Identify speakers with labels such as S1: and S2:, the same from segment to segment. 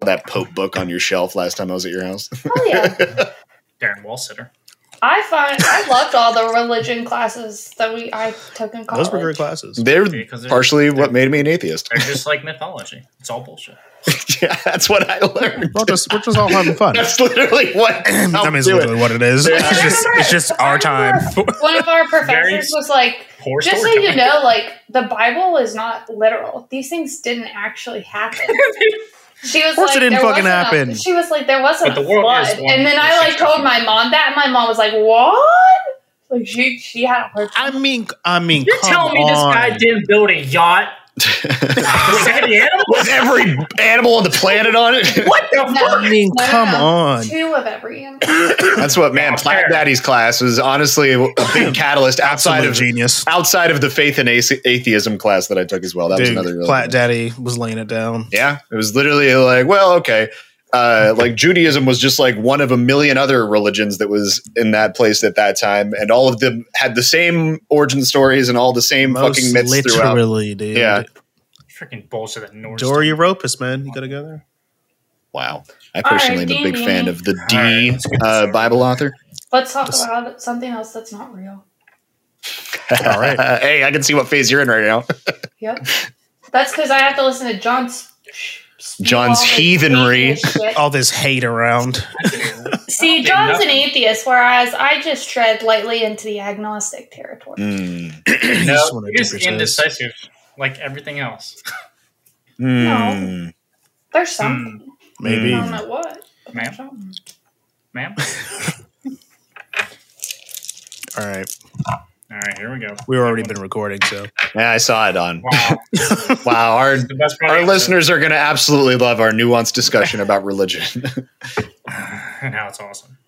S1: that Pope book on your shelf last time I was at your house.
S2: Hell Oh, yeah.
S3: Darren Wallsitter.
S2: I find I loved all the religion classes that we I took in college.
S4: Those were great classes.
S1: They're
S3: Yeah, 'cause they're-
S1: partially what made me an atheist.
S3: They're just like mythology. It's all bullshit.
S1: yeah, that's what I learned.
S4: We're just, we're just all having fun.
S1: That's literally what.
S4: that
S1: That
S4: is literally what it is. It's just, it's just our time.
S2: One of our professors
S3: Very-
S2: was like,
S3: Poor
S2: just so you
S3: storytelling.
S2: know, like the Bible is not literal. These things didn't actually happen. She was
S4: Of course
S2: like,
S4: it didn't
S2: there
S4: fucking
S2: wasn't a-
S4: happen.
S2: she was like, there wasn't
S3: But
S2: a
S3: the world
S2: flood.
S3: is one
S2: And then
S3: with
S2: I
S3: six
S2: like told
S3: people.
S2: my mom that, and my mom was like, what? Like she she had a hard time.
S4: I mean, I mean,
S3: You're
S4: come
S3: telling me this
S4: on.
S3: guy didn't build a yacht to save the animals?
S1: With every animal on the planet on it.
S3: What the fuck?
S4: I mean,
S2: No, no,
S4: come
S2: no.
S4: on.
S2: Two of every. animal.
S1: That's what man.
S3: Yeah,
S1: Plaid
S3: fair.
S1: Daddy's class was honestly a big catalyst outside
S4: Absolute
S1: of
S4: genius.
S1: outside of the faith and ace- atheism class that I took as well. That was
S4: Dude,
S1: another really
S4: Plat Daddy was laying it down.
S1: Yeah, it was literally like, well, okay. Uh, like Judaism was just like one of a million other religions that was in that place at that time, and all of them had the same origin stories and all the same
S4: Most
S1: fucking myths throughout.
S4: literally, dude.
S1: Yeah.
S3: Freaking bullshit that Norse.
S4: Dora Europus, man. You gotta go there.
S1: Wow, I personally am a big
S2: Alright,
S1: fan of the D
S3: Alright, let's get
S1: uh,
S3: started.
S1: Bible author.
S2: Let's talk
S4: Just-
S2: about something else that's not real.
S1: All right, hey, I can see what phase you're in right now.
S2: Yep. That's because I have to listen to John's.
S1: John's heathenry.
S4: All this hate around.
S2: See,
S3: do
S2: John's an
S3: nothing.
S2: atheist, whereas I just tread lightly into the agnostic territory.
S1: Mm.
S4: You just
S3: No,
S4: wanna
S3: you're
S4: dip
S3: just
S4: your toes.
S3: indecisive, like everything else.
S1: Mm.
S2: There's something.
S4: Maybe.
S2: I don't know what. but there's
S3: Ma'am?
S2: something.
S3: Ma'am?
S4: All right.
S3: All right, here we go.
S4: We've already been recording, so.
S1: Yeah, I saw it on.
S3: Wow.
S1: Wow, our
S3: The best part
S1: our
S3: of-
S1: listeners are going to absolutely love our nuanced discussion about religion.
S3: And how it's awesome.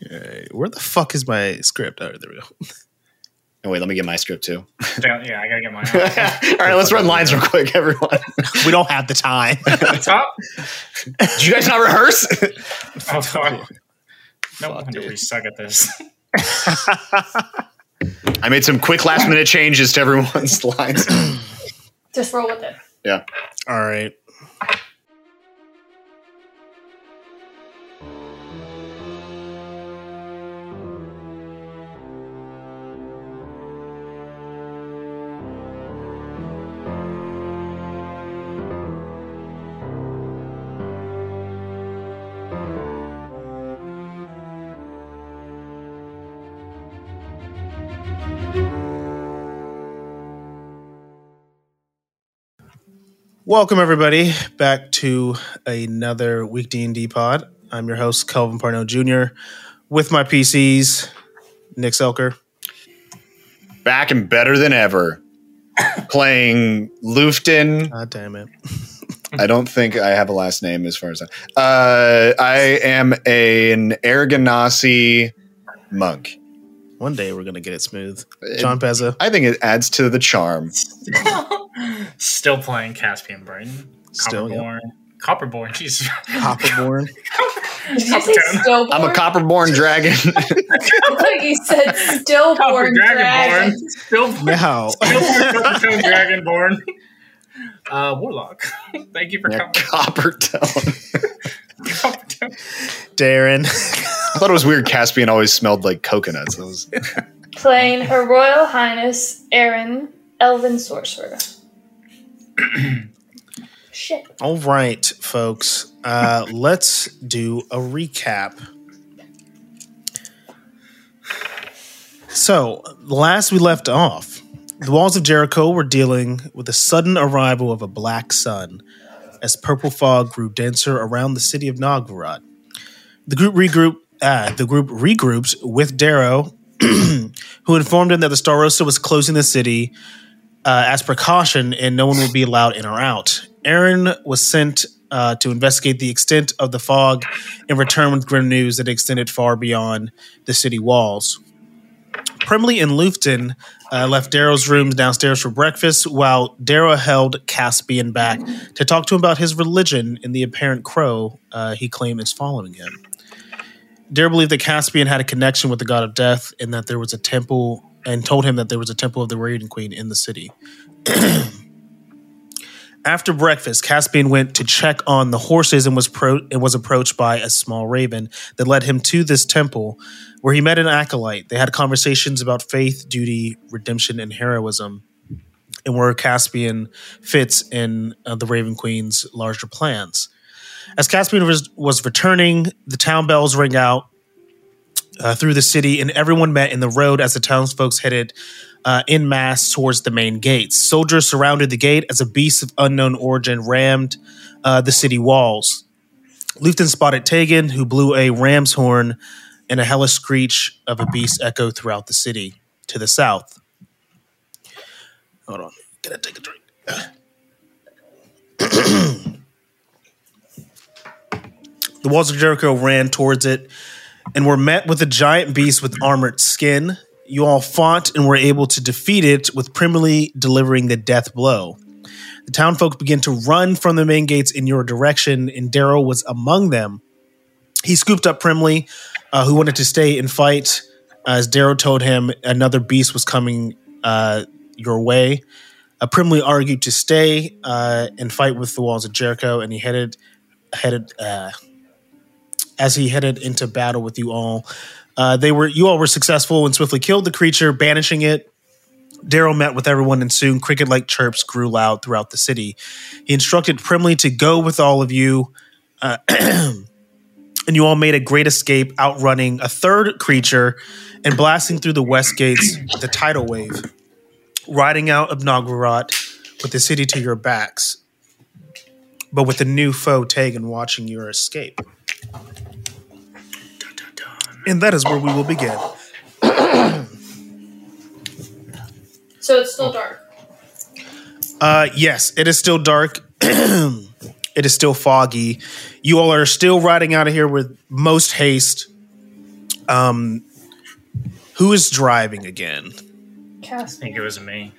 S4: Hey, Where the fuck is my script? Oh, there we go.
S1: oh, wait, let me get my script too.
S3: Damn, Yeah, I gotta get mine.
S1: All
S3: out.
S1: right, let's run lines real quick, everyone.
S4: We don't have the time.
S3: Top?
S1: Did you guys not rehearse?
S3: Oh, fuck. No
S4: Fuck,
S3: wonder
S4: dude.
S3: we suck at this.
S1: I made some quick last minute changes to everyone's lines.
S2: Just roll with it.
S4: All right. Welcome everybody back to another week D and D pod. I'm your host Kelvin Parno Jr. with my PCs, Nick Selker.
S1: Back and better than ever. Playing Lufton.
S4: God Ah, damn it!
S1: I don't think I have a last name as far as that. Uh, I am a, an Aragonasi monk.
S4: One day we're gonna get it smooth. John Pezza.
S1: I think it adds to the charm.
S3: Still playing Caspian Brain.
S4: Still, yep.
S3: Copperborn. Copperborn, Jesus.
S4: Copperborn.
S2: Did you say
S3: Uptown.
S2: stillborn?
S1: I'm a copperborn dragon.
S2: Like you said,
S3: Copper
S2: stillborn
S3: Dragonborn.
S2: dragon.
S3: Still
S4: now,
S3: Silverstone Dragonborn. Uh, Warlock. Thank you for
S1: Yeah,
S3: coming.
S1: copper tone.
S4: Darren.
S1: I thought it was weird. Caspian always smelled like coconuts. That was-
S2: Playing Her Royal Highness Erin, Elven Sorcerer. Shit.
S4: All right, folks. Uh, let's do a recap. So, last we left off, the walls of Jericho were dealing with the sudden arrival of a black sun as purple fog grew denser around the city of Nagvarad. The group regroup, uh, the group regrouped with Darrow, who informed him that the Starosta was closing the city uh, as precaution, and no one would be allowed in or out. Aaron was sent uh, to investigate the extent of the fog and return with grim news that extended far beyond the city walls. Primley and Lufton uh, left Darrow's rooms downstairs for breakfast, while Darrow held Caspian back to talk to him about his religion and the apparent crow uh, he claimed is following him. Dare believed that Caspian had a connection with the god of death and that there was a temple and told him that there was a temple of the Radiant Queen in the city. After breakfast, Caspian went to check on the horses and was pro- and was approached by a small raven that led him to this temple, where he met an acolyte. They had conversations about faith, duty, redemption, and heroism, and where Caspian fits in uh, the Raven Queen's larger plans. As Caspian was, was returning, the town bells ring out uh, through the city, and everyone met in the road as the townsfolk headed uh, in mass towards the main gates. Soldiers surrounded the gate as a beast of unknown origin rammed uh, the city walls. Lufton spotted Tegan, who blew a ram's horn, and a hellish screech of a beast echoed throughout the city to the south. Hold on, gotta take a drink. the walls of Jericho ran towards it and were met with a giant beast with armored skin. You all fought and were able to defeat it with primarily delivering the death blow. The townfolk began to run from the main gates in your direction, and Darrow was among them. He scooped up Primley, uh, who wanted to stay and fight. As Darrow told him another beast was coming uh, your way, uh, Primley argued to stay uh, and fight with the walls of Jericho, and he headed headed uh, as he headed into battle with you all. Uh, they were you all were successful and swiftly killed the creature, banishing it. Daryl met with everyone, and soon cricket-like chirps grew loud throughout the city. He instructed Primly to go with all of you, uh, and you all made a great escape, outrunning a third creature and blasting through the west gates with a tidal wave, riding out of Nagwarat with the city to your backs, but with the new foe Tegan watching your escape. And that is where we will begin.
S5: So it's still dark.
S4: Uh, yes, it is still dark. it is still foggy. You all are still riding out of here with most haste. Um, who is driving again?
S3: I think
S5: Caspian.
S3: it was me.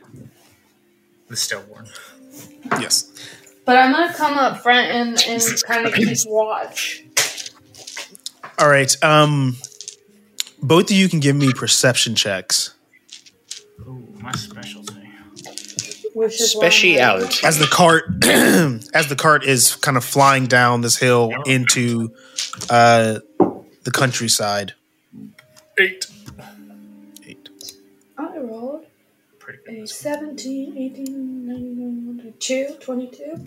S3: The stillborn.
S4: Yes.
S5: But I'm gonna come up front and, and kind of keep watch.
S4: All right. Um, both of you can give me perception checks
S3: Ooh, my specialty.
S5: Which is why I'm
S1: Especially
S5: like-
S1: out.
S4: as the cart as the cart is kind of flying down this hill into uh, the countryside.
S3: Eight.
S4: Eight.
S5: I rolled
S3: Pretty good.
S5: a 17, 18, 19, 22, 22.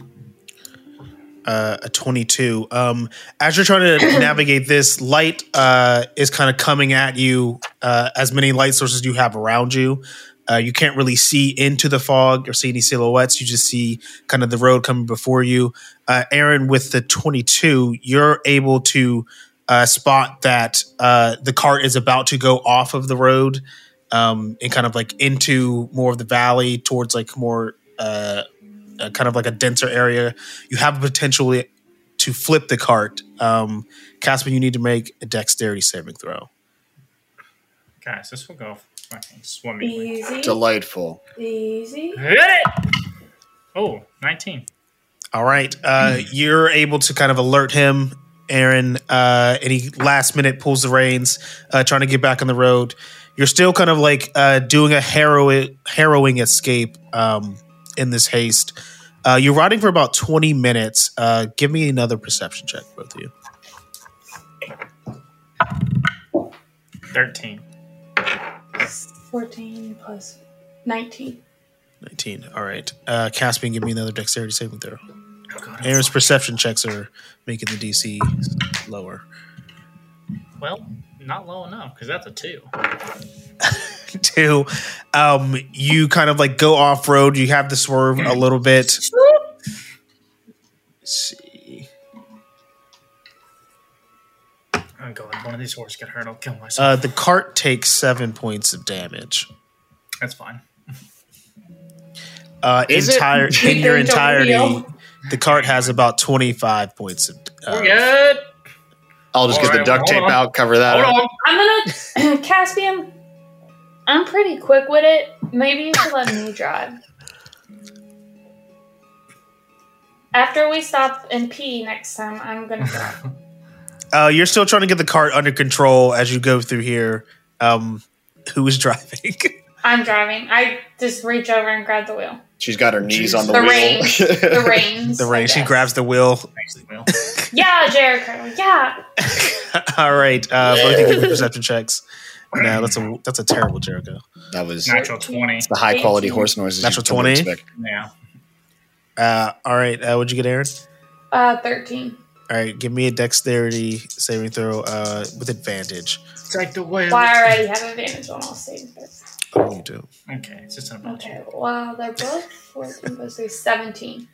S4: uh, a 22. Um, as you're trying to navigate this, light uh, is kind of coming at you. Uh, as many light sources you have around you, uh, you can't really see into the fog or see any silhouettes. You just see kind of the road coming before you. Uh, Aaron, with the 22, you're able to uh, spot that uh, the cart is about to go off of the road um, and kind of like into more of the valley towards like more. Uh, uh, kind of like a denser area, you have potentially to flip the cart. Um, Casper, you need to make a dexterity saving throw.
S3: Guys, this will go fucking swimmingly.
S5: Easy.
S1: Delightful.
S5: Easy.
S3: Hit it! Oh, 19.
S4: All right, uh, you're able to kind of alert him, Aaron, uh, and he last minute pulls the reins, uh, trying to get back on the road. You're still kind of like uh, doing a harrowing, harrowing escape um, in this haste. Uh, you're riding for about 20 minutes. Uh, give me another perception check, both of you.
S3: 13.
S5: 14 plus 19.
S4: 19. All right. Uh, Caspian, give me another dexterity saving throw.
S3: Oh, God, I'm
S4: Aaron's perception checks are making the DC lower.
S3: Well, not low enough because that's a two.
S4: Two, um, you kind of like go off road. You have to swerve a little bit. Let's see.
S3: Oh god, one of these horses get hurt, I'll kill myself.
S4: Uh, the cart takes seven points of damage.
S3: that's fine.
S4: Uh,
S1: Is it?
S4: entire in your
S5: You think don't
S4: entirety,
S5: deal?
S4: the cart has about twenty five points of. Uh,
S3: We're good.
S1: I'll just
S3: All
S1: get the
S3: right,
S1: duct
S3: well,
S1: tape
S3: hold on.
S1: out, cover that
S3: Hold
S1: up.
S3: on.
S5: I'm gonna Caspian. I'm pretty quick with it. Maybe you should let me drive. After we stop and pee next time, I'm gonna drive.
S4: uh, you're still trying to get the cart under control as you go through here. Um, who is driving?
S5: I'm driving. I just reach over and grab the wheel.
S1: She's got her knees on the,
S2: The rain.
S1: wheel.
S2: The reins.
S4: The
S2: I
S4: rain. She
S2: guess.
S4: grabs the wheel.
S3: Actually, well,
S2: Yeah, Jericho. Yeah.
S4: All right. Uh, both of you give me perception checks. No, that's a that's a terrible Jericho.
S1: that was
S3: natural twenty.
S1: the high quality
S2: Eighteen.
S1: horse noises.
S4: Natural
S1: you wouldn't
S4: 20?
S1: expect.
S3: Yeah.
S4: Uh, all right. Uh, what'd you get, Aaron?
S2: Uh, thirteen.
S4: All right. Give me a dexterity saving throw uh, with advantage.
S3: Take the wheel.
S2: Well, I already have advantage on all saves. but-
S4: Oh, you do.
S3: Okay, it's just about you.
S2: Okay. Well, they're both fourteen. But say seventeen.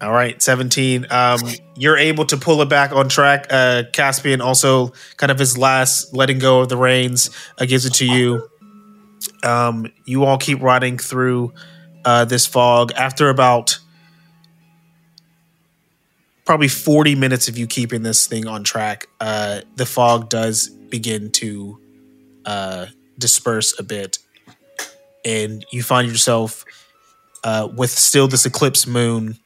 S4: All right, 17. Um, you're able to pull it back on track. Uh, Caspian also kind of his last letting go of the reins uh, gives it to you. Um, you all keep riding through uh, this fog. After about probably 40 minutes of you keeping this thing on track, uh, the fog does begin to uh, disperse a bit. And you find yourself uh, with still this eclipse moon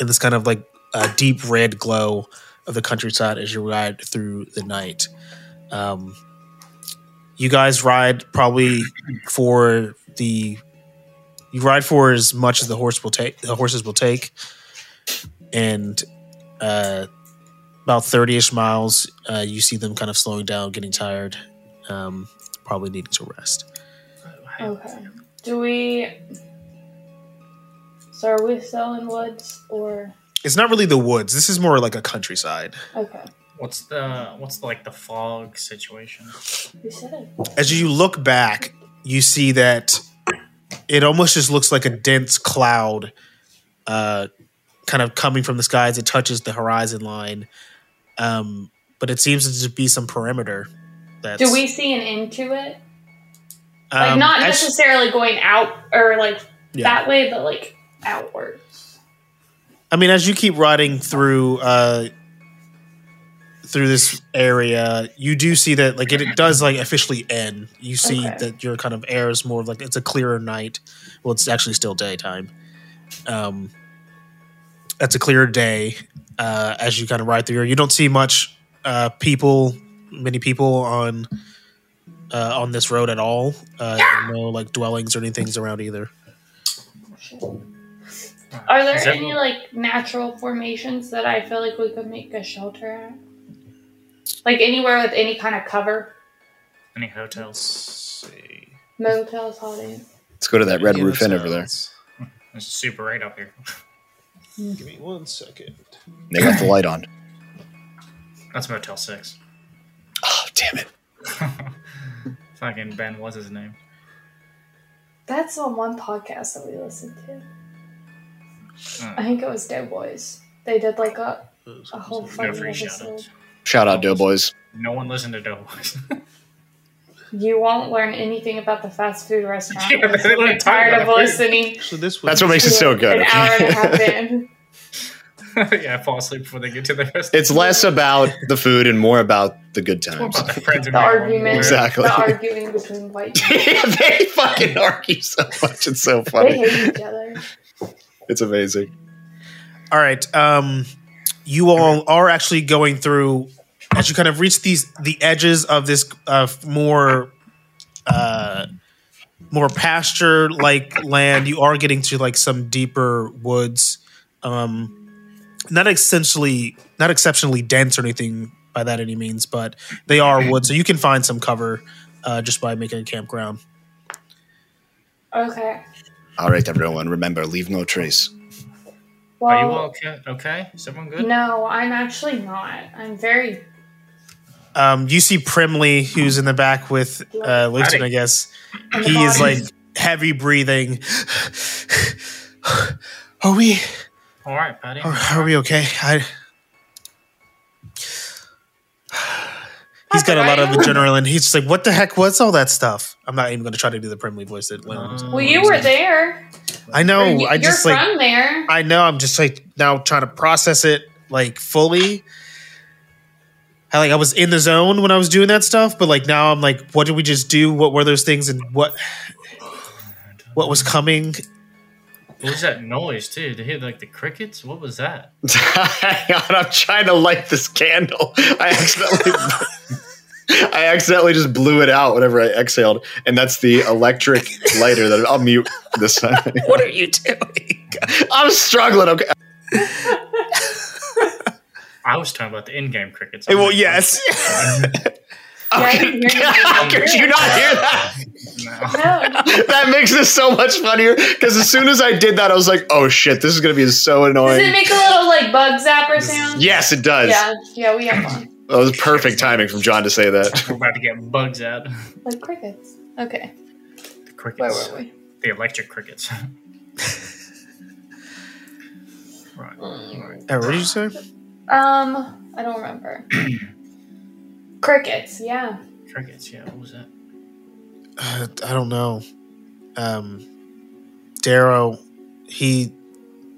S4: in this kind of like uh, deep red glow of the countryside as you ride through the night. Um, you guys ride probably for the you ride for as much as the horse will take. The horses will take, and uh, about thirty-ish miles, uh, you see them kind of slowing down, getting tired, um, probably needing to rest.
S3: Oh,
S2: Okay. Do we? So are we still in woods or?
S4: It's not really the woods. This is more like a countryside.
S2: Okay.
S3: What's the what's the, like the fog situation?
S2: We said it.
S4: as you look back, you see that it almost just looks like a dense cloud uh, kind of coming from the sky as it touches the horizon line. Um, but it seems to be some perimeter. That's,
S2: Do we see an end to it? Like
S4: um,
S2: not
S4: as-
S2: necessarily going out or like
S4: yeah.
S2: that way, but like outwards.
S4: I mean, as you keep riding through uh, through this area, you do see that like it, it does like officially end. You see
S2: Okay.
S4: that your kind of air is more of, like it's a clearer night. Well, it's actually still daytime. Um, that's a clearer day uh, as you kind of ride through here. You don't see much uh, people, many people on uh, on this road at all. Uh, No like dwellings or anything's around either.
S2: Are there
S3: Is
S2: any
S3: everyone-
S2: like natural formations that I feel like we could make a shelter at? Like anywhere with any kind of cover,
S3: any hotels?
S2: motels, hot inn.
S1: Let's go to that red roof inn over there.
S3: There's a super eight up here.
S4: Give me one second.
S1: They got the light on.
S3: That's Motel Six.
S1: Oh, damn it.
S3: Fucking Ben, what's his name?
S2: That's on one podcast that we listened to.
S3: Uh,
S2: I think it was Doughboys. They did like a a whole
S3: no
S2: fucking
S3: free
S2: episode.
S3: shoutouts.
S1: Shout out, Doughboys.
S3: No one listened to Doughboys.
S2: You won't learn anything about the fast food restaurant.
S3: Yeah, they don't
S2: You're
S3: talk
S2: tired
S3: about
S2: of
S3: food.
S2: listening.
S4: So this
S1: That's what makes it so
S2: An
S1: good.
S2: hour and a half in.
S3: yeah, I fall asleep before they get to the rest.
S1: It's less about the food and more about the good
S3: What
S1: times.
S3: about the friends and
S2: The
S3: family?
S2: argument,
S1: Exactly.
S2: the arguing between white people.
S1: they fucking argue so much. It's so
S2: They
S1: funny.
S2: hate each other.
S1: It's amazing.
S4: All right. Um, you all are actually going through as you kind of reach these the edges of this uh, more uh, more pasture like land. You are getting to like some deeper woods. Um, not essentially, not exceptionally dense or anything by that any means, but they are woods, so you can find some cover uh, just by making a campground.
S2: Okay.
S1: All right, everyone, remember, leave no trace.
S2: Well,
S3: Are you all okay? Okay, is everyone good?
S2: no, I'm actually not. I'm very.
S4: Um, you see Primley, who's in the back with uh, Luton, I guess.
S2: I'm
S4: he is like
S2: body-
S4: heavy breathing. Are we?
S3: All right, Patty.
S4: Are, are we okay? I. He's got a lot of adrenaline. He's just like, "What the heck was all that stuff?" I'm not even going to try to do the primly voice. That
S3: Um,
S2: Well, you were there.
S4: I know.
S2: Or you-
S4: Oh,
S2: Uh,
S4: I
S2: You're
S4: just like.
S2: from there.
S4: I know. I'm just like now trying to process it like fully. I like I was in the zone when I was doing that stuff, but like now I'm like, what did we just do? What were those things, and what what was coming?
S3: What was that noise too? Did you hear like the crickets? What was that?
S1: Hang on, I'm trying to light this candle. I accidentally I accidentally just blew it out whenever I exhaled, and that's the electric lighter that I'll mute this time.
S6: What are you doing?
S1: I'm struggling. Okay,
S3: I was talking about the in-game crickets.
S6: well, yes.
S2: Yeah, I can hear you.
S1: how could you not hear that?
S3: No.
S2: No,
S1: That makes this so much funnier. Because as soon as I did that, I was like, "Oh shit, this is gonna be so
S2: does it
S1: annoying."
S2: make a little like bug zapper sound?
S1: Yes, it does.
S2: Yeah, yeah, we have one.
S1: That was perfect timing from John to say that.
S3: We're about to get bugs out.
S2: Like crickets. Okay. Where
S3: The crickets.
S2: were we?
S3: The electric crickets. right.
S2: Mm.
S4: Uh, what did you say?
S2: Um, I don't remember. crickets, yeah.
S3: Crickets, yeah. What was that?
S4: Uh, I don't know. Um, Darrow, he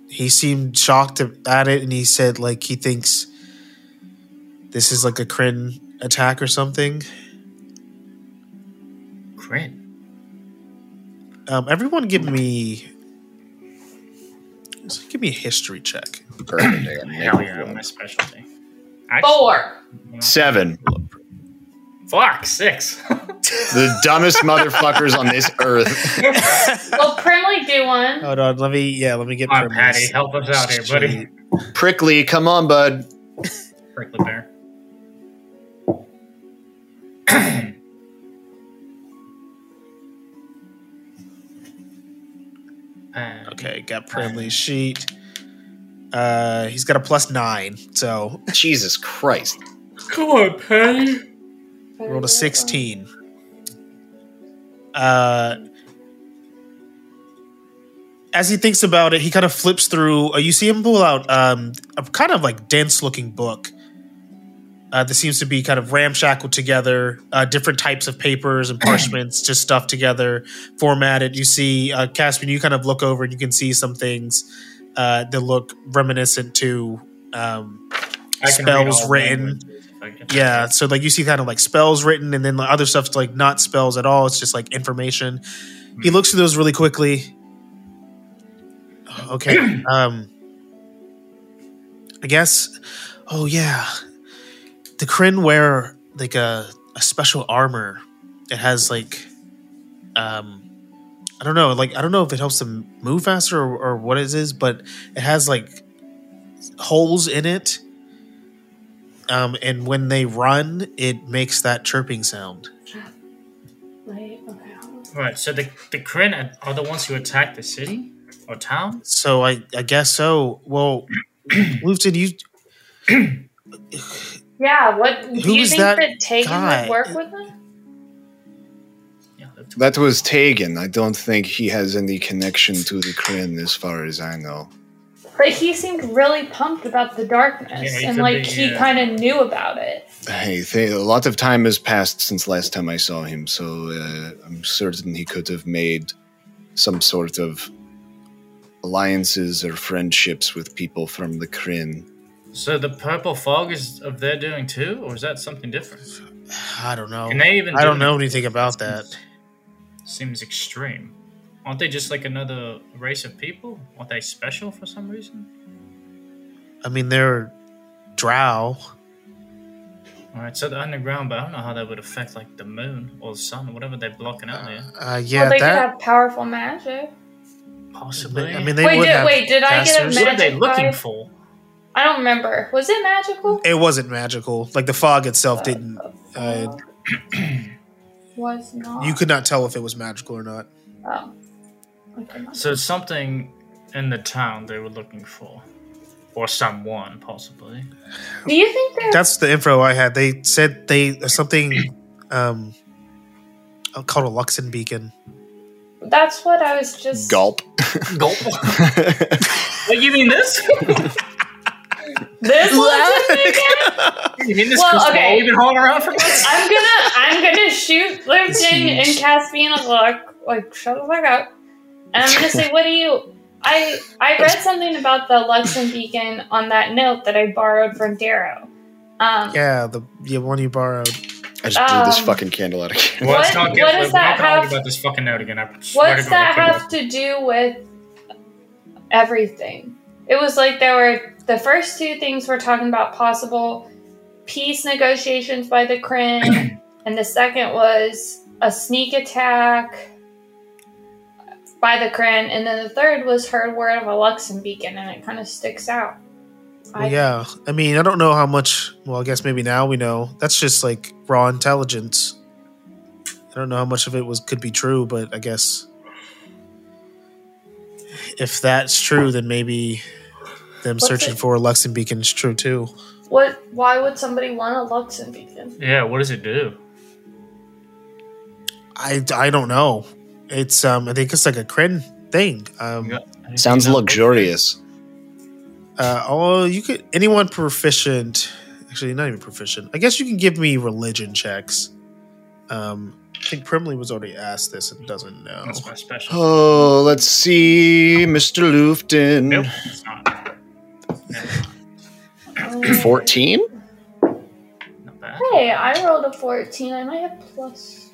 S4: he seemed shocked at it, and he said like he thinks this is like a Kryn attack or something.
S3: Crin.
S4: Um, everyone, give me just give me a history check.
S3: Hell yeah, my specialty. Actually,
S2: Four.
S1: Seven.
S3: Fuck, six.
S1: The dumbest motherfuckers on this earth.
S2: Well, Prim like do one.
S4: Hold on, let me yeah, let me get
S3: Come on,
S4: Primal's
S3: Patty, help us out here, buddy.
S4: sheet.
S1: Prickly, come on, bud.
S3: Prickly bear. Uh,
S4: Okay, got Primley's sheet. Uh, he's got a plus nine, so
S1: Jesus Christ.
S3: Come on, Patty.
S4: rolled a 16 uh as he thinks about it he kind of flips through uh, you see him pull out um a kind of like dense looking book uh, that seems to be kind of ramshackled together, uh, different types of papers and parchments just stuffed together, formatted. You see, uh, Caspian, you kind of look over and you can see some things uh, that look reminiscent to um,
S3: I can read
S4: Spells
S3: all
S4: written.
S3: languages if I can.
S4: yeah so like you see kind of like spells written and then like, other stuff's like not spells at all it's just like information he looks through those really quickly okay um i guess oh yeah the kryn wear like a, a special armor it has like um i don't know like i don't know if it helps them move faster or, or what it is but it has like holes in it um, and when they run, it makes that chirping sound.
S2: Wait, okay, hold on.
S3: Right, so the the Kryn are- are the ones who attacked the city or town.
S4: So I, I guess so. Well, Lufton, you
S2: Yeah, what do
S4: Who
S2: you
S4: is
S2: think
S4: that
S2: that, Tegan
S4: guy?
S2: would work with them?
S3: Yeah, that's-
S7: That was Tegan. I don't think he has any connection to the Kryn, as far as I know.
S2: But he seemed really pumped about the darkness
S3: Yeah, he
S2: and
S3: could
S2: like
S3: be,
S2: he
S3: yeah.
S2: kind of knew about it.
S7: Hey, th- a lot of time has passed since last time I saw him, so uh, I'm certain he could have made some sort of alliances or friendships with people from the Kryn.
S3: so the purple fog is of their doing too, or is that something different?
S4: I don't know.
S3: Can they even
S4: I
S3: do
S4: don't
S3: it?
S4: know anything about that.
S3: Seems extreme. Aren't they just like another race of people? Aren't they special for some reason?
S4: I mean, they're drow.
S3: All right, so the underground, but I don't know how that would affect like the moon or the sun, whatever they're blocking out there.
S4: Uh,
S2: well,
S4: yeah,
S2: they could
S4: that.
S2: have powerful magic.
S3: Possibly.
S4: I mean, they
S2: wait,
S4: would
S2: did,
S4: have
S2: wait, did I
S4: casters.
S2: get a
S3: what are
S2: magic
S3: they looking
S2: five?
S3: for?
S2: I don't remember. Was it magical?
S4: It wasn't magical. Like the fog itself didn't. Uh,
S2: was not.
S4: you could not tell if it was magical or not.
S2: Oh. Okay.
S3: So it's something in the town they were looking for, or someone possibly.
S2: Do you think they're
S4: That's the info I had. They said they uh, something um, called a Luxon beacon.
S2: That's what I was just.
S1: Gulp.
S3: Gulp. Wait, you mean this?
S2: This one took me again?
S3: you mean this
S2: Well,
S3: crystal
S2: okay.
S3: we've been hauling around for months?
S2: I'm gonna, I'm gonna shoot Lipton
S4: huge.
S2: and Caspian a look. Like, shut the fuck up. And I'm gonna say, what do you? I I read something about the Luxon Beacon on that note that I borrowed from Darrow. Um,
S4: Yeah, the yeah one you borrowed.
S1: I just blew this
S2: Um,
S1: fucking candle out of here.
S3: Well, let's
S2: What-
S3: not get,
S2: what does
S3: we're not
S2: that
S3: gonna argue
S2: have-
S3: about this fucking note again. I swear
S2: What's
S3: to God,
S2: that
S3: I
S2: have to do with everything? It was like there were the first two things we're talking about possible peace negotiations by the Kryn and the second was a sneak attack by the Kren, and then the third was her word of a Luxon beacon, and it kind of sticks out. I-
S4: Well, yeah, I mean, I don't know how much. Well, I guess maybe now we know. That's just like raw intelligence. I don't know how much of it was could be true, but I guess if that's true, then maybe them
S2: What's
S4: searching
S2: it?
S4: for a Luxon beacon is true too.
S2: What? Why would somebody want a Luxon beacon?
S3: Yeah, what does it do?
S4: I, I don't know. It's um I think it's like a Kryn thing. Um,
S3: Yeah.
S1: Sounds
S3: You know,
S1: luxurious.
S4: Uh, oh, you could anyone proficient. Actually, not even proficient. I guess you can give me religion checks. Um, I think Primley was already asked this and doesn't know.
S3: That's my special.
S1: Oh, let's see, Mr. Lufton.
S3: Nope, it's not.
S1: Fourteen.
S3: Not bad.
S2: Hey, I rolled a fourteen, and I have plus.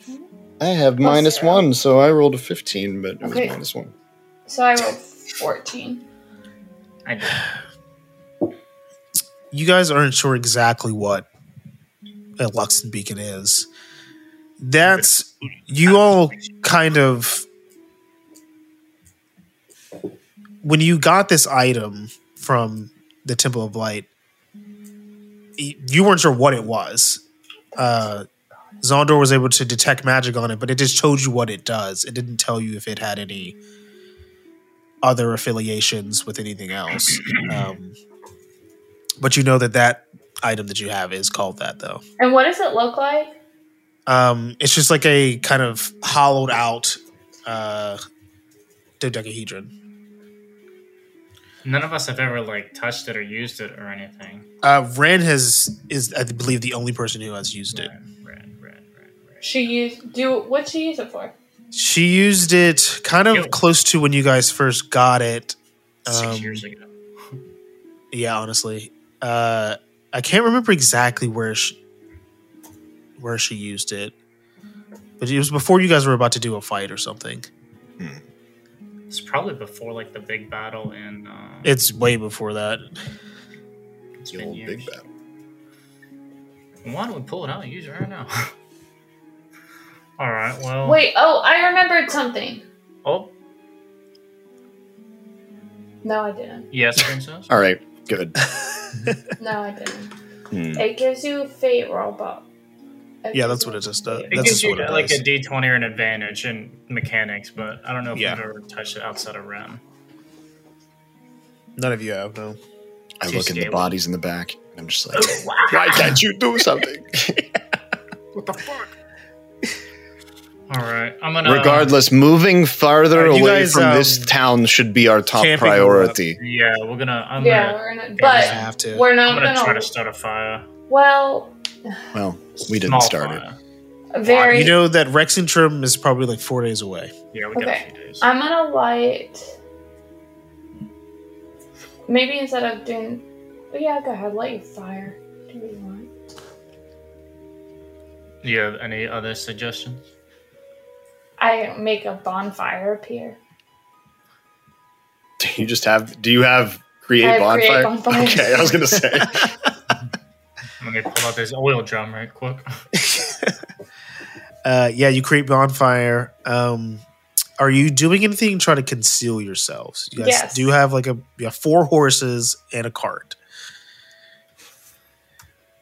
S1: I have
S2: Plus
S1: minus
S2: zero.
S1: one, so I rolled a fifteen, but it was
S2: Okay.
S1: minus one.
S2: So I rolled fourteen.
S3: I did.
S4: You guys aren't sure exactly what a Luxon beacon is. That's you all kind of when you got this item from the Temple of Light, y- you weren't sure what it was. Uh, Zondor was able to detect magic on it, but it just told you what it does. It didn't tell you if it had any other affiliations with anything else. Um, but you know that that item that you have is called that, though.
S2: And what does it look like?
S4: Um, it's just like a kind of hollowed out uh, dodecahedron.
S3: None of us have ever like touched it or used it or anything.
S4: Uh, Ren has is I believe the only person who has used it.
S3: Right, right, right, right, right.
S2: She used do what she use it for?
S4: She used it kind of
S3: Yo.
S4: close to when you guys first got it.
S3: Six
S4: Um,
S3: years ago.
S4: Yeah, honestly, uh, I can't remember exactly where she where she used it, but it was before you guys were about to do a fight or something.
S3: It's probably before like the big battle in. Uh,
S4: It's way before that.
S3: it's
S1: The
S3: been
S1: old
S3: years.
S1: big battle.
S3: Why don't we pull it out and use it right now? All right. Well.
S2: Wait, oh, I remembered something.
S3: Oh
S2: No, I didn't.
S3: yes, princess.
S1: All right, good.
S2: No, I didn't.
S1: Hmm.
S2: It gives you fate robot.
S4: Yeah, that's what it just does.
S3: It
S4: That's
S3: gives
S4: just
S3: you
S4: what it
S3: like
S4: does.
S3: a D twenty or an advantage in mechanics, but I don't know if
S4: Yeah.
S3: we've ever touched it outside of REM.
S4: None of you have no.
S1: I
S3: Too
S1: look at the
S3: stable.
S1: bodies in the back, and I'm just like, why can't you do something?
S3: What the fuck? All right, I'm gonna.
S1: Regardless, moving farther
S4: Are you
S1: away
S4: guys,
S1: from
S4: um,
S1: this town should be our top
S4: camping or
S1: priority.
S3: Yeah, we're gonna. I'm
S2: yeah,
S3: gonna.
S2: we're gonna,
S3: Yeah,
S4: You
S3: you
S2: but
S4: have to.
S2: we're
S3: I'm
S2: not
S3: gonna
S2: gonna.
S3: try to start a fire.
S2: well,
S1: Well, we didn't
S3: Small
S1: start it.
S3: fire.
S2: very.
S4: You know that Rexentrum is probably like four days away.
S3: Yeah, we got a
S2: Okay.
S3: few days.
S2: I'm gonna light. Maybe instead of doing, oh, yeah, go ahead, light your fire. Do you want?
S3: Do you have any other suggestions?
S2: I make a bonfire appear.
S8: Do you just have? Do you have create
S2: I have
S8: bonfire?
S2: create bonfire.
S8: Okay, I was gonna say.
S3: Let me pull out this oil drum right quick.
S4: Uh, yeah, you create bonfire. Um, are you doing anything to try to conceal yourselves? You guys
S2: Yes.
S4: do have like a you have four horses and a cart.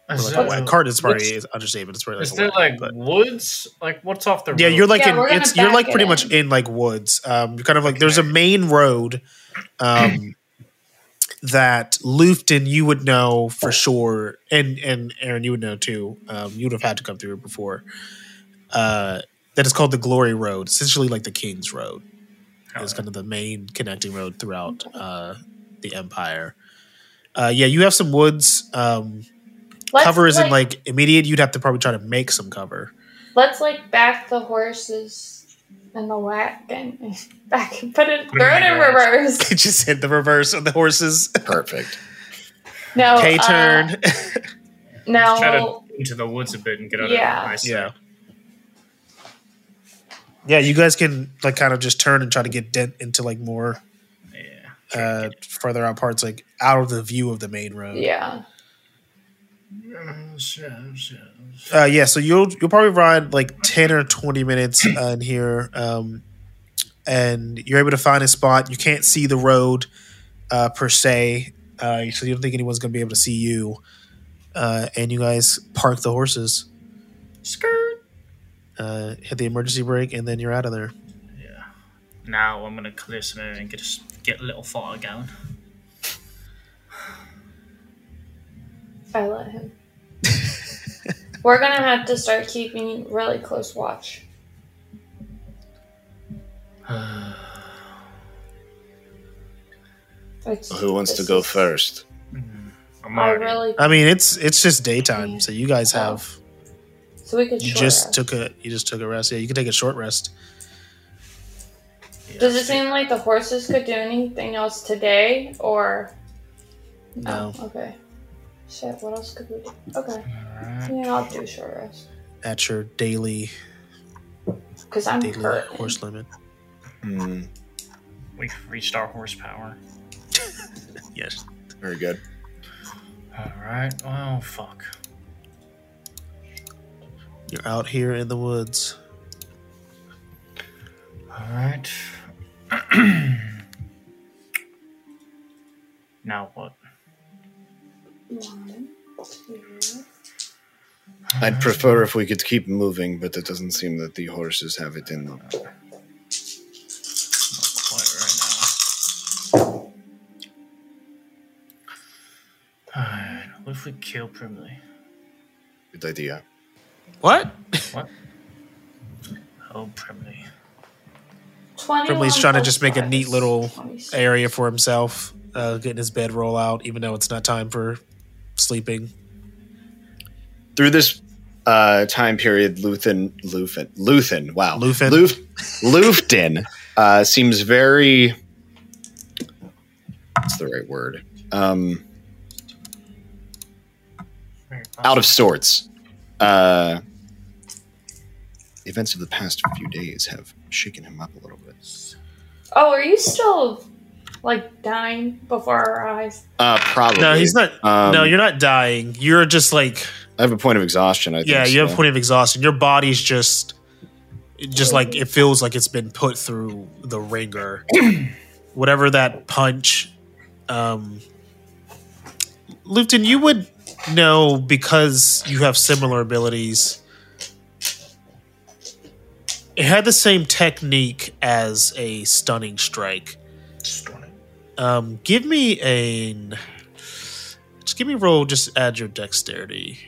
S4: Or like
S3: Is
S4: a
S3: there-
S4: wa- cart is probably
S3: what's-
S4: is understatement. It's probably
S3: Is
S4: like,
S3: there
S4: a wagon,
S3: like
S4: but-
S3: woods? Like what's off the
S4: yeah,
S3: road?
S4: you're like
S2: Yeah,
S4: in,
S2: we're gonna
S4: it's you're like
S2: back
S4: pretty
S2: it
S4: much
S2: in.
S4: in like woods. Um, you're kind of like there's a main road, um, that Lufton you would know for sure, and and Aaron you would know too. Um, you would have had to come through it before. Uh, that is called the Glory Road, essentially like the King's Road.
S3: Oh,
S4: It's kind of the main connecting road throughout uh, the Empire. Uh, yeah, you have some woods. Um,
S2: Let's,
S4: cover isn't like immediate. You'd have to probably try to make some cover.
S2: Let's like back the horses and the wagon back and put it throw it in reverse.
S4: It just hit the reverse of the horses.
S1: Perfect.
S2: No
S4: K
S2: uh,
S4: turn.
S3: Try to
S2: no,
S3: into the woods a bit and get out
S2: Yeah.
S3: of my sight.
S4: yeah. Yeah, you guys can like kind of just turn and try to get dent into like more
S3: Yeah.
S4: uh further out parts, like out of the view of the main road.
S2: yeah.
S4: Uh, yeah, so you'll you'll probably ride like ten or twenty minutes uh, in here, um, and you're able to find a spot. You can't see the road uh, per se, uh, so you don't think anyone's going to be able to see you. Uh, and you guys park the horses,
S3: Skirt.
S4: uh, hit the emergency brake, and then you're out of there.
S3: Yeah. Now I'm gonna clear some air and get a, s- get a little fog going.
S2: I let him. We're gonna have to start keeping really close watch. It's-
S1: Who wants to
S2: this
S1: go
S2: is-
S1: first?
S3: I'm
S2: I
S3: already-
S2: Oh, really
S4: I mean, it's it's just daytime, so you guys have
S2: so we could
S4: you
S2: Oh, short
S4: just
S2: rest.
S4: took a you just took a rest. Yeah, you can take a short rest.
S3: yeah,
S2: Does it
S3: see-
S2: seem like the horses could do anything else today, or
S4: No,
S2: Oh, okay. Shit. What else could we do? Okay.
S3: Alright.
S2: Yeah, I'll do short rest
S4: at your daily
S2: because I'm
S4: daily
S2: hurt.
S4: horse limit.
S1: Hmm,
S3: We've reached our horsepower.
S4: Yes.
S1: very good.
S3: All right. Oh fuck.
S4: You're out here in the woods.
S3: All right. now what?
S2: One, two.
S1: I'd prefer if we could keep moving, but it doesn't seem that the horses have it in them.
S3: Quite right now. Alright, what if we kill Primly?
S1: Good idea.
S4: What?
S3: What? Oh, Primly.
S4: Probably he's
S2: 21
S4: trying to
S2: plus
S4: just make a
S2: five
S4: neat
S2: is
S4: little
S2: 26.
S4: area for himself, uh, getting his bed roll out, even though it's not time for sleeping.
S1: Through this uh, time period, Luthen, Luthen, Luthen, wow,
S4: Luthen.
S1: Luf, Luften, uh, seems very. What's the right word? Um,
S3: Very
S1: out of sorts. Uh, events of the past few days have shaken him up a little bit.
S2: Oh, are you still like dying before our eyes?
S1: Uh, probably.
S4: No, he's not.
S1: Um,
S4: no, you're not dying. You're just like
S1: I have a point of exhaustion. I think,
S4: yeah. You have
S1: so.
S4: a point of exhaustion. Your body's just, just like it feels like it's been put through the ringer. Whatever that punch, um, Lupton, you would know because you have similar abilities. It had the same technique as a stunning strike.
S3: Storming.
S4: Um, give me a just give me a roll. Just add your dexterity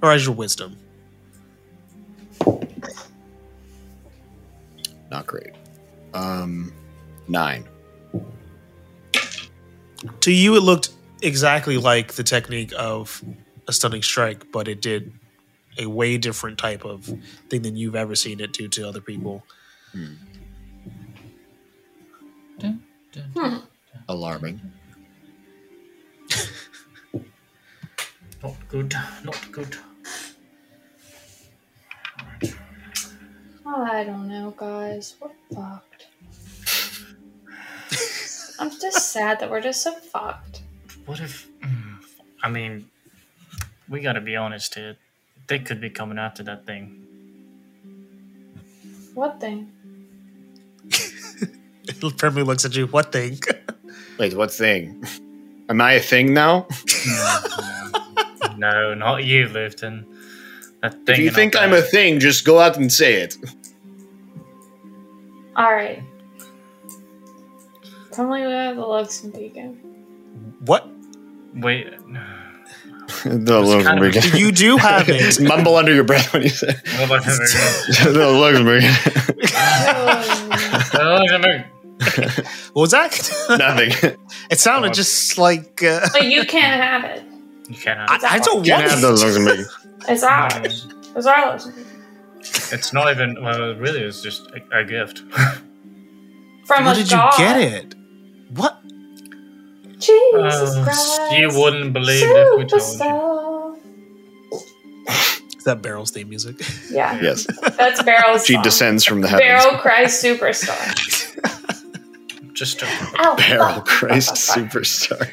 S4: or add your wisdom.
S1: Not great. Um, nine.
S4: To you, it looked exactly like the technique of a stunning strike, but it did a way different type of thing than you've ever seen it do to other people.
S1: Alarming.
S3: Not good. Not good.
S2: Oh, I don't know, guys. We're fucked. I'm just sad that we're just so fucked.
S3: What if? mm, I mean, we gotta be honest here. They could be coming after that thing.
S2: What thing?
S4: Premier looks at you. What thing?
S1: Wait, what thing? Am I a thing now?
S3: No, not you, Lifton. That thing.
S9: If you
S3: in our
S9: think I'm a
S3: bag.
S9: thing, just go out and say it.
S2: All right. Tell me about the Luxon Beacon.
S4: what
S3: Wait. no.
S1: the
S3: It's kind of
S1: Luxembourg.
S4: you do have it.
S1: Just mumble under your breath when you say
S3: What about him?
S1: the Luxembourg.
S2: Oh,
S3: Oh,
S4: What was that?
S1: Nothing.
S4: it sounded just like uh,
S2: but you can't have it.
S3: you can't have
S4: I, I don't
S1: Can't
S4: want
S1: have
S4: it.
S1: the Luxembourg.
S2: It's
S4: Ah!
S2: ours. It's our Luxon Beacon.
S3: It's not even. Well, it really, it's just a, a gift.
S2: From
S4: Where
S2: a
S4: did you
S2: Oh god.
S4: get it? What?
S2: Jesus
S3: Uh,
S2: Christ.
S3: you wouldn't believe if we told you.
S2: Superstar.
S4: Is that Barrel's theme music?
S2: Yeah,
S1: Yes.
S2: that's Barrel's
S1: She
S2: song.
S1: descends from the heavens.
S2: Barrel Christ Superstar.
S3: Just a,
S1: Barrel
S2: Ow.
S3: uh,
S2: fuck, fuck,
S1: Christ
S2: fuck, fuck.
S1: superstar.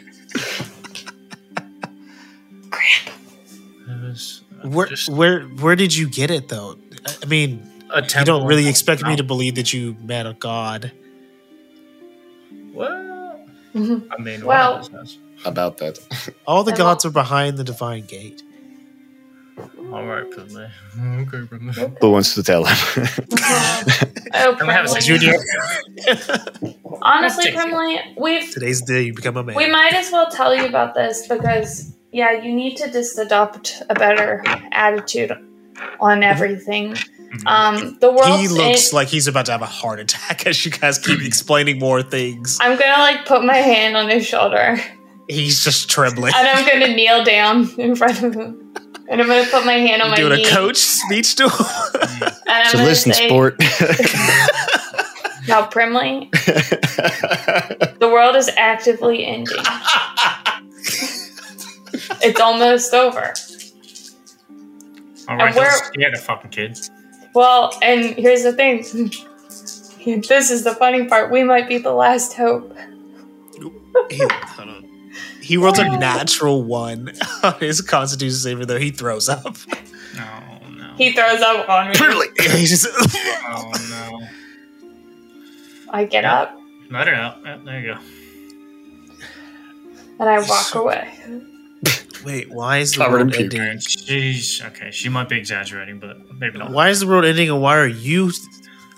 S4: Where
S3: Just-
S4: where where did you get it though? I- I mean,
S3: A
S4: you
S3: temple
S4: don't really expect me
S3: no.
S4: to believe that you met a god.
S3: Well,
S2: Mhm.
S3: I mean,
S2: Well-
S3: one of us has.
S1: about that.
S4: All the
S2: I
S4: gods are behind the divine gate.
S3: All right, Pridley. Okay, Pridley.
S10: Who wants to tell him?
S2: oh,
S3: Can we have a
S2: Kremlin.
S3: junior?
S2: Honestly,
S3: Let's take it.
S2: Kremlin, we've
S4: Today's the day you become a man.
S2: we might as well tell you about this because yeah, you need to just adopt a better attitude on everything.
S3: Mm-hmm.
S2: Um, the world
S4: he looks like he's about to have a heart attack as you guys keep explaining more things.
S2: I'm gonna like put my hand on his shoulder
S4: He's just trembling.
S2: and I'm gonna kneel down in front of him and I'm gonna put my hand on my
S4: Doing
S2: knee.
S4: a coach speech to him.
S2: And I'm
S10: so
S2: gonna
S10: listen,
S2: say,
S10: sport.
S2: Now, Primley, the world is actively ending. it's almost over.
S3: All right,
S2: we're-
S3: don't scare the fucking kids.
S2: Well, and here's the thing. this is the funny part. We might be the last hope.
S4: he, hold on. He rolls a natural one on his constitution saving though he throws up.
S3: No, Oh, no.
S2: He throws up on me.
S4: He's just-
S3: Oh no.
S2: I get up
S3: Let it out. Yeah, there you go.
S2: and I walk away.
S4: Wait, why is the
S1: Covered in
S4: world
S1: puke.
S4: ending?
S3: And she's okay. She might be exaggerating, but maybe not.
S4: Why is the world ending and why are you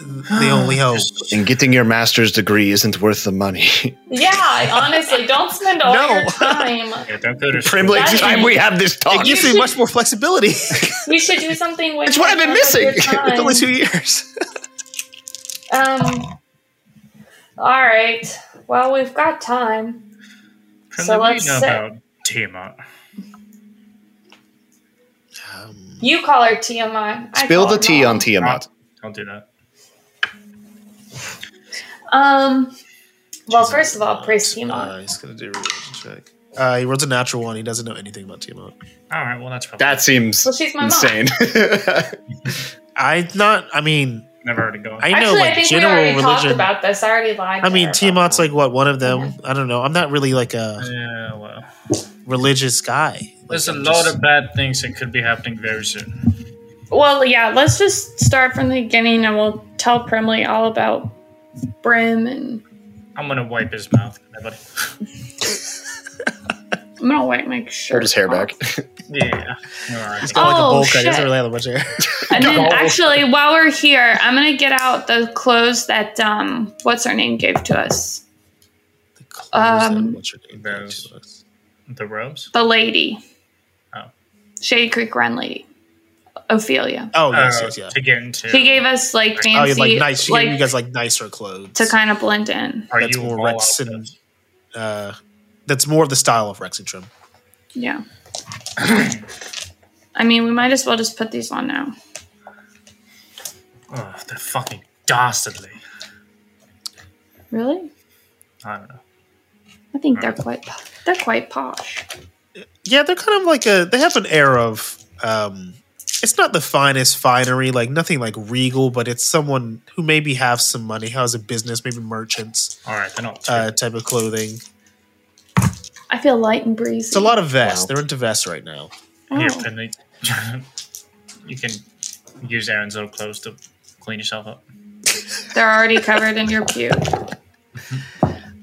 S4: the only hope?
S10: and getting your master's degree isn't worth the money.
S2: Yeah, I honestly don't spend all
S4: No.
S2: your time.
S3: Yeah, don't go to
S10: Primly,
S2: That
S10: it's time
S2: is-
S10: we have this
S4: It
S10: talk.
S4: gives me much more flexibility.
S2: You should do something with
S4: It's what I've been missing. It's only two years.
S2: Um. All right. Well, we've got time.
S3: Primly,
S2: So
S3: what do
S2: let's
S3: you know
S2: sit.
S3: about Tiamat.
S2: You call her Tiamat. I
S10: Spill
S2: call
S10: the
S2: her
S10: tea
S2: Mom.
S10: on Tiamat.
S3: Don't do that.
S2: Um. Well, first of all, praise Tiamat.
S4: Uh, he's gonna do a religion check. Uh, he rolls a natural one. He doesn't know anything about Tiamat.
S3: All right. Well, that's probably
S1: That seems
S2: Well, she's my mom.
S1: insane.
S4: I not. I mean,
S3: never heard of God.
S4: I know
S2: Actually,
S4: like
S2: I think we
S4: general
S2: already talked
S4: religion.
S2: about this. I already lied.
S4: I
S2: to her
S4: mean,
S2: about
S4: Tiamat's
S2: that.
S4: like what one of them.
S2: Mm-hmm.
S4: I don't know. I'm not really like a
S3: Yeah. Well,
S4: religious guy. Like,
S3: there's a
S4: I'm
S3: lot
S4: just-
S3: of bad things that could be happening very soon.
S2: Well, yeah. Let's just start from the beginning, and we'll tell Primly all about Brim, and
S3: I'm gonna wipe his mouth. Everybody.
S2: I'm gonna wipe my shirt.
S1: Pulled his hair back.
S3: Yeah. All right.
S4: He's got like
S2: Oh,
S4: a bowl cut. He doesn't
S2: shit.
S4: really have that much hair.
S2: And then actually, while we're here, I'm gonna get out the clothes that um, what's her name gave to us,
S4: The clothes
S2: Um,
S4: that- what's your name?
S3: those. The robes.
S2: the lady,
S3: Oh.
S2: Shady Creek Run lady, Ophelia.
S4: Oh yes,
S3: Uh,
S4: yes, yeah.
S3: To get into.
S2: She gave us like fancy,
S4: Oh, yeah,
S2: like,
S4: like nice. She gave you guys like nicer clothes.
S2: to kind of blend in.
S3: Are
S4: that's
S3: you
S4: more
S3: all
S4: Rex
S3: out
S4: and- uh, that's more of the style of Rex and Trim.
S2: Yeah. I mean, we might as well just put these on now.
S3: Oh, they're fucking dastardly.
S2: Really?
S3: I don't know.
S2: I think they're
S4: Mm.
S2: quite they're quite posh.
S4: Yeah, they're kind of like a. They have an air of. Um, it's not the finest finery, like nothing like regal, but it's someone who maybe have some money, has a business, maybe merchants
S3: All right, they're not.
S4: uh, type of clothing.
S2: I feel light and breezy.
S4: It's a lot of vests.
S10: Wow.
S4: They're into vests right now.
S2: Oh.
S3: Here, Finley. you can use Aaron's old clothes to clean yourself up.
S2: They're already covered in your puke.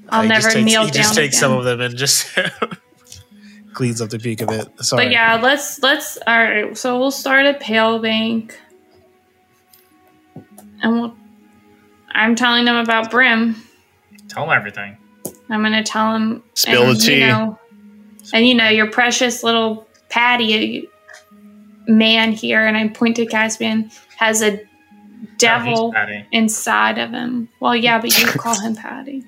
S2: I'll
S4: He just
S2: never
S4: takes-
S2: kneel
S4: He
S2: down.
S4: just takes
S2: again.
S4: some of them and just cleans up the peak of it. Sorry.
S2: But yeah, let's let's all right. So we'll start at Pale Bank, and we'll. I'm telling them about Brim.
S3: Tell him everything.
S2: I'm gonna tell him.
S1: Spill
S2: and,
S1: the tea.
S2: You know, and you know your precious little Patty uh, man here, and I point to Caspian has a
S3: Tell he's
S2: devil
S3: Patty.
S2: inside of him. Well, yeah, but you call him Patty.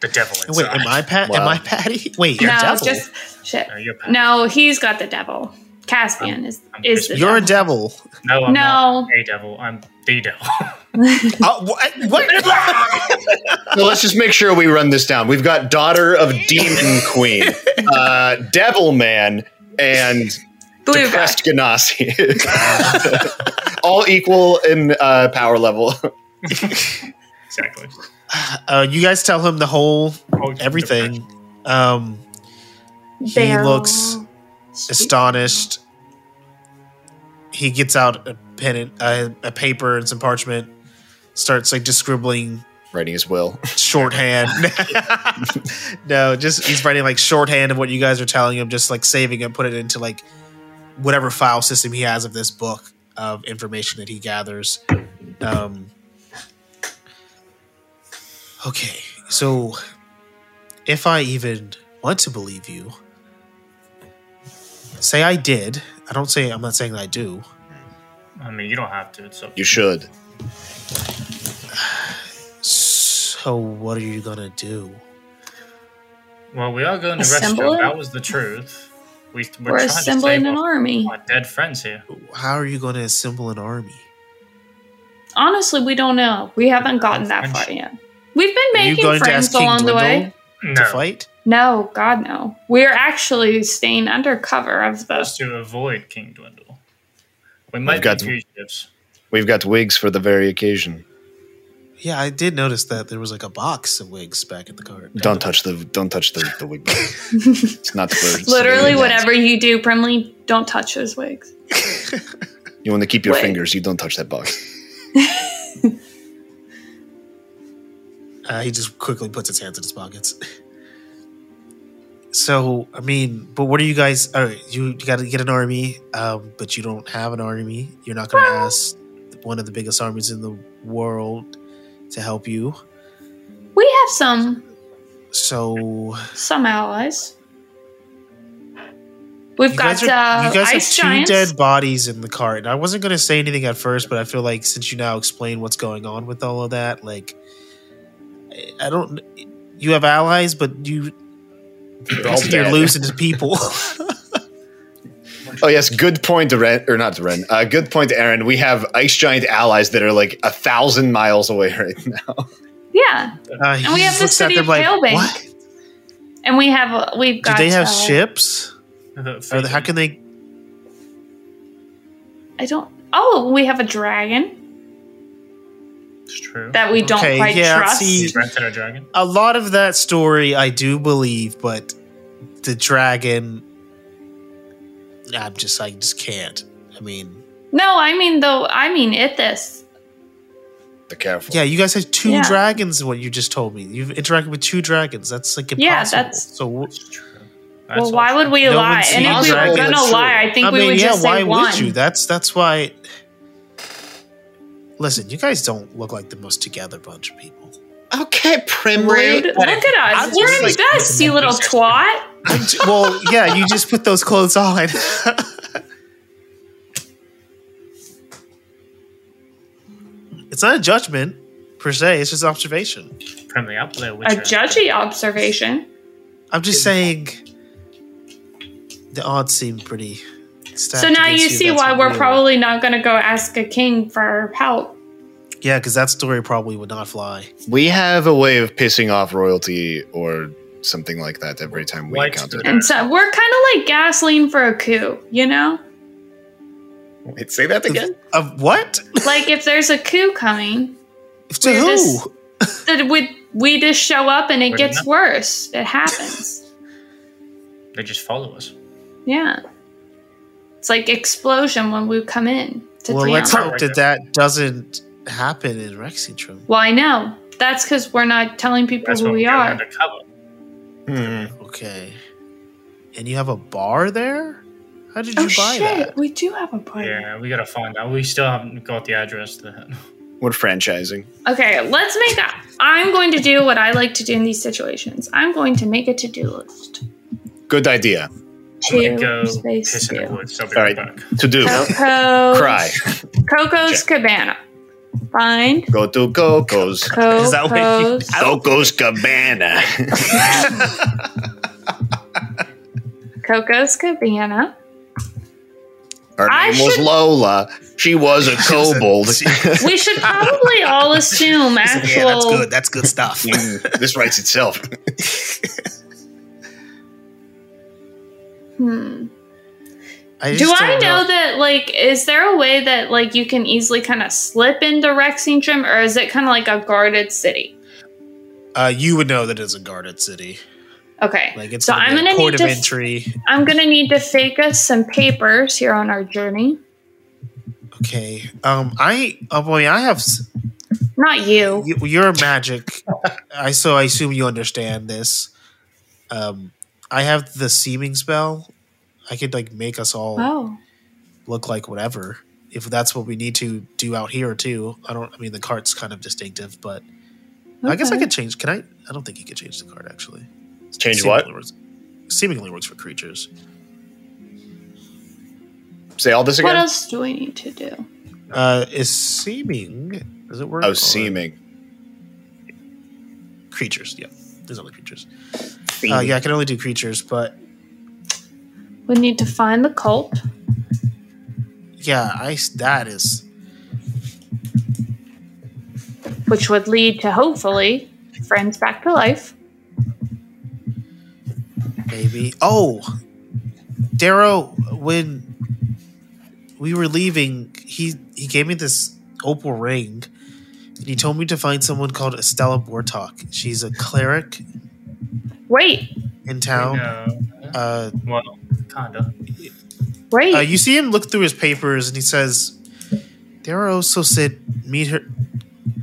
S3: The devil inside.
S4: Wait, am I Pat? Am
S1: Wow.
S4: I Patty? Wait,
S2: no,
S4: you're devil.
S2: just shit.
S3: No, you're Patty.
S2: No, he's got the devil. Caspian is
S3: I'm
S2: is the
S4: You're a
S2: devil.
S4: devil.
S3: No, I'm
S2: No.
S3: not a devil. I'm the devil.
S4: Uh, what? what?
S1: So let's just make sure we run this down. We've got daughter of demon queen, uh, devil man, and
S2: blue guy.
S1: depressed Ganassi. All equal in uh, power level.
S3: exactly.
S4: uh, you guys tell him the whole
S3: Oh,
S4: everything. Um, he
S2: Barrel.
S4: looks astonished, he gets out a pen and uh, a paper and some parchment, starts like just scribbling
S11: Writing his will.
S4: shorthand. no, just he's writing like shorthand of what you guys are telling him, just like saving it, put it into like whatever file system he has of this book of information that he gathers. Um, okay, so if I even want to believe you, say I did. I don't say I'm not saying that I do.
S3: I mean, you don't have to. It's up.
S11: You should.
S4: So what are you gonna do?
S3: Well, we are going to rescue.
S2: Assemble it?
S3: That was the truth. We, we're,
S2: We're
S3: trying
S2: assembling
S3: to save
S2: an
S3: our,
S2: army.
S3: our dead friends here.
S4: How are you gonna assemble an army?
S2: Honestly, we don't know. We haven't gotten that
S3: Friends.
S2: far yet. We've been
S4: Are you
S2: making
S4: going to
S2: friends
S4: ask King
S2: along the way.
S4: Dwindle to
S3: No,
S4: fight?
S2: No, God, no. We're actually staying under cover of the.
S3: just to avoid King Dwindle. We might
S11: got
S3: get
S11: to-
S3: fugitives.
S11: We've got wigs for the very occasion.
S4: Yeah, I did notice that there was like a box of wigs back in the cart.
S11: Don't touch the don't touch the, the wig. it's not the bird.
S2: Literally, whatever you do, Brimley, don't touch those wigs.
S11: You want to keep your
S2: Wait.
S11: fingers. You don't touch that box.
S4: Uh, he just quickly puts his hands in his pockets. So, I mean, but what are you guys? All right, you got to get an army, um, but you don't have an army. You're not going to ask one of the biggest armies in the world to help you.
S2: We have some
S4: So,
S2: some allies. We've
S4: you
S2: got
S4: guys are-
S2: uh,
S4: you guys have
S2: ice
S4: two
S2: giants.
S4: dead bodies in the cart. And I wasn't going to say anything at first, but I feel like since you now explain what's going on with all of that, like I- I don't. You have allies, but you
S1: all
S4: you're
S1: dead.
S4: losing to people. Uh,
S11: Oh yes, good point, Ren, or not Ren. Uh, good point, Aaron. We have ice giant allies that are like a thousand miles away right now.
S2: Yeah,
S4: Uh, he
S2: and we have
S4: just
S2: the
S4: looks at
S2: city
S4: them
S2: of Tailbank.
S4: what?
S2: and we have uh, we've
S4: Do
S2: got.
S4: they have
S2: uh,
S4: ships? Or how can they?
S2: I don't. Oh, we have a dragon
S3: It's true.
S2: that we don't
S4: Okay,
S2: quite
S4: yeah,
S2: trust.
S4: see-
S3: We rented a dragon.
S4: A lot of that story, I do believe, but the dragon. I'm just, I just can't. I mean,
S2: No, I mean though. I mean Ithis.
S11: Be careful.
S4: yeah, you guys have two
S2: Yeah.
S4: dragons. in What you just told me, you've interacted with two dragons. That's like impossible.
S2: Yeah, that's-
S4: so. w-
S3: It's true. That's
S2: Well,
S3: all
S2: why
S3: true.
S2: would we
S4: No
S2: lie?
S4: one's
S2: And if we
S1: seen
S2: were
S1: a
S2: gonna
S1: dragon, it's
S2: lie, I think we would just
S4: why
S2: say one.
S4: would you? That's that's why. Listen, you guys don't look like the most together bunch of people.
S1: Okay,
S2: Rude. Look at
S4: I'm
S2: us. We're
S4: just,
S2: in
S4: like,
S2: best, you little twat.
S4: well, yeah, you just put those clothes on. it's not a judgment per se; it's just observation.
S3: Friendly, I'll play a
S2: A
S3: Witcher.
S2: judgy observation.
S4: I'm just saying the odds seem pretty. stacked
S2: So now
S4: against
S2: you see
S4: That's
S2: why
S4: what
S2: we're
S4: really-
S2: probably not going to go ask a king for help.
S4: yeah, because that story probably would not fly.
S11: We have a way of pissing off royalty or something like that every time we
S3: Lights
S11: encounter.
S3: to-
S2: And so we're kind of like gasoline for a coup, you know?
S1: Wait, say that again.
S4: Of what?
S2: Like if there's a coup coming,
S4: to
S2: We're
S4: who?
S2: just- that we we just show up and it
S3: Wait a
S2: gets
S3: minute.
S2: worse. It happens.
S3: They just follow us.
S2: yeah. It's like explosion when we come in to
S4: well,
S2: Theon.
S4: let's hope
S3: Right
S4: that that doesn't happen in Rexington.
S2: Well, I know. That's because we're not telling people
S3: That's
S2: who
S3: when
S2: we
S3: go
S2: are.
S3: undercover.
S4: Okay. And you have a bar there? How did you
S2: Oh,
S4: buy
S2: shit.
S4: that?
S2: We do have a party.
S3: Yeah, we gotta find out. We still haven't got the address to that.
S11: We're franchising.
S2: Okay, let's make a. I'm going to do what I like to do in these situations. I'm going to make a to do list.
S11: Good idea.
S3: I'm gonna
S2: Two,
S3: go
S2: space
S3: piss in the
S2: two.
S3: woods. I'll be
S11: All
S3: right,
S11: right.
S3: back.
S11: To do.
S2: Coco's.
S11: Cry.
S2: Coco's Cabana. Find
S11: Go to Coco's.
S2: Coco's.
S4: that what you-
S11: Coco's Cabana.
S2: Coco's Cabana.
S11: Her
S2: I
S11: name was
S2: should-
S11: Lola. She was a kobold.
S2: We should probably all assume actual.
S4: Yeah, that's good. That's good stuff.
S11: Mm, this writes itself.
S2: Hmm.
S4: I
S2: Do
S4: just
S2: I
S4: don't
S2: know that, like, is there a way that, like, you can easily kind of slip into Rexington, or is it kind of like a guarded city?
S4: Uh, you would know that it's a guarded city.
S2: Okay.
S4: Like it's
S2: So
S4: gonna be
S2: I'm
S4: a
S2: gonna
S4: port
S2: need
S4: of
S2: to f-
S4: entry.
S2: I'm gonna need to fake us some papers here on our journey.
S4: Okay. Um, I oh boy, I have. s-
S2: Not you.
S4: y- You're magic. I so I assume you understand this. Um, I have the seeming spell. I could like make us all
S2: Oh.
S4: look like whatever if that's what we need to do out here too. I don't. I mean, the cart's kind of distinctive, but I guess I
S2: okay.
S4: could change. Can I? I don't think you could change the card actually.
S1: Change what?
S4: Seemingly works- seemingly works for creatures.
S1: Say all this
S2: What
S1: again.
S2: else do we need to do?
S4: Uh, is seeming? Does it work?
S1: Oh,
S4: or-
S1: seeming.
S4: creatures. Yeah, there's only creatures. Uh, yeah, I can only do creatures, but
S2: We need to find the cult.
S4: yeah, I s- that is
S2: which would lead to hopefully friends back to life.
S4: maybe. Oh, Darrow, when we were leaving, he he gave me this opal ring, and he told me to find someone called Estella Bortok. She's a cleric
S2: Wait,
S4: in town.
S3: No.
S4: Uh,
S3: Well, kinda.
S2: wait.
S4: uh, you see him look through his papers, and he says, Darrow also said meet her,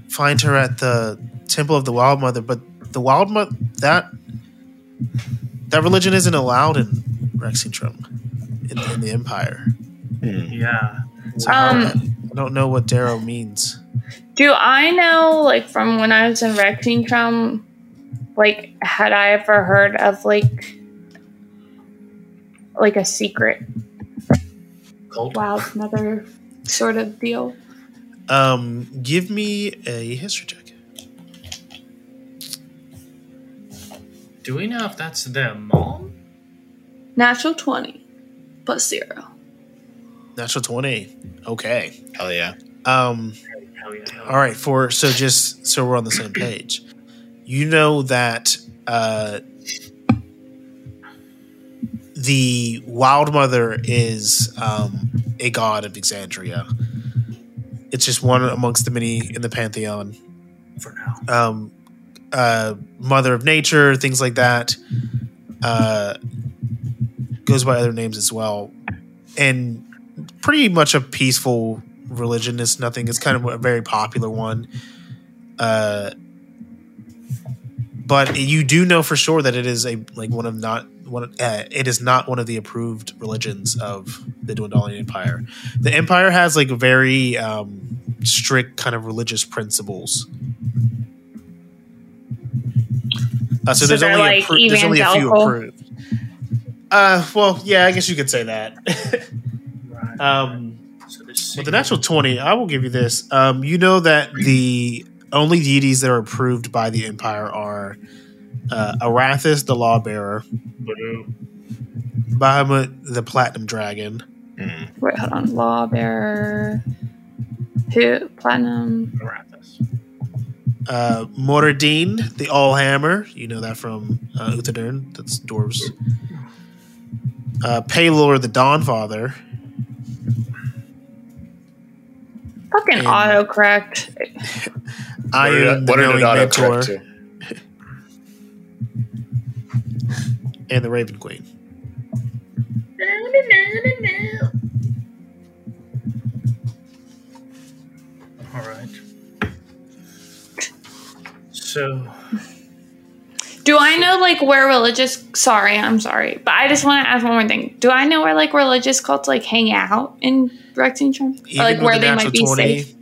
S4: find her at the Temple of the Wild Mother, but the Wild Mother that that religion isn't allowed in Rexingtrum, in, in the Empire. Hmm.
S3: Yeah.
S4: So how-
S2: Um,
S4: I don't know what Darrow means.
S2: Do I know, like, from when I was in Rexington, like, had I ever heard of like, like a secret
S3: Cult.
S2: wild mother sort of deal?
S4: Um, give me a history check.
S3: Do we know if that's their mom?
S2: Natural twenty plus zero.
S4: Natural twenty. Okay.
S11: Hell yeah.
S4: Um,
S3: Hell yeah. Hell yeah.
S4: All right, for so just so we're on the same page, you know that uh, the Wild Mother is um, a god of Exandria. It's just one amongst the many in the pantheon.
S3: For now.
S4: Um, uh, Mother of Nature, things like that. Uh, goes by other names as well, and pretty much a peaceful religion is nothing. It's kind of a very popular one. Uh, but you do know for sure that it is a like one of not one. of- Uh, it is not one of the approved religions of the Dwendalian Empire. The Empire has like very um, strict kind of religious principles. Uh, so,
S2: So
S4: there's
S2: they're,
S4: only
S2: like,
S4: appro- there's only a few
S2: evangelical?
S4: approved. Uh, well, yeah, I guess you could say that.
S3: Right.
S4: um,
S3: so this
S4: with the natural 20, I will give you this. Um, you know that the only deities that are approved by the Empire are uh, Arathis, the Lawbearer,
S3: Blue.
S4: Bahamut, the Platinum Dragon,
S11: Hmm.
S2: Wait, hold on. Lawbearer, who platinum?
S3: Arathis.
S4: uh, Moradin, the Allhammer. You know that from uh, Uthodurn. That's dwarves. Uh, Paylor, the Dawnfather.
S2: Fucking
S4: And-
S2: autocorrect.
S1: What did-
S4: Ion, the
S1: what did it
S4: Knowing Mentor,
S1: autocorrect to?
S4: and the Raven Queen.
S3: All right. So,
S2: Do I know like where religious? Sorry, I'm sorry, but I just want to ask one more thing. Do I know where like religious cults like hang out in Rexington, Or,
S4: Even
S2: like
S4: with
S2: where
S4: the
S2: they might
S4: natural
S2: be safe?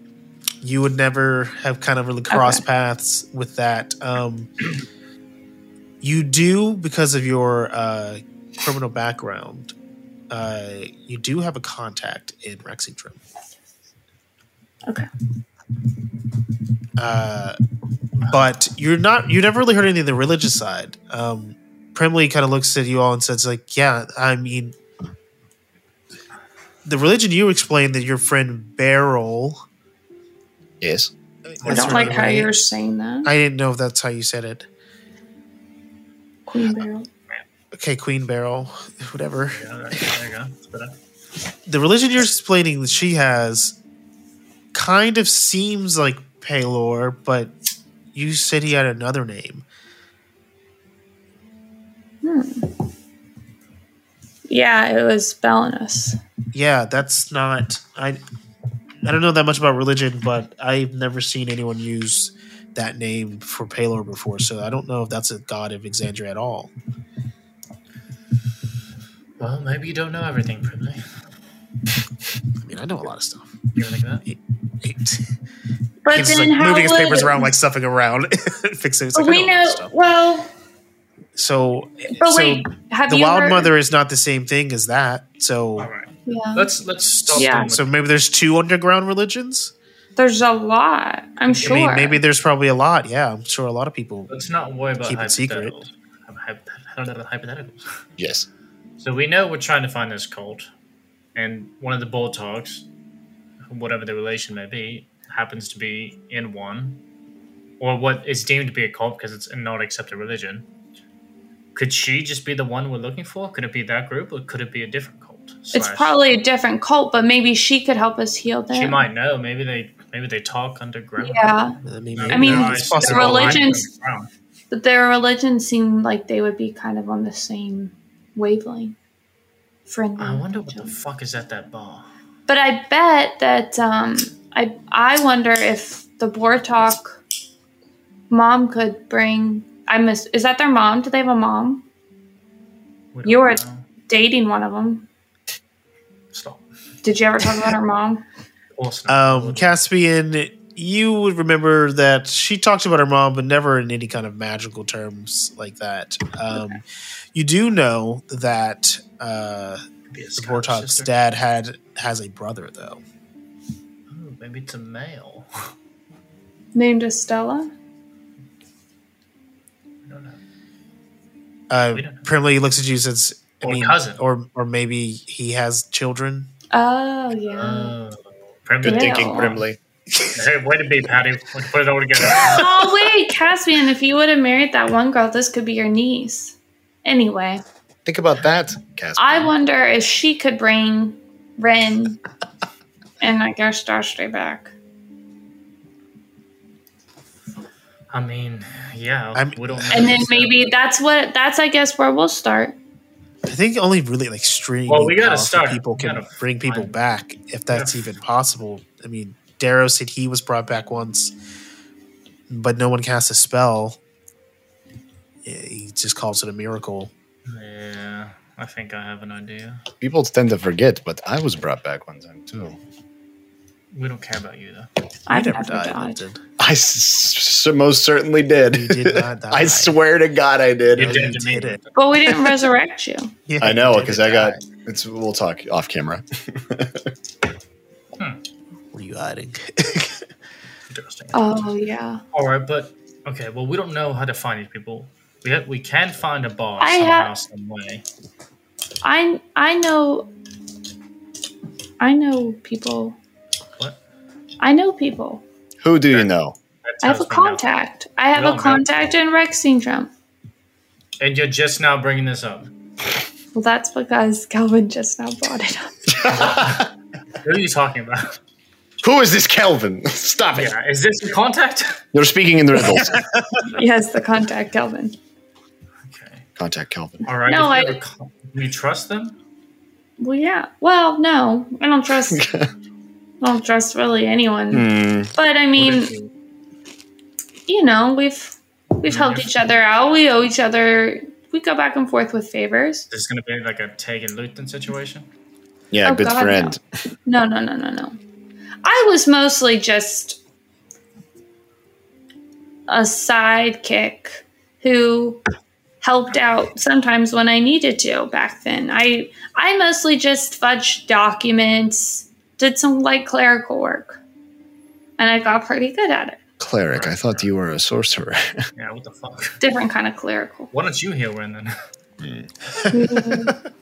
S4: You would never have kind of really crossed paths with that. Um, you do because of your uh, criminal background. Uh, you do have a contact in Rexington.
S2: Okay.
S4: Uh, but you're not. You never really heard anything on the religious side. Um, Primly kind of looks at you all and says, "Like, yeah, I mean, the religion you explained that your friend Beryl."
S11: Yes.
S2: I don't like how you're saying that.
S4: I didn't know if that's how you said it.
S2: Queen Beryl.
S4: Okay, Queen Beryl, whatever.
S3: yeah, all right, there you go. It's better.
S4: The religion you're explaining that she has kind of seems like Palor, but you said he had another name.
S2: Yeah, it was Belinus.
S4: Yeah, that's not. I I don't know that much about religion, but I've never seen anyone use that name for Palor before, so I don't know if that's a god of Exandria at all.
S3: Well, maybe you don't know everything, Primley.
S4: I mean, I know a lot of stuff.
S3: You're like that.
S2: But
S4: He's
S2: then
S4: like
S2: how
S4: moving his
S2: would-
S4: papers around, like stuffing around, fixing. It's like, I
S5: we
S4: know a lot
S5: know.
S4: of stuff.
S5: Well,
S4: So,
S2: But
S4: so
S2: wait, have
S4: the
S2: you
S4: Wild
S2: heard-
S4: Mother is not the same thing as that. So,
S3: All right.
S2: Yeah.
S3: Let's let's stop.
S2: Yeah.
S3: doing what-
S4: so maybe there's two underground religions.
S2: There's a lot. I'm sure.
S4: I mean, maybe there's probably a lot. Yeah, I'm sure a lot of people.
S3: let's not worry about
S4: Keep it secret.
S3: hypotheticals. Hypoth- Hypotheticals.
S1: Yes.
S3: So we know we're trying to find this cult, and one of the Boltogs, whatever the relation may be, happens to be in one, or what is deemed to be a cult because it's not accepted religion. Could she just be the one we're looking for? Could it be that group, or could it be a different cult?
S2: it's
S3: Slash-
S2: probably a different cult, but maybe she could help us heal them.
S3: she might know. Maybe they maybe they talk underground.
S2: Yeah,
S4: I mean,
S3: No,
S2: I mean,
S3: no,
S4: it's
S3: no,
S4: possible.
S2: religions-
S3: underground.
S2: but their religion seemed like they would be kind of on the same wavelength. Friendly.
S3: I wonder what the fuck is at that bar.
S2: But I bet that um, I I wonder if the Bortok mom could bring. I miss. Is that their mom? Do they have a mom?
S3: We don't
S2: You're-
S3: know.
S2: Dating one of them.
S3: stop.
S2: Did you ever talk about her mom?
S3: Awesome.
S4: Um, Caspian, you would remember that she talked about her mom, but never in any kind of magical terms like that. Um, you do know that uh,
S3: Be a
S4: the
S3: Scottish
S4: Bortok's
S3: sister.
S4: dad had has a brother, though.
S3: Oh, maybe it's a male.
S2: Named Estella.
S3: I don't know.
S4: Uh,
S3: We don't know.
S4: Primly looks at you since. I
S3: Or
S4: mean,
S3: cousin.
S4: or or maybe he has children.
S2: Oh yeah.
S3: Oh,
S1: Good
S2: Yeah.
S3: Primly.
S1: thinking, Brimley.
S3: Hey, way to be, Patty. Way to Put it all together.
S2: oh wait, Caspian, if you would have married that one girl, this could be your niece. Anyway,
S1: Think about that, Casper.
S2: I wonder if she could bring Ren and I guess Dashray back.
S3: I mean, yeah,
S4: I'm-
S3: we don't.
S2: And
S3: know.
S2: then maybe that's what that's I guess where we'll start.
S4: I think only really like extremely
S3: Well, we gotta
S4: powerful
S3: start-
S4: people
S3: we
S4: can
S3: gotta
S4: bring people
S3: find-
S4: back if that's
S3: Yeah.
S4: even possible. I mean, Darrow said he was brought back once, but no one cast a spell. Yeah, He just calls it a miracle.
S3: Yeah, I think I have an idea.
S11: People tend to forget, but I was brought back one time too.
S3: We don't care about you though.
S4: I
S2: I've
S4: never,
S2: never
S4: died,
S2: died.
S4: Lipton.
S1: I s- s- most certainly did.
S4: You did not die.
S1: I swear to God, I did.
S3: You
S4: know
S3: did
S4: you
S3: to me.
S4: did it.
S2: But we didn't resurrect you.
S4: Yeah,
S1: I
S4: you
S1: know
S4: did
S1: because
S4: not
S1: I got.
S4: die.
S1: It's we'll talk off camera.
S4: What are you hiding?
S3: Interesting.
S2: Oh yeah.
S3: All right, but okay. Well, we don't know how to find these people. We ha- we can find a bar
S2: I
S3: somehow,
S2: have-
S3: some way.
S2: I I know I know people.
S3: What?
S2: I know people.
S1: Who do you know?
S3: That
S2: I have a
S3: tells me nothing.
S2: contact. I have
S3: No,
S2: a
S3: no.
S2: contact in Rex syndrome.
S3: And you're just now bringing this up.
S2: Well, that's because Calvin just now brought it up.
S3: Who are you talking about?
S1: Who is this Kelvin? Stop it!
S3: Yeah, is this a contact?
S1: You're speaking in riddles.
S2: yes, the contact Calvin.
S3: Okay.
S11: Contact Calvin.
S3: All right.
S2: No,
S3: if you
S2: I-
S3: have a con- Do you trust them?
S2: Well, yeah. Well, no, I don't trust. I don't trust really anyone.
S1: Hmm.
S2: But I mean, you know, we've we've helped each other out. We owe each other. We go back and forth with favors.
S3: This is going to be like a Tag and Luton situation.
S11: Yeah,
S2: Oh,
S11: good
S2: God,
S11: friend.
S2: No, no, no, no, no. I was mostly just a sidekick who helped out sometimes when I needed to back then. I I mostly just fudged documents, did some light clerical work. And I got pretty good at it.
S11: Cleric. I thought you were a sorcerer.
S3: Yeah, what the fuck?
S2: Different kind of clerical.
S3: Why don't you heal Ren then?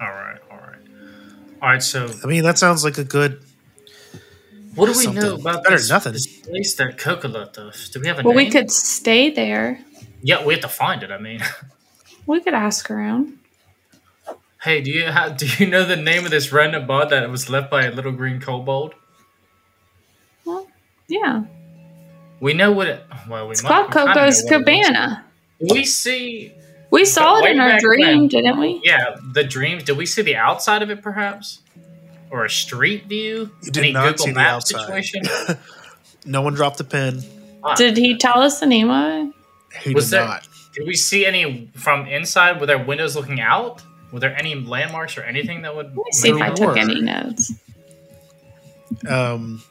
S3: all right, all right. All right, so
S4: I mean, that sounds like a good.
S3: what do we
S4: Something.
S3: know about
S4: Better
S3: this,
S4: than nothing.
S3: this place that Coconut does? Do we have a
S2: Well,
S3: name?
S2: we could stay there.
S3: Yeah, we have to find it, I mean.
S2: We could ask around.
S3: hey, do you ha- do you know the name of this random bar that was left by a little green kobold?
S2: Well, yeah.
S3: We know what it... Well, we
S2: It's
S3: might...
S2: called
S3: we kinda know
S2: Coco's
S3: what it is.
S2: Cabana.
S3: We see...
S2: We saw it
S3: way
S2: in our
S3: back
S2: dream,
S3: when.
S2: didn't we?
S3: Yeah, the dreams. Did we see the outside of it, perhaps? or a street view?
S4: You did not see the outside. No one dropped the pen.
S2: Did he tell us the name of it?
S4: He
S3: Was
S4: did
S3: there-
S4: not.
S3: Did we see any from inside? Were there windows looking out? Were there any landmarks or anything that would
S2: Let me see if I
S3: make-
S2: took any notes.
S4: Um,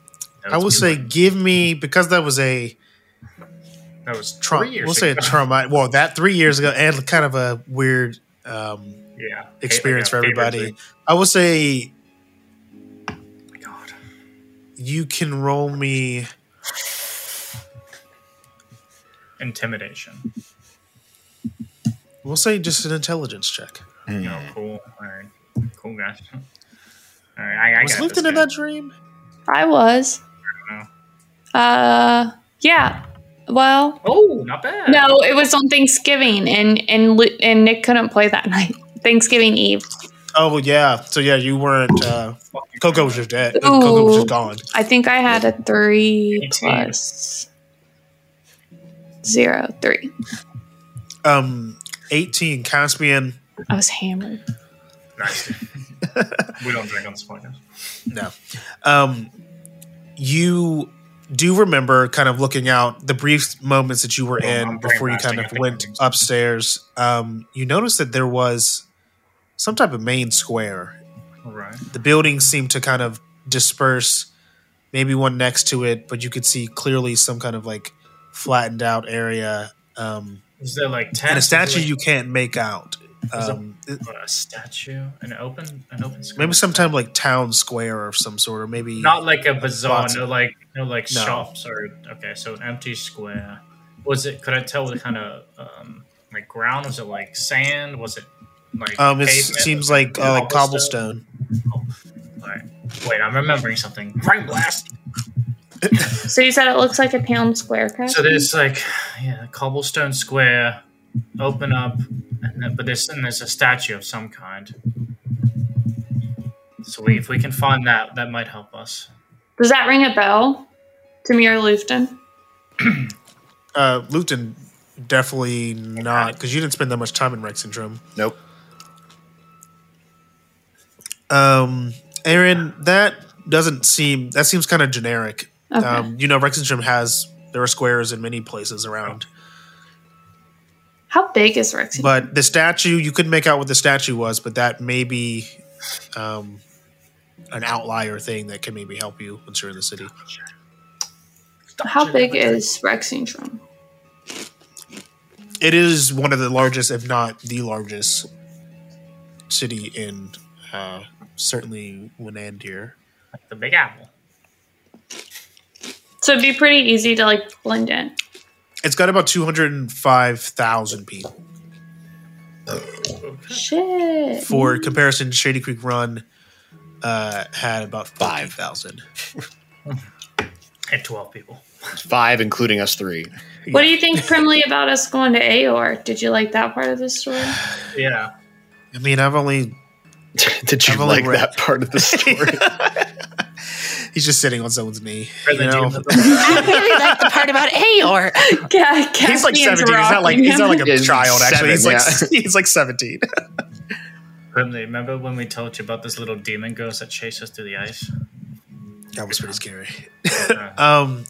S3: That
S4: I
S3: was
S4: will say,
S3: weird.
S4: give me because that was a
S3: that was
S4: trauma.
S3: three years
S4: We'll say a
S3: ago.
S4: trauma. Well, that three years ago, and kind of a weird um,
S3: yeah
S4: experience for
S3: Like a favorite
S4: everybody. I will say
S3: thing. God,
S4: you can roll me.
S3: intimidation.
S4: We'll say just an intelligence check.
S3: No,
S4: Hmm.
S3: cool. All right, cool guys. All right, I, I
S4: was
S3: got
S4: Lifton
S3: this
S4: in
S3: guy.
S4: that dream?
S2: I was.
S3: don't
S2: Uh, yeah. Well,
S3: Oh, not bad.
S2: no, it was on Thanksgiving, and and Lu- and Nick couldn't play that night. Thanksgiving Eve.
S4: Oh yeah. So yeah, you weren't. Uh,
S3: Fucking
S4: Coco was just dead. Coco was just
S2: Ooh.
S4: gone.
S2: I think I had a three
S3: Eighteen.
S2: plus zero three.
S4: Um, eighteen. Caspian.
S2: I was hammered.
S3: Nice. we don't drink on this podcast.
S4: No. Um, you do remember kind of looking out the brief moments that you were
S3: Well,
S4: in
S3: I'm
S4: before you
S3: brain-blasting,
S4: kind of
S3: I think
S4: went
S3: I'm losing.
S4: upstairs. Um, you noticed that there was some type of main square.
S3: All right.
S4: The buildings seemed to kind of disperse, maybe one next to it, but you could see clearly some kind of like flattened out area. Um,
S3: Is there like ten?
S4: and a statue you can't make out.
S3: Is it-
S4: Um, it-
S3: a statue, an open, an open. Square?
S4: maybe sometime like town square of some sort, or maybe
S3: Not like a bazaar.
S4: Lots
S3: No, like no, like
S4: No.
S3: shops or okay. So an empty square. Was it? Could I tell what kind of um like ground? Was it like sand? Was it like?
S4: um, it
S3: pavement?
S4: seems like uh, like cobblestone.
S3: All right. Wait, I'm remembering something. Brain blast.
S2: So you said it looks like a town square, correct?
S3: So there's like, yeah, cobblestone square, open up, and then, but there's and there's a statue of some kind. So we, if we can find that, that might help us.
S2: Does that ring a bell to me or Lufton?
S4: Uh, Luton, definitely not, because you didn't spend that much time in Rex Syndrome.
S1: Nope.
S4: Um, Aaron, that doesn't seem. That seems kind of generic.
S2: Okay.
S4: Um, you know, Rex Syndrome has there are squares in many places around,
S2: How big is Rex?
S4: but the statue you couldn't make out what the statue was, but that may be, um, an outlier thing that can maybe help you once you're in the city.
S2: How big is Rexington?
S4: It is one of the largest, if not the largest, city in uh, certainly Winandir.
S3: Like the Big Apple.
S2: So it'd be pretty easy to like blend in.
S4: It's got about 205,000 people.
S2: Shit.
S4: For comparison, Shady Creek Run uh, had about 5,000.
S3: And twelve people.
S1: Five, including us three.
S2: What do you think, Primly, about us going to Aor? Did you like that part of the story?
S3: Yeah.
S4: I mean, I've only.
S1: Did you
S4: I've only
S1: like
S4: read-
S1: that part of the story?
S4: He's just sitting on someone's knee. You
S3: Really, do you
S4: know?
S3: remember the-
S12: really like the part about Aor.
S2: Yeah,
S4: He's like 17. He's not like, he's not like a
S1: He's
S4: child, actually. He's like,
S1: seven,
S4: he's like 17.
S3: Grimly, remember when we told you about those little demon girls that chase us through the ice?
S4: That was pretty scary.
S3: Uh,
S4: Um,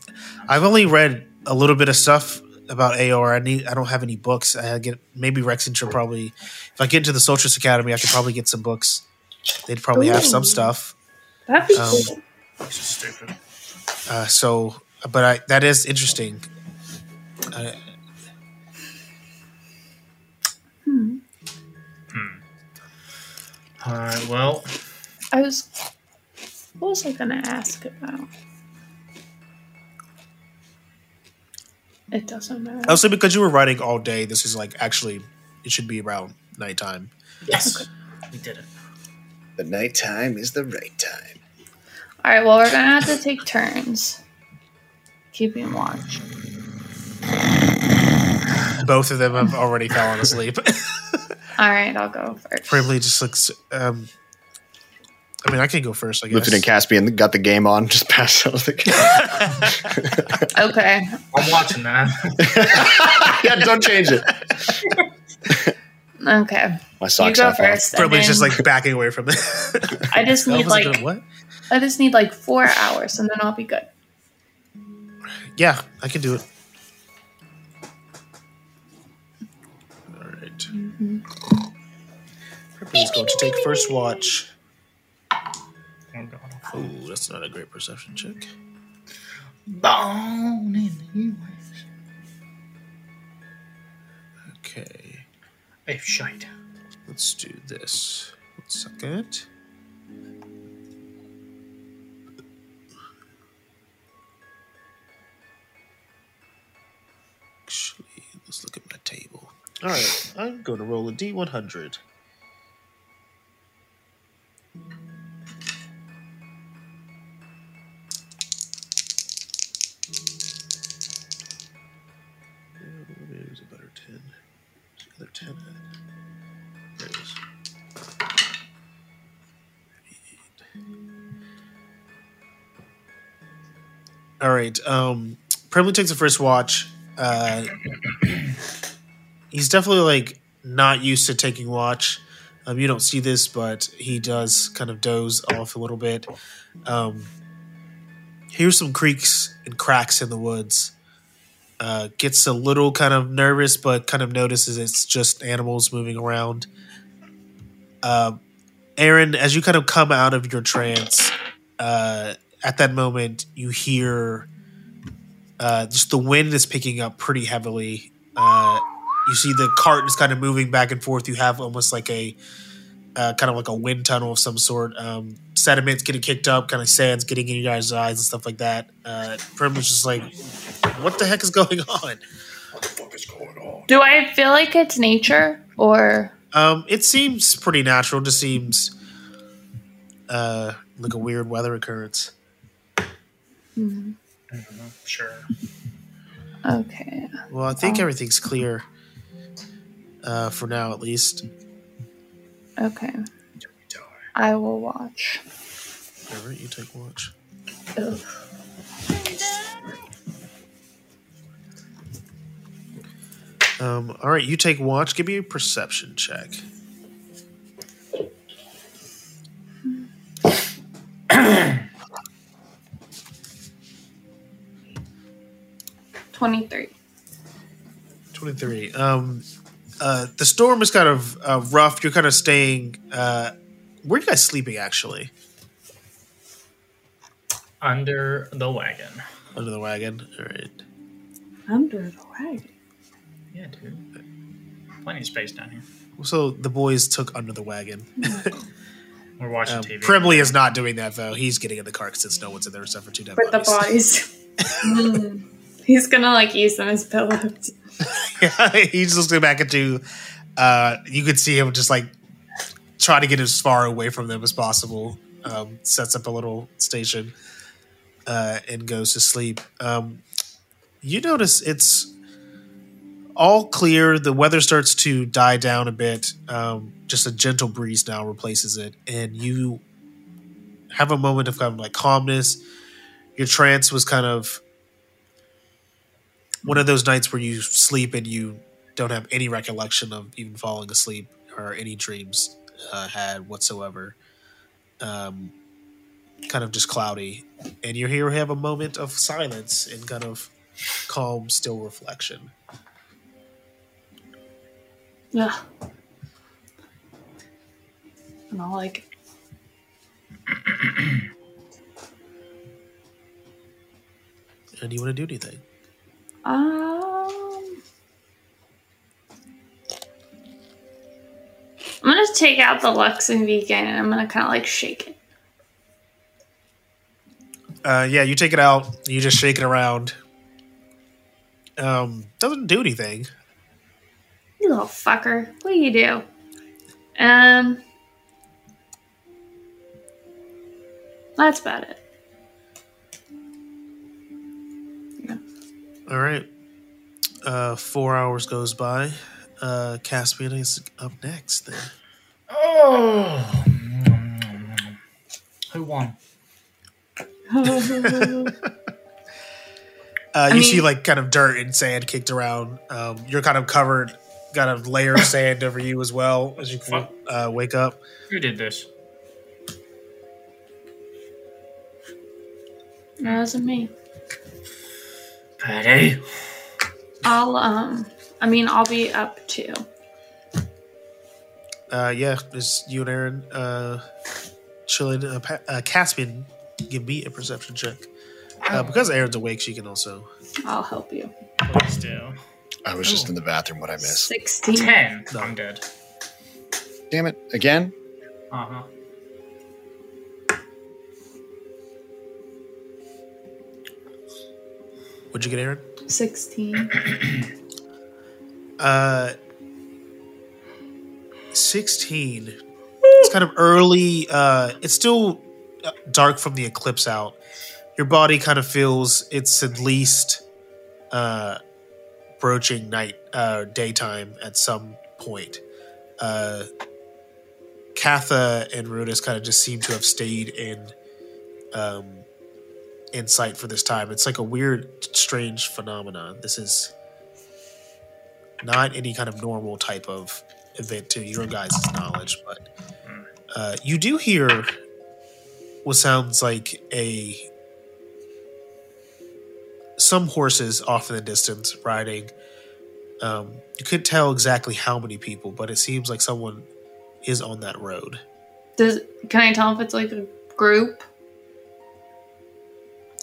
S4: I've only read a little bit of stuff about AOR. I need. I don't have any books. I get maybe Rexinger probably. If I get into the Solstice Academy, I could probably get some books. They'd probably have some stuff.
S2: That'd be
S4: Um,
S2: cool.
S3: this is stupid.
S4: Uh, so, but I, that is interesting. Uh,
S3: All right. Well,
S2: I was. What was I gonna ask about? It doesn't matter.
S4: also, because you were writing all day, this is like actually it should be around nighttime.
S3: yes, we did it.
S11: The nighttime is the right time.
S2: All right. Well, we're gonna have to take turns keeping watch.
S4: Both of them have already fallen asleep.
S2: All right, I'll go first.
S4: Probably just looks. Um, I mean, I can go first. I guess.
S1: Lifton and Caspian got the game on. Just passed out the game.
S2: Okay.
S3: I'm watching that.
S1: yeah, don't change it.
S2: Okay,
S11: My
S2: you
S11: socks
S2: go
S11: off.
S2: first. and
S4: Probably just
S2: then
S4: like backing away from it.
S2: I just need
S4: Elvin's
S2: like
S4: what?
S2: I just need like four hours, and then I'll be good.
S4: Yeah, I can do it. All right. Purple's going to take first watch.
S3: Oh, God.
S4: Ooh, that's not a great perception check.
S12: Born in the U.S.
S4: Okay.
S3: Hey, shite.
S4: Let's do this. One second. Actually, let's look at my table. All right, I'm going to roll a d100. Yeah, Maybe it was a better 10. Where's the other 10 at? There it is. All right. Um, Primly takes the first watch. Uh, he's definitely like not used to taking watch. Um, you don't see this, but he does kind of doze off a little bit. Um, hears some creaks and cracks in the woods. Uh, gets a little kind of nervous, but kind of notices it's just animals moving around. Uh, Aaron, as you kind of come out of your trance, uh, at that moment you hear uh, just the wind is picking up pretty heavily. Uh, you see the cart is kind of moving back and forth. You have almost like a uh, kind of like a wind tunnel of some sort. Um, sediment's getting kicked up, kind of sand's getting in your guys' eyes and stuff like that. Uh, Prim is just like, what the heck is going on?
S2: Do I feel like it's nature or
S4: Um, it seems pretty natural. Just seems uh, like a weird weather occurrence.
S3: Sure.
S2: okay?
S4: Well, I think everything's clear uh, for now, at least.
S2: Okay, I will watch.
S4: All right, you take watch.
S2: Ugh.
S4: Um, all right, you take watch. Give me a perception check.
S2: Twenty three.
S4: 23. Um, uh, the storm is kind of uh, rough. You're kind of staying. Uh, where are you guys sleeping, actually?
S3: Under the wagon.
S4: Under the wagon. All right.
S5: Under the wagon.
S3: Yeah, dude. Plenty of space down here.
S4: So the boys took under the wagon.
S3: We're watching
S4: Um,
S3: TV.
S4: Primley is not doing that though. He's getting in the car since no one's in there except for two dead
S5: With the
S4: bodies.
S5: bodies. Mm. He's gonna like use them as pillows.
S4: He's just looking back into. Uh, you could see him just like try to get as far away from them as possible. Um, sets up a little station uh, and goes to sleep. Um, you notice it's all clear. The weather starts to die down a bit. Um, just a gentle breeze now replaces it, and you have a moment of kind of like calmness. Your trance was kind of one of those nights where you sleep and you don't have any recollection of even falling asleep or any dreams uh, had whatsoever. Um, kind of just cloudy, and you're here. We have a moment of silence and kind of calm, still reflection.
S2: Ugh. And I'll like
S4: And do you want to do anything?
S2: Um, I'm gonna take out the Lux and Vegan, and I'm gonna kind of like shake it.
S4: Uh, yeah, you take it out. You just shake it around. Um, doesn't do anything.
S2: You little fucker, what do you do? Um, that's about it.
S4: All right. Uh, four hours goes by. Uh, Caspian is up next. Then
S3: Oh. Who won?
S4: uh,
S2: I
S4: you see
S2: mean-
S4: Uh, like kind of dirt and sand kicked around. Um, you're kind of covered. got a layer of sand over you as well as you uh, wake up.
S3: Who did this?
S2: That wasn't me.
S3: Patty.
S2: I'll um I mean I'll be up too.
S4: Uh, yeah, it's you and Aaron uh, chilling. Uh, Pa- uh, Caspian, give me a perception check. Uh, because Aaron's awake, she can also.
S2: I'll help you.
S3: Let's do.
S11: I was
S2: Oh.
S11: just in the bathroom. What I missed?
S2: Sixteen.
S3: Ten. I'm dead.
S11: Damn it! Again?
S3: Uh huh.
S4: What'd you get, Aaron?
S2: Sixteen.
S4: Uh, 16 it's kind of early uh it's still uh, dark from the eclipse out your body kind of feels it's at least uh broaching night uh daytime at some point uh katha and rudis kind of just seem to have stayed in um in sight for this time it's like a weird strange phenomenon this is not any kind of normal type of event to your guys' knowledge, but uh, you do hear what sounds like a some horses off in the distance riding. Um, you couldn't tell exactly how many people, but it seems like someone is on that road.
S2: Does can I tell if it's like a group?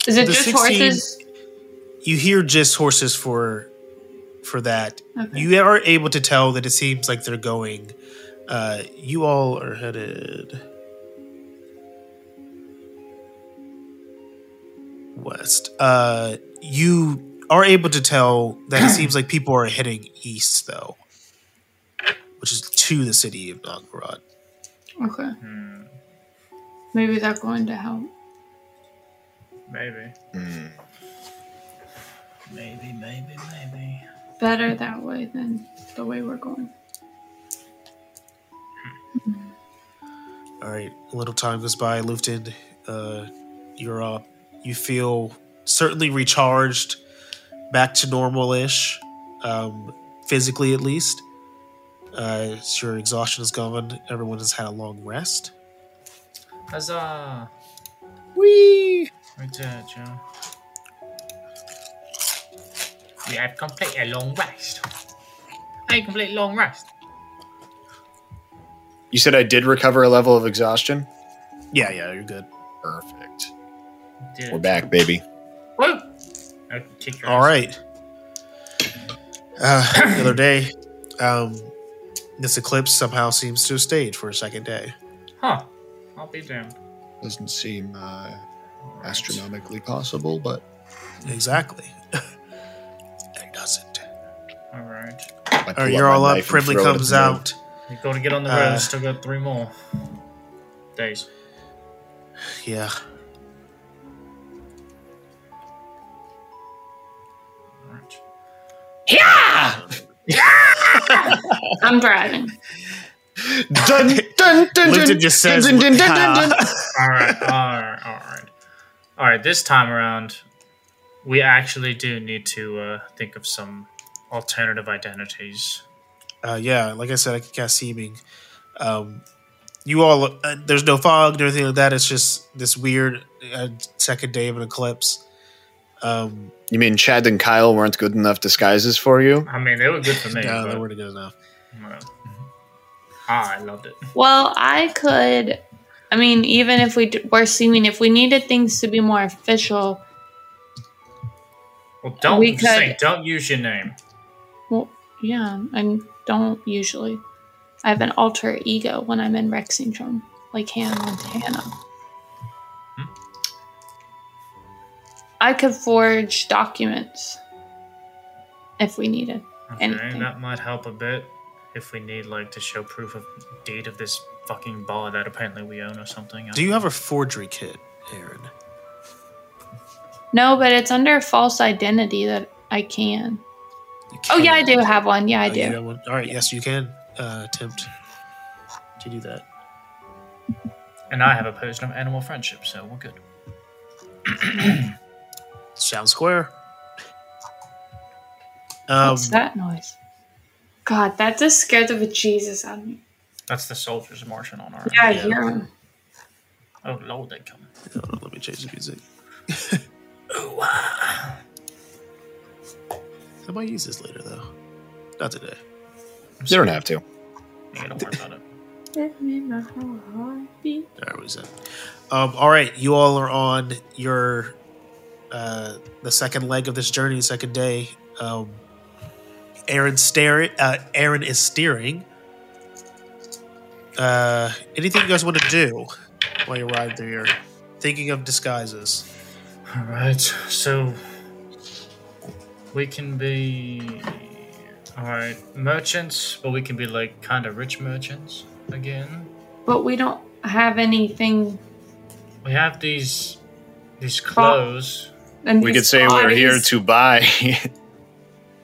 S2: Is it
S4: The
S2: just
S4: 16
S2: horses?
S4: You hear just horses for for that
S2: Okay.
S4: you are able to tell that it seems like they're going. Uh, you all are headed west. Uh, you are able to tell that it seems like people are heading east, though, which is to the city of Novgorod.
S2: okay. Maybe they're going to help.
S3: Maybe. Maybe, maybe, maybe.
S2: Better that way than the way we're going.
S4: All right, a little time goes by. Lufton, uh, you're up. You feel certainly recharged, back to normal ish, um, physically at least. Uh, so your exhaustion is gone. Everyone has had a long rest.
S3: Huzzah! Wee! We did it, Joe. We have complete a long rest. A complete long rest.
S1: You said I did recover a level of exhaustion.
S4: Yeah, yeah, you're good.
S1: Perfect.
S3: Did it.
S11: We're back, baby.
S3: Woo! I'll kick your ass.
S4: All right. Uh, the other day, um, this eclipse somehow seems to have stayed for a second day.
S3: Huh. I'll be damned.
S11: Doesn't seem uh,
S3: All right.
S11: astronomically possible, but
S4: Exactly. it doesn't.
S3: All right.
S11: I
S4: All
S11: pull
S4: right, Oh, you're
S11: my
S4: all up.
S11: knife and
S4: Primly
S11: throw it at
S4: comes
S11: the moon.
S4: out.
S3: You gotta get on the
S4: Uh,
S3: road. Still got three more days.
S4: Yeah.
S3: All right.
S2: I'm driving.
S1: Dun, dun, dun,
S4: Lipton just says,
S3: All right. All right. All right. All right. This time around, we actually do need to uh, think of some alternative identities.
S4: uh, yeah, like I said, I could cast seeming. Um, you all, uh, there's no fog or anything like that. It's just this weird uh, second day of an eclipse. Um,
S11: You mean Chad and Kyle weren't good enough disguises for you?
S3: I mean, they were good for me.
S4: no,
S3: but-
S4: that weren't good enough.
S3: Well, ah, I loved it.
S2: Well, I could. I mean, even if we d- were seeming, if we needed things to be more official,
S3: Well, don't
S2: We
S3: just say,
S2: could-
S3: don't use your name.
S2: well, yeah, I don't usually. I have an alter ego when I'm in Rexington, like Hannah and Hannah.
S4: Hmm.
S2: I could forge documents if we needed.
S3: Okay,
S2: Anything.
S3: that might help a bit if we need like to show proof of deed of this fucking bar that apparently we own or something.
S4: Do you have a forgery kit, Aaron?
S2: No, but it's under false identity that I can.
S4: You
S2: Oh yeah, I
S4: can-
S2: do have one. Yeah, I
S4: Oh, you
S2: do.
S4: got one? All right, yes, you can uh, attempt to do that.
S3: And I have a potion of animal friendship, so we're good.
S4: Sounds square. Um,
S1: Um,
S2: What's that noise?
S5: God, that just scared the bejesus out of me.
S3: That's the soldiers marching on our.
S5: Yeah, I hear him.
S3: Oh lord, they come.
S4: Hold on, let me change the music.
S3: Ooh, ah.
S4: I might use this later though. Not today.
S11: You don't have to.
S3: Yeah, don't worry about it.
S4: All right, what is that? Um, all right, you all are on your uh, the second leg of this journey, the second day. Um, Aaron stare. Uh, Aaron is steering. Uh, anything you guys want to do while you ride through here? Thinking of disguises.
S3: All right, so we can be all right merchants, but we can be like kind of rich merchants again.
S2: But we don't have anything.
S3: We have these these clothes.
S2: And
S1: We
S2: these
S1: could say we're here
S2: bodies-
S1: to buy.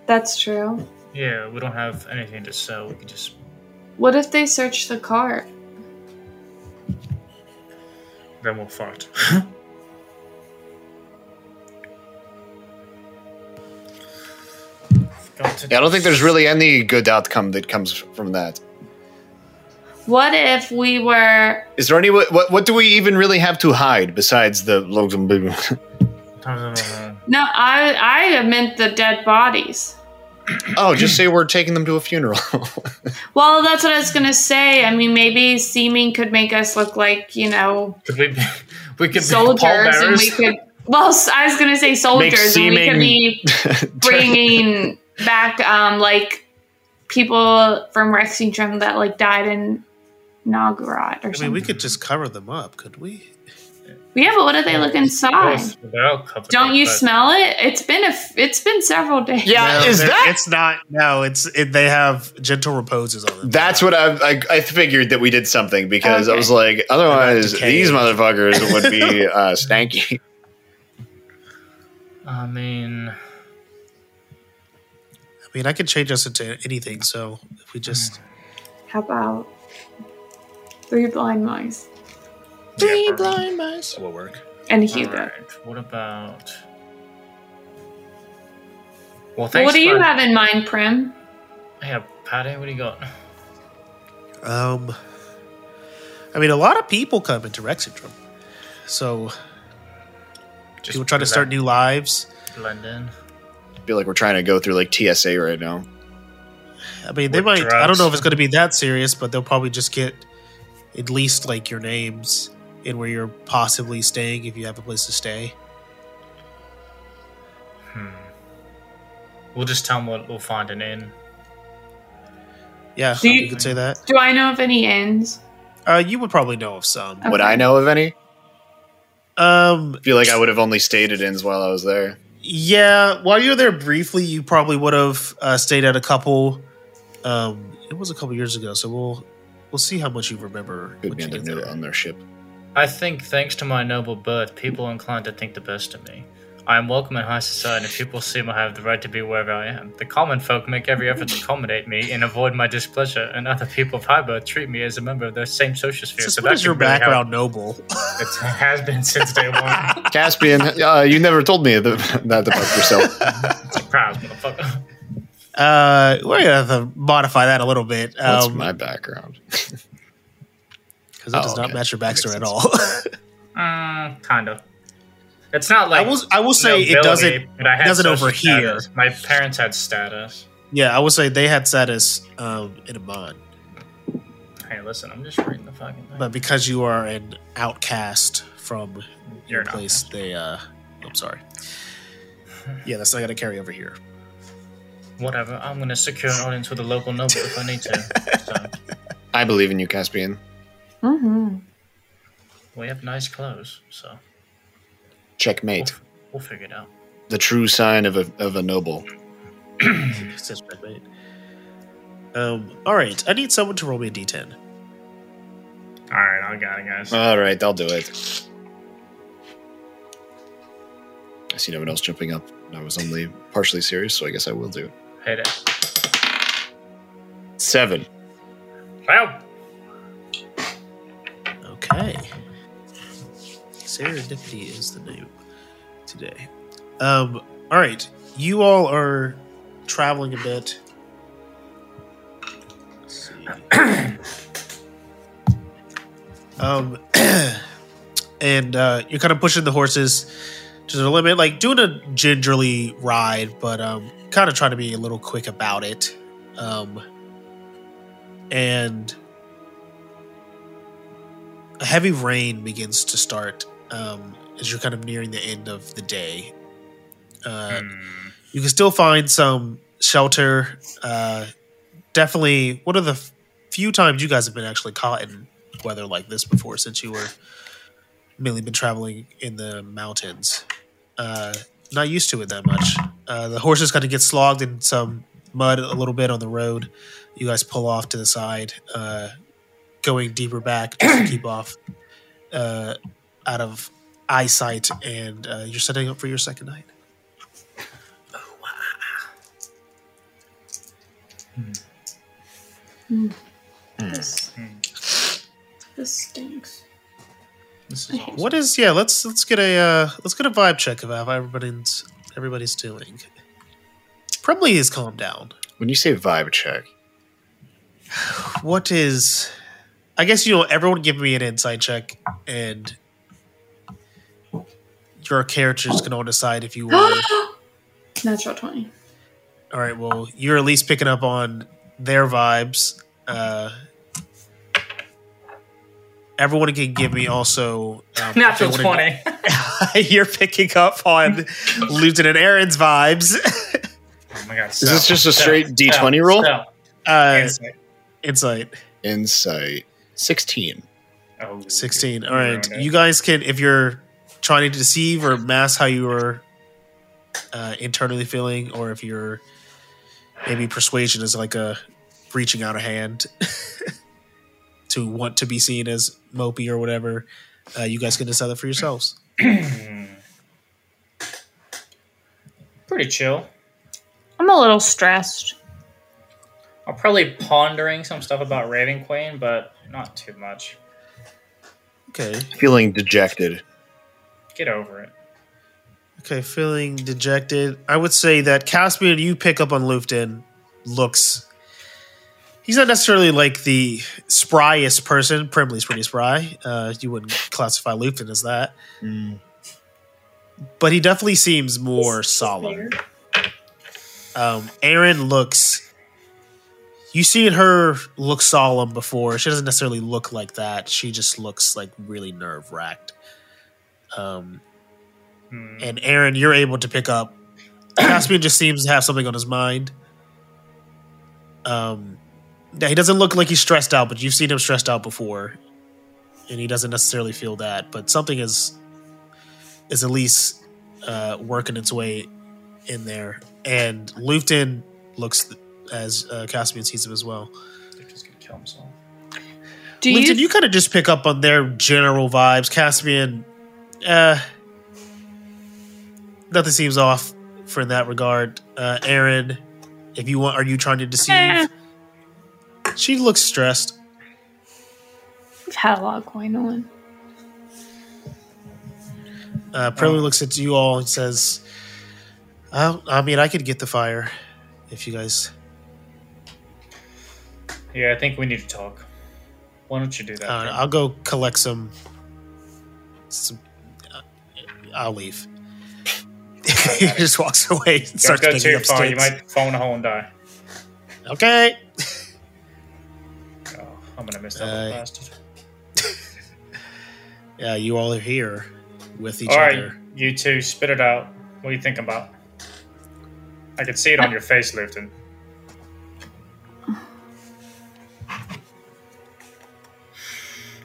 S5: That's true.
S3: Yeah, we don't have anything to sell. We can just
S5: What if they search the cart?
S3: then we're fucked. Got to-
S11: Yeah, I don't think there's really any good outcome that comes from that.
S2: What if we were?
S11: Is there any what? What do we even really have to hide besides the
S2: No, I I meant the dead bodies.
S11: Oh, just say we're taking them to a funeral.
S2: Well, that's what I was gonna say. I mean, maybe seeming could make us look like you know
S3: Could we be, we could be
S2: soldiers, and
S3: pallbearers.
S2: we could. Well, s- I was gonna say soldiers, and we could
S1: seeming-
S2: be bringing back um like people from Rexington that like died in Nagorod or
S4: I
S2: something.
S4: mean, we could just cover them up, could we?
S2: yeah, but what if they look inside?
S3: Both- they're all covered
S2: Don't
S3: up,
S2: you
S3: but-
S2: smell it? It's been a f- it's been several days.
S1: yeah,
S4: No,
S1: is
S4: they're-
S1: that?
S4: It's not. No, it's it, they have gentle reposes on them.
S1: That's what I, I I figured that we did something because I
S2: Okay.
S1: was like, otherwise
S4: decaying.
S1: these motherfuckers would be uh, stanky.
S3: I mean,
S4: I mean, I could change us into anything. So if we just
S5: How about three blind mice
S3: three blind.
S4: that will work.
S5: and Hugo?
S3: What about? Well, thanks.
S2: what do you
S3: for-
S2: have in mind, Prim?
S3: Yeah, Patty, what do you got?
S4: Um, I mean, a lot of people come into Rexitrum, so
S3: Just
S4: people try to start new lives.
S3: Blend in.
S1: I feel like we're trying to go through like TSA right now.
S4: I mean, they
S3: With
S4: might. I don't
S3: drugs.
S4: know if it's going to be that serious, but they'll probably just get at least like your names and where you're possibly staying if you have a place to stay.
S3: Hmm. We'll just tell them what we'll find an inn.
S4: Yeah,
S2: Do
S4: you,
S2: you-
S4: could say that.
S2: Do I know of any inns?
S4: Uh, you would probably know of some.
S1: Would I know of any?
S4: Um,
S1: I feel like I would have only stayed at inns while I was there.
S4: yeah, while you were there briefly, you probably would have uh, stayed at a couple. Um, it was a couple years ago, so we'll we'll see how much you remember.
S11: Could
S4: when
S11: be
S4: you
S11: on their,
S4: get there.
S11: on their ship.
S3: I think, thanks to my noble birth, people are inclined to think the best of me. I am welcome in high society, and people seem I have the right to be wherever I am. The common folk make every effort to accommodate me and avoid my displeasure, and other people of high birth treat me as a member of the same social sphere.
S4: Since
S3: so
S4: when
S3: that
S4: is your
S3: could really help.
S4: background noble?
S3: It has been since day one.
S11: Caspian, uh, you never told me the, that about yourself.
S3: Surprise, motherfucker.
S4: Uh, we're gonna have to modify that a little bit.
S11: That's
S4: Um,
S11: my background.
S4: because it
S11: Oh,
S4: does not
S11: okay.
S4: match your
S11: Makes
S4: backstory at
S11: sense.
S4: all.
S3: Mm, kind of. It's not
S4: I
S3: like
S4: will. I will say it
S3: nobility,
S4: doesn't.
S3: but I had
S4: doesn't
S3: social
S4: over here.
S3: status. My parents had status.
S4: Yeah, I will say they had status um, in Amon,
S3: Hey, listen, I'm just reading the fucking thing.
S4: but because you are an outcast from your
S3: You're not.
S4: place, they. uh I'm sorry. Yeah, that's not gonna carry over here.
S3: Whatever. I'm gonna secure an audience with a local noble if I need to. So
S11: I believe in you, Caspian.
S5: Mm-hmm.
S3: we have nice clothes, so we'll,
S11: Checkmate.
S3: f- we'll figure it out.
S11: The true sign of a, of a noble.
S4: It says red light. Um. All right, I need someone to roll me a d10.
S3: All right, I got it, guys.
S1: Uh,
S11: All right, I'll do it. I see no one else jumping up. and I was only partially serious, so I guess I will do it.
S3: Hit it.
S11: Seven.
S3: Well,
S4: Okay. Serendipity is the name today. Um, all right. You all are traveling a bit. Let's see. um, and uh, you're kind of pushing the horses to the limit, like doing a gingerly ride, but um, kind of trying to be a little quick about it. Um, and a heavy rain begins to start um, as you're kind of nearing the end of the day. Uh,
S3: Hmm.
S4: you can still find some shelter. Uh, definitely one of the f- few times you guys have been actually caught in weather like this before, since you were mainly been traveling in the mountains. Uh, not used to it that much. Uh, the horses kind of get slogged in some mud a little bit on the road. You guys pull off to the side, uh, going deeper back just to keep off uh, out of eyesight, and uh, you're setting up for your second night.
S2: This, this stinks.
S3: This is awesome.
S4: What is yeah? Let's let's get a uh, let's get a vibe check of how everybody's everybody's doing. Probably is calmed down.
S11: When you say vibe check,
S4: What is? I guess you know everyone give me an insight check, and your characters can all decide if you were.
S2: Natural 20.
S4: all right, well, you're at least picking up on their vibes. Uh, everyone can give me also um, if they
S3: Natural
S4: wanna-
S3: twenty.
S4: you're picking up on Lieutenant Aaron's vibes.
S3: Oh my god! Is
S11: this just a straight D20 roll?
S4: Uh, insight
S11: insight 16.
S3: Oh,
S4: 16.
S3: you
S4: All right.
S3: ruined it.
S4: You guys can, if you're trying to deceive or mask how you are uh, internally feeling, or if you're maybe persuasion is like a reaching out a hand to want to be seen as mopey or whatever, uh, you guys can decide that for yourselves.
S3: pretty chill.
S2: I'm a little stressed.
S3: I'm probably pondering some stuff about Raven Queen, but not too much.
S4: Okay.
S11: Feeling dejected.
S3: Get over it.
S4: Okay, feeling dejected. I would say that Caspian, you pick up on Lufton, looks. He's not necessarily like the spryest person. Primley's pretty spry. Uh, you wouldn't classify Lufton as that. But he definitely seems more solid. Um, Aaron looks. You seen her look solemn before. She doesn't necessarily look like that. She just looks like really nerve wracked. Um,
S3: Hmm.
S4: Mm. and Aaron, you're able to pick up. Caspian just seems to have something on his mind. Um, yeah, he doesn't look like he's stressed out, but you've seen him stressed out before, and he doesn't necessarily feel that. But something is is at least uh, working its way in there. And Lufton looks as uh, Caspian sees him as well.
S3: They're just gonna kill himself.
S2: Do
S4: Lifton, you,
S2: you?
S4: kind of just pick up on their general vibes. Caspian, uh, nothing seems off for that regard. Uh, Aaron, if you want, are you trying to deceive?
S2: Eh.
S4: She looks stressed.
S2: I've had a lot going on.
S3: Oh.
S4: Uh, Primly looks at you all and says, I, I mean, I could get the fire if you guys.
S3: Yeah, I think we need to talk. Why don't you do that?
S4: Uh, I'll go collect some. some uh, I'll leave. he just walks away and
S3: Don't
S4: starts
S3: go
S4: picking
S3: too
S4: up
S3: far. You
S4: sticks.
S3: might fall in a hole and die.
S4: Okay.
S3: Oh, I'm gonna miss that
S4: Uh,
S3: little bastard.
S4: Yeah, you all are here with each
S3: All right,
S4: other.
S3: you two, spit it out. What are you thinking about? I can see it on your face, Lifton.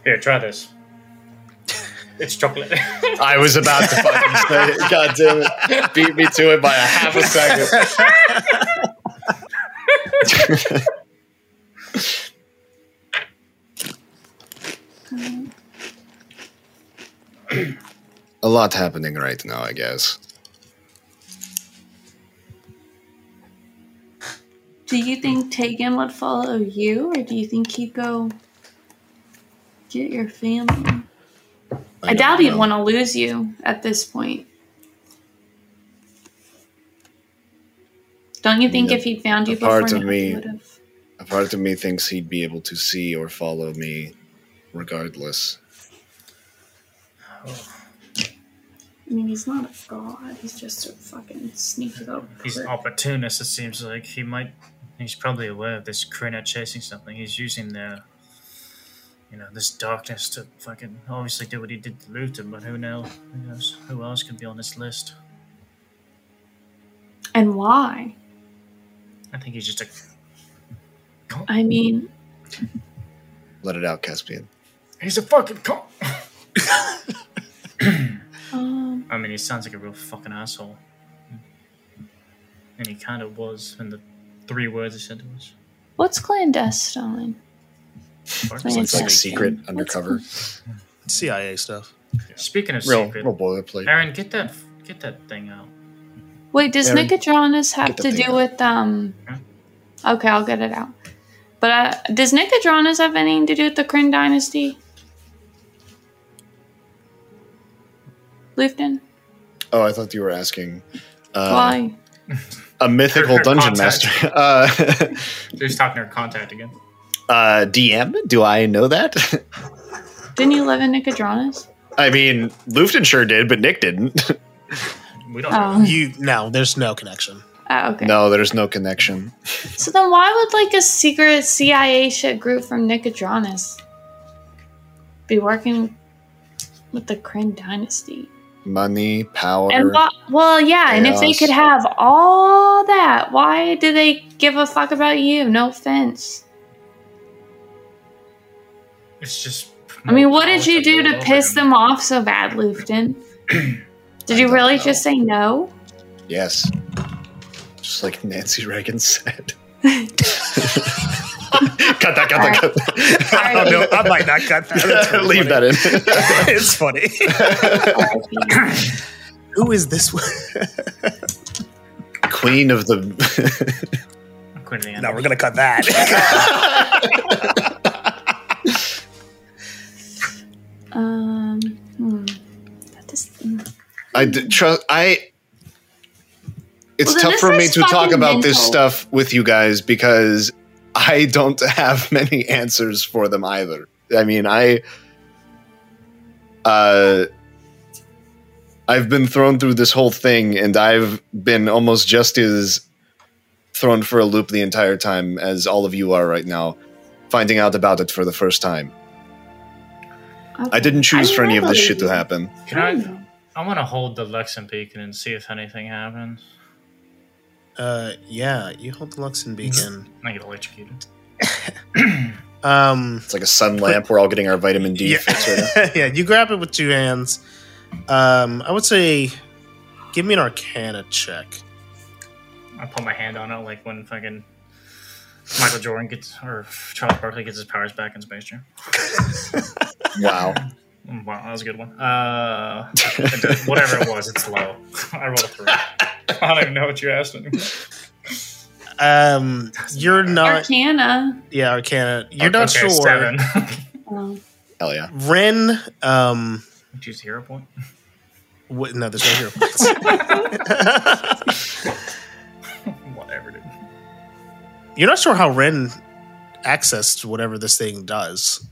S3: Here, try this. It's chocolate.
S1: I was about to fucking say it. God damn it. Beat me to it by a half a second.
S11: A lot happening right now, I guess.
S2: Do you think Tegan would follow you, or do you think he'd go get your family? I,
S11: don't
S2: doubt he'd
S11: know.
S2: want to lose you at this point. Don't you think
S11: Yeah.
S2: if he'd found you
S11: A part
S2: before
S11: of
S2: now,
S11: me-
S2: he would have?
S11: A
S1: A part of me thinks he'd be able to see or follow me regardless.
S2: I mean, he's not a god. He's just a fucking sneaky little.
S3: He's an
S2: prick.
S3: opportunist, it seems like. He might. He's probably aware of this Krina chasing something. He's using their. You know, this darkness to fucking obviously do what he did to Luton, but who knows? Who knows? Who else can be on this list?
S2: And why?
S3: I think he's just a.
S2: I mean,
S1: Let it out, Caspian.
S3: He's a fucking cop!
S2: um,
S3: I mean, he sounds like a real fucking asshole. And he kind of was in the three words he said to us.
S2: what's clandestine?
S1: It's like
S2: Clandestine.
S1: secret
S2: What's-
S1: undercover.
S4: It's CIA stuff.
S3: Speaking of
S1: Real,
S3: secret,
S1: real boilerplate.
S3: Aaron, get that get that thing out.
S2: Wait, does
S1: Aaron,
S2: Nicodranas have
S1: get the
S2: to
S1: thing
S2: do
S1: out.
S2: with um?
S3: Huh?
S2: Okay, I'll get it out. But uh, does Nicodranas have anything to do with the Kryn dynasty? Lufton,
S1: Oh, I thought you were asking. Uh,
S2: why?
S1: A mythical
S3: Her- her
S1: dungeon
S3: contact.
S1: master. Uh,
S3: Who's talking to her contact again?
S1: uh, DM? Do I know that?
S2: Didn't you live in Nicodranas?
S1: I mean, Lufton sure did, but Nick didn't.
S3: We don't know.
S2: Oh,
S4: You no, there's no connection.
S2: oh, okay.
S1: No, there's no connection.
S2: So then, why would like a secret CIA shit group from Nicodranas be working with the Kryn dynasty?
S1: Money, power.
S2: And why, well, yeah, and if they
S1: Chaos.
S2: could have all that, why do they give a fuck about you? No offense.
S3: It's just.
S2: I mean, what did you do
S3: all
S2: to
S3: over
S2: piss
S3: again.
S2: them off so bad, Lufton? Did
S1: I
S2: you
S1: don't
S2: really
S1: know.
S2: just say no?
S1: Yes. Just like Nancy Reagan said. cut that, cut that, cut that.
S2: All right.
S4: I might not cut that.
S1: Leave that in.
S4: it's funny. Who is this one?
S1: Queen of the.
S3: Quit the
S4: no,
S3: animal.
S4: we're gonna cut that.
S2: Um, hmm. That is- mm.
S1: I d- trust. I. It's
S2: Well, then
S1: tough
S2: this
S1: for me
S2: is
S1: to talk
S2: fucking
S1: about this
S2: mental.
S1: stuff with you guys because I don't have many answers for them either. I mean, I. Uh, I've been thrown through this whole thing, and I've been almost just as thrown for a loop the entire time as all of you are right now, finding out about it for the first time. I didn't choose
S2: I
S1: for any of this
S2: really-
S1: shit to happen.
S3: Can I? I want to hold the Lexan beacon and see if anything happens.
S4: uh, yeah, you hold the Luxon beacon.
S3: I get electrocuted.
S4: Um,
S1: It's like a sun lamp. We're all getting our vitamin D
S4: yeah,
S1: fix right now.
S4: yeah, you grab it with two hands. Um, I would say, give me an Arcana check.
S3: I put my hand on it like when fucking Michael Jordan gets or Charles Barkley gets his powers back in Space Jam.
S1: Wow.
S3: Mm, Wow, that was a good one. Uh, it does- whatever it was, it's low. I rolled a three. I don't even know what you asked anymore.
S4: Um, you're not.
S2: Arcana.
S4: Yeah, Arcana. You're not
S3: okay,
S4: sure.
S3: Seven.
S2: Oh.
S1: Hell yeah.
S4: Ren. Um,
S3: Choose hero point.
S4: What, no, there's no hero points.
S3: Whatever, dude.
S4: You're not sure how Ren accessed whatever this thing does.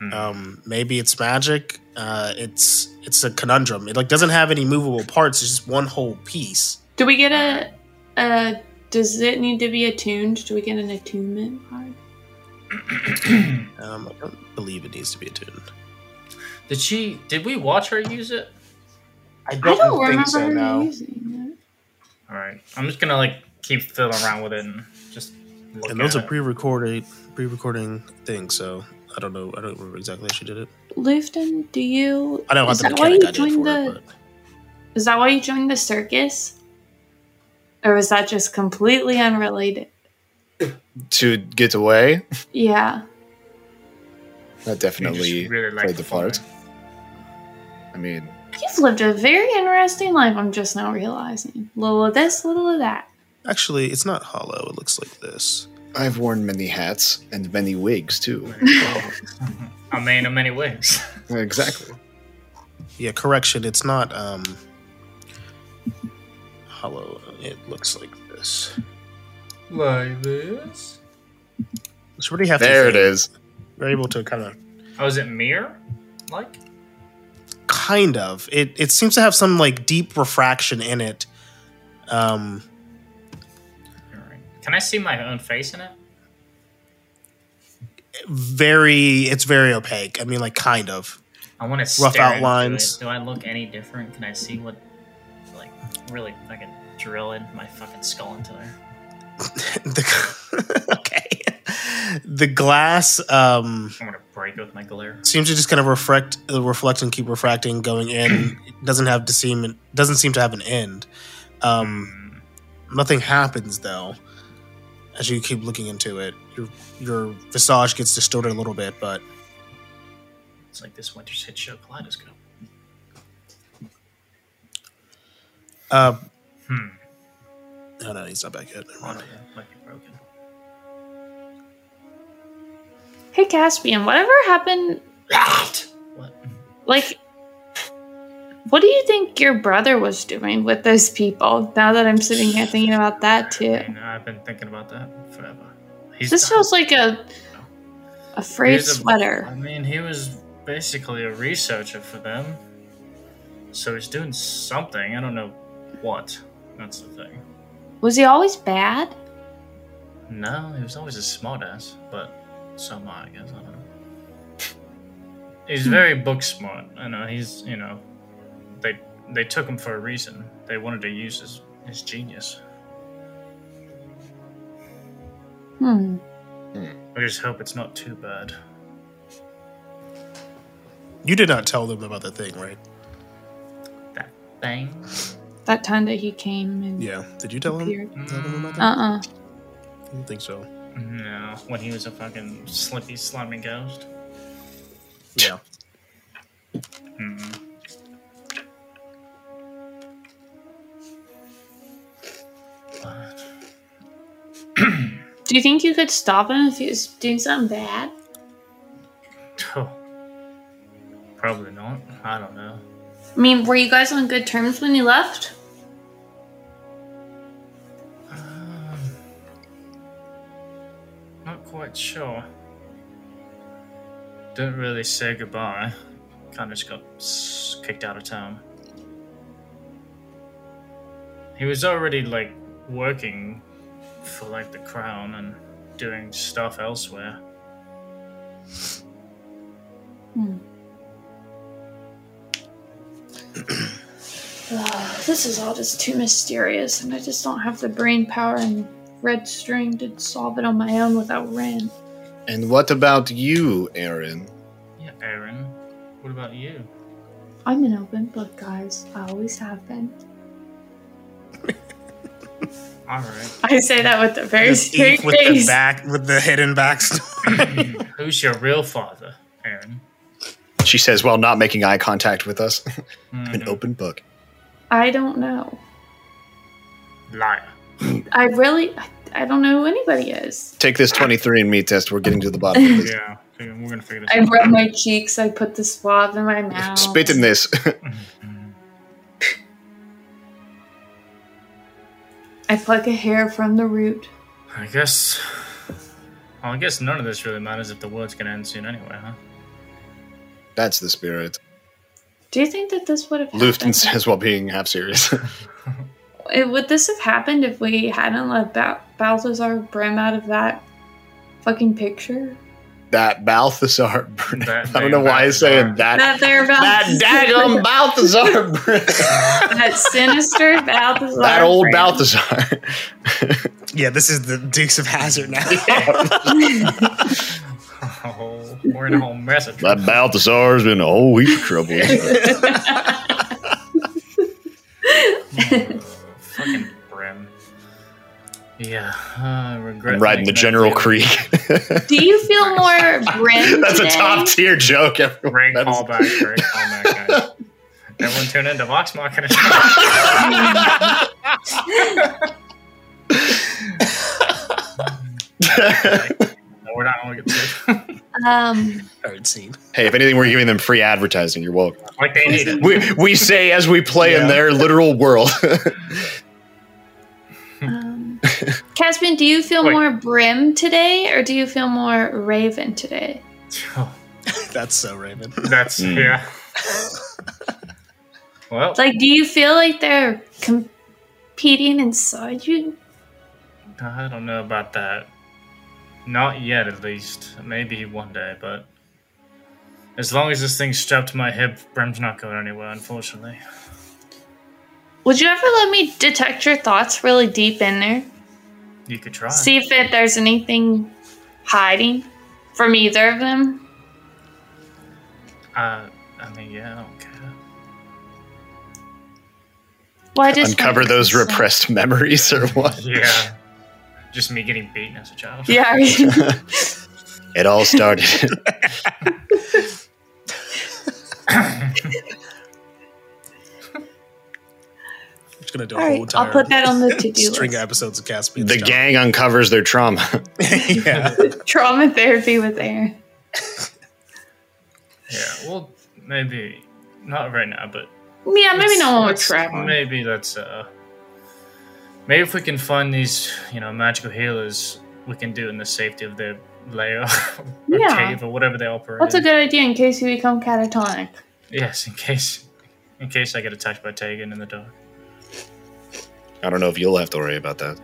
S3: Hmm.
S4: Um, maybe it's magic. Uh, it's it's a conundrum. It like doesn't have any movable parts. It's just one whole piece.
S2: Do we get a, a? Does it need to be attuned? Do we get an attunement card?
S4: Um, I don't believe it needs to be attuned.
S3: Did she? Did we watch her use it?
S4: I
S2: I don't remember her using
S3: All right, I'm just gonna like keep fiddling around with it and just. Look
S4: And those
S3: at
S4: are
S3: it.
S4: pre-recorded, pre-recording things. So I don't know. I don't remember exactly how she did it.
S2: it. Lufton, do you?
S4: I don't have
S2: is
S4: the
S2: that why
S4: mechanic I
S2: you
S4: did for
S2: joined
S4: it.
S2: the?
S4: But.
S2: Is that why you joined the circus? Or was that just completely unrelated?
S1: To get away,
S2: Yeah.
S1: that
S3: You just
S1: definitely.
S3: really like
S1: played the part. I mean,
S2: You've lived a very interesting life, I'm just now realizing. Little of this, little of that.
S4: Actually, it's not hollow. It looks like this.
S1: I've worn many hats and many wigs too.
S3: I mean, in many ways.
S1: Exactly.
S4: Yeah, correction. It's not um hollow. It looks like this.
S3: Like this.
S4: It's pretty hefty.
S1: There it is.
S4: You're able to kind of,
S3: Oh, is it mirror? Like
S4: kind of. It it seems to have some like deep refraction in it. Um,
S3: Alright. Can I see my own face in it?
S4: very. It's very opaque. I mean, like kind of.
S3: I want to
S4: Rough outlines.
S3: Do I look any different? Can I see what, like, really fucking drill in my fucking skull into there?
S4: The, okay. The glass um,
S3: I'm gonna break it with my glare.
S4: seems to just kind of reflect, uh, reflect, and keep refracting, going in. It doesn't have to seem. Doesn't seem to have an end. Um,
S3: Mm,
S4: Nothing happens though. As you keep looking into it, your your visage gets distorted a little bit, but
S3: it's like this winter's hit show kaleidoscope.
S4: uh,
S3: Hmm.
S4: no, no, he's not back yet. Never
S3: Oh, no,
S4: mind.
S3: that might be broken.
S2: Hey, Caspian, whatever happened? Ah!
S3: What?
S2: Like, what do you think your brother was doing with those people? Now that I'm sitting here thinking about that too,
S3: I mean, I've been thinking about that forever. He's
S2: this
S3: done.
S2: feels like a a
S3: He
S2: frayed
S3: was a- I
S2: sweater.
S3: mean, he was basically a researcher for them. So he's doing something. I don't know what. That's the thing.
S2: Was he always bad?
S3: No, he was always a smartass, but so am I, I guess. I don't know. He's very book smart. I know he's, you know, they they took him for a reason. They wanted to use his, his genius.
S2: Hmm.
S3: I just hope it's not too bad.
S4: You did not tell them about the thing, right?
S3: That thing.
S2: That time that he came and
S4: Yeah. Did you tell them?
S2: appeared.
S4: Tell them about
S2: Uh
S4: that?
S2: uh
S4: I don't think so.
S3: Mm, No, when he was a fucking slippy, slimy ghost.
S4: Yeah.
S3: Mm.
S2: Do you think you could stop him if he was doing something bad?
S3: Oh. Probably not. I don't know.
S2: I mean, were you guys on good terms when he left?
S3: Um, not quite sure. Didn't really say goodbye. Kind of just got s- kicked out of town. He was already like working for like the crown and doing stuff elsewhere.
S2: Ugh, this is all just too mysterious, and I just don't have the brain power and red string to solve it on my own without Ren.
S11: And what about you, Aaron?
S3: Yeah, Aaron. What about you?
S2: I'm an open book, guys. I always have been.
S3: All right.
S2: I say that with a very
S4: Just
S2: straight
S4: ink with the
S2: face.
S4: back with the hidden backstory.
S3: Who's your real father, Aaron?
S11: She says while not making eye contact with us. An
S3: Mhm.
S11: open book.
S2: I don't know.
S3: Liar.
S2: I really, I, I don't know who anybody is.
S11: Take this 23andMe test. We're getting to the bottom of this.
S3: Yeah, we're gonna figure this
S2: I
S3: out.
S2: rub my cheeks. I put the swab in my mouth.
S11: Spit in this.
S2: I pluck a hair from the root.
S3: I guess. Well, I guess none of this really matters if the world's gonna end soon anyway, huh?
S11: That's the spirit.
S2: Do you think that this would have
S11: Lufton
S2: happened?
S11: says while being half serious.
S2: It- would this have happened if we hadn't let ba- Balthazar Brim out of that fucking picture?
S11: that Balthazar. Burnett.
S3: That
S11: I don't know why I'm saying that.
S2: That there
S11: That
S2: Balthazar.
S11: daggum Balthazar. Burnett.
S2: that sinister Balthazar.
S11: that old
S2: Brim.
S11: Balthazar.
S4: yeah, this is the Dukes of Hazard now.
S3: Oh, we're in a whole mess of
S1: That Balthazar's been a whole heap of trouble.
S3: fucking brim. Yeah, uh, regret.
S1: I'm riding the
S3: making that
S1: General
S3: joke.
S1: Creek.
S2: Do you feel more Brim
S1: That's a
S2: today?
S1: top tier joke. Everyone.
S3: Great
S1: That is-
S3: callback. Great callback. guys. Everyone tune into Vox Machina. No, we're not going to get to.
S2: Um,
S4: Hard scene.
S1: Hey, if anything, we're giving them free advertising. You're welcome.
S3: Like they need it.
S1: We, we say as we play in their literal world.
S2: um, Caspian, do you feel
S3: Wait.
S2: more brim today or do you feel more raven today?
S3: Oh,
S4: That's so Raven.
S3: that's
S11: Hmm.
S3: yeah. well,
S2: It's Like, do you feel like they're competing inside you?
S3: I don't know about that. Not yet, at least. Maybe one day, but as long as this thing's strapped to my hip, Brim's not going anywhere, unfortunately.
S2: Would you ever let me detect your thoughts really deep in there?
S3: You could try.
S2: See if it, there's anything hiding from either of them?
S3: Uh, I mean, yeah, I don't care.
S2: Well, I just
S1: Uncover those
S2: repressed.
S1: repressed memories or what?
S3: Yeah. Just me getting beaten as a child.
S2: Yeah. I-
S1: It all started.
S4: I'm just gonna do a
S2: All right,
S4: whole entire
S2: I'll put that on the to-do
S4: string of
S2: list.
S4: episodes of Caspian.
S1: the gang uncovers their trauma.
S4: yeah.
S2: Trauma therapy with Aaron.
S3: Yeah, well, maybe. Not right now, but.
S2: Yeah, maybe
S3: let's-
S2: not when we're
S3: let's-
S2: traveling.
S3: Maybe that's, uh. Maybe if we can find these, you know, magical healers, we can do it in the safety of their lair or
S2: Yeah.
S3: cave or whatever they operate
S2: That's a
S3: in.
S2: good idea in case you become catatonic.
S3: Yes, in case. In case I get attacked by Tegan in the dark.
S1: I don't know if you'll have to worry about that.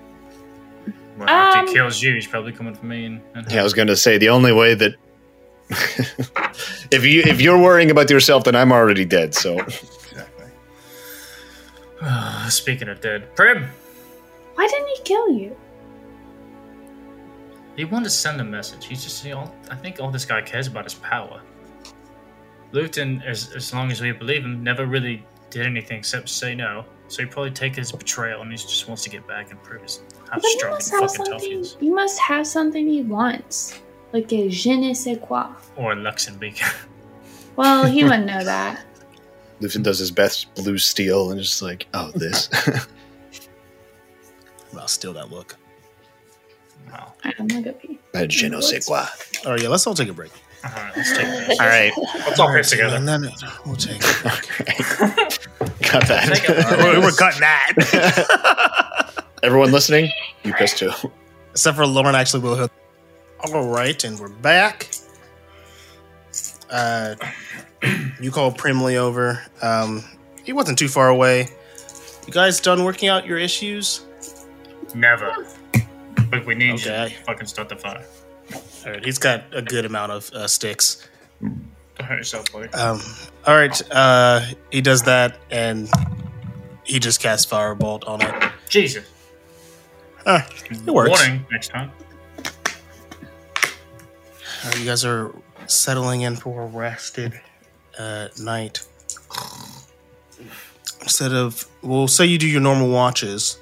S3: Well, after he
S2: Um,
S3: kills you, he's probably coming for me and. and
S1: Yeah, I was going to say the only way that if you if you're worrying about yourself, then I'm already dead. So
S3: Speaking of dead, Prim!
S2: Why didn't he kill you?
S3: He wanted to send a message. He's just, you know, I think all this guy cares about is power. Luton, as, as long as we believe him, never really did anything except say no. So he probably take his betrayal and he just wants to get back and prove his, how
S2: But you
S3: strong and
S2: must have
S3: fucking tough he
S2: something.
S3: is.
S2: You must have something he wants, like a je ne sais quoi.
S3: Or Luxembourg.
S2: Well, he wouldn't know that.
S1: Lufin does his best blue steel and is just like, oh, this.
S4: I'll steal that look.
S3: wow.
S2: I don't look at me.
S1: Je ne sais quoi.
S4: All right, yeah, let's all take a break.
S3: Alright, let's take this.
S1: All right,
S3: Let's all piss
S4: No,
S3: together.
S4: no, no, we'll take it.
S1: cut
S3: Take a
S1: that.
S3: look.
S4: we're, we're cutting that.
S1: Everyone listening, you pissed too.
S4: Except for Lauren actually will. hit- All right, and we're back. Uh, you called Primley over. Um, he wasn't too far away. You guys done working out your issues?
S3: Never. But we need you
S4: Okay.
S3: to fucking start the fire.
S4: All right, he's got a good amount of uh, sticks.
S3: Hurt yourself, buddy.
S4: Um, all right, uh, he does that, and he just casts Firebolt on it.
S3: Jesus.
S4: Uh, it works.
S3: Warning next time.
S4: Uh, you guys are settling in for a rested uh, night. Instead of, well, say you do your normal watches,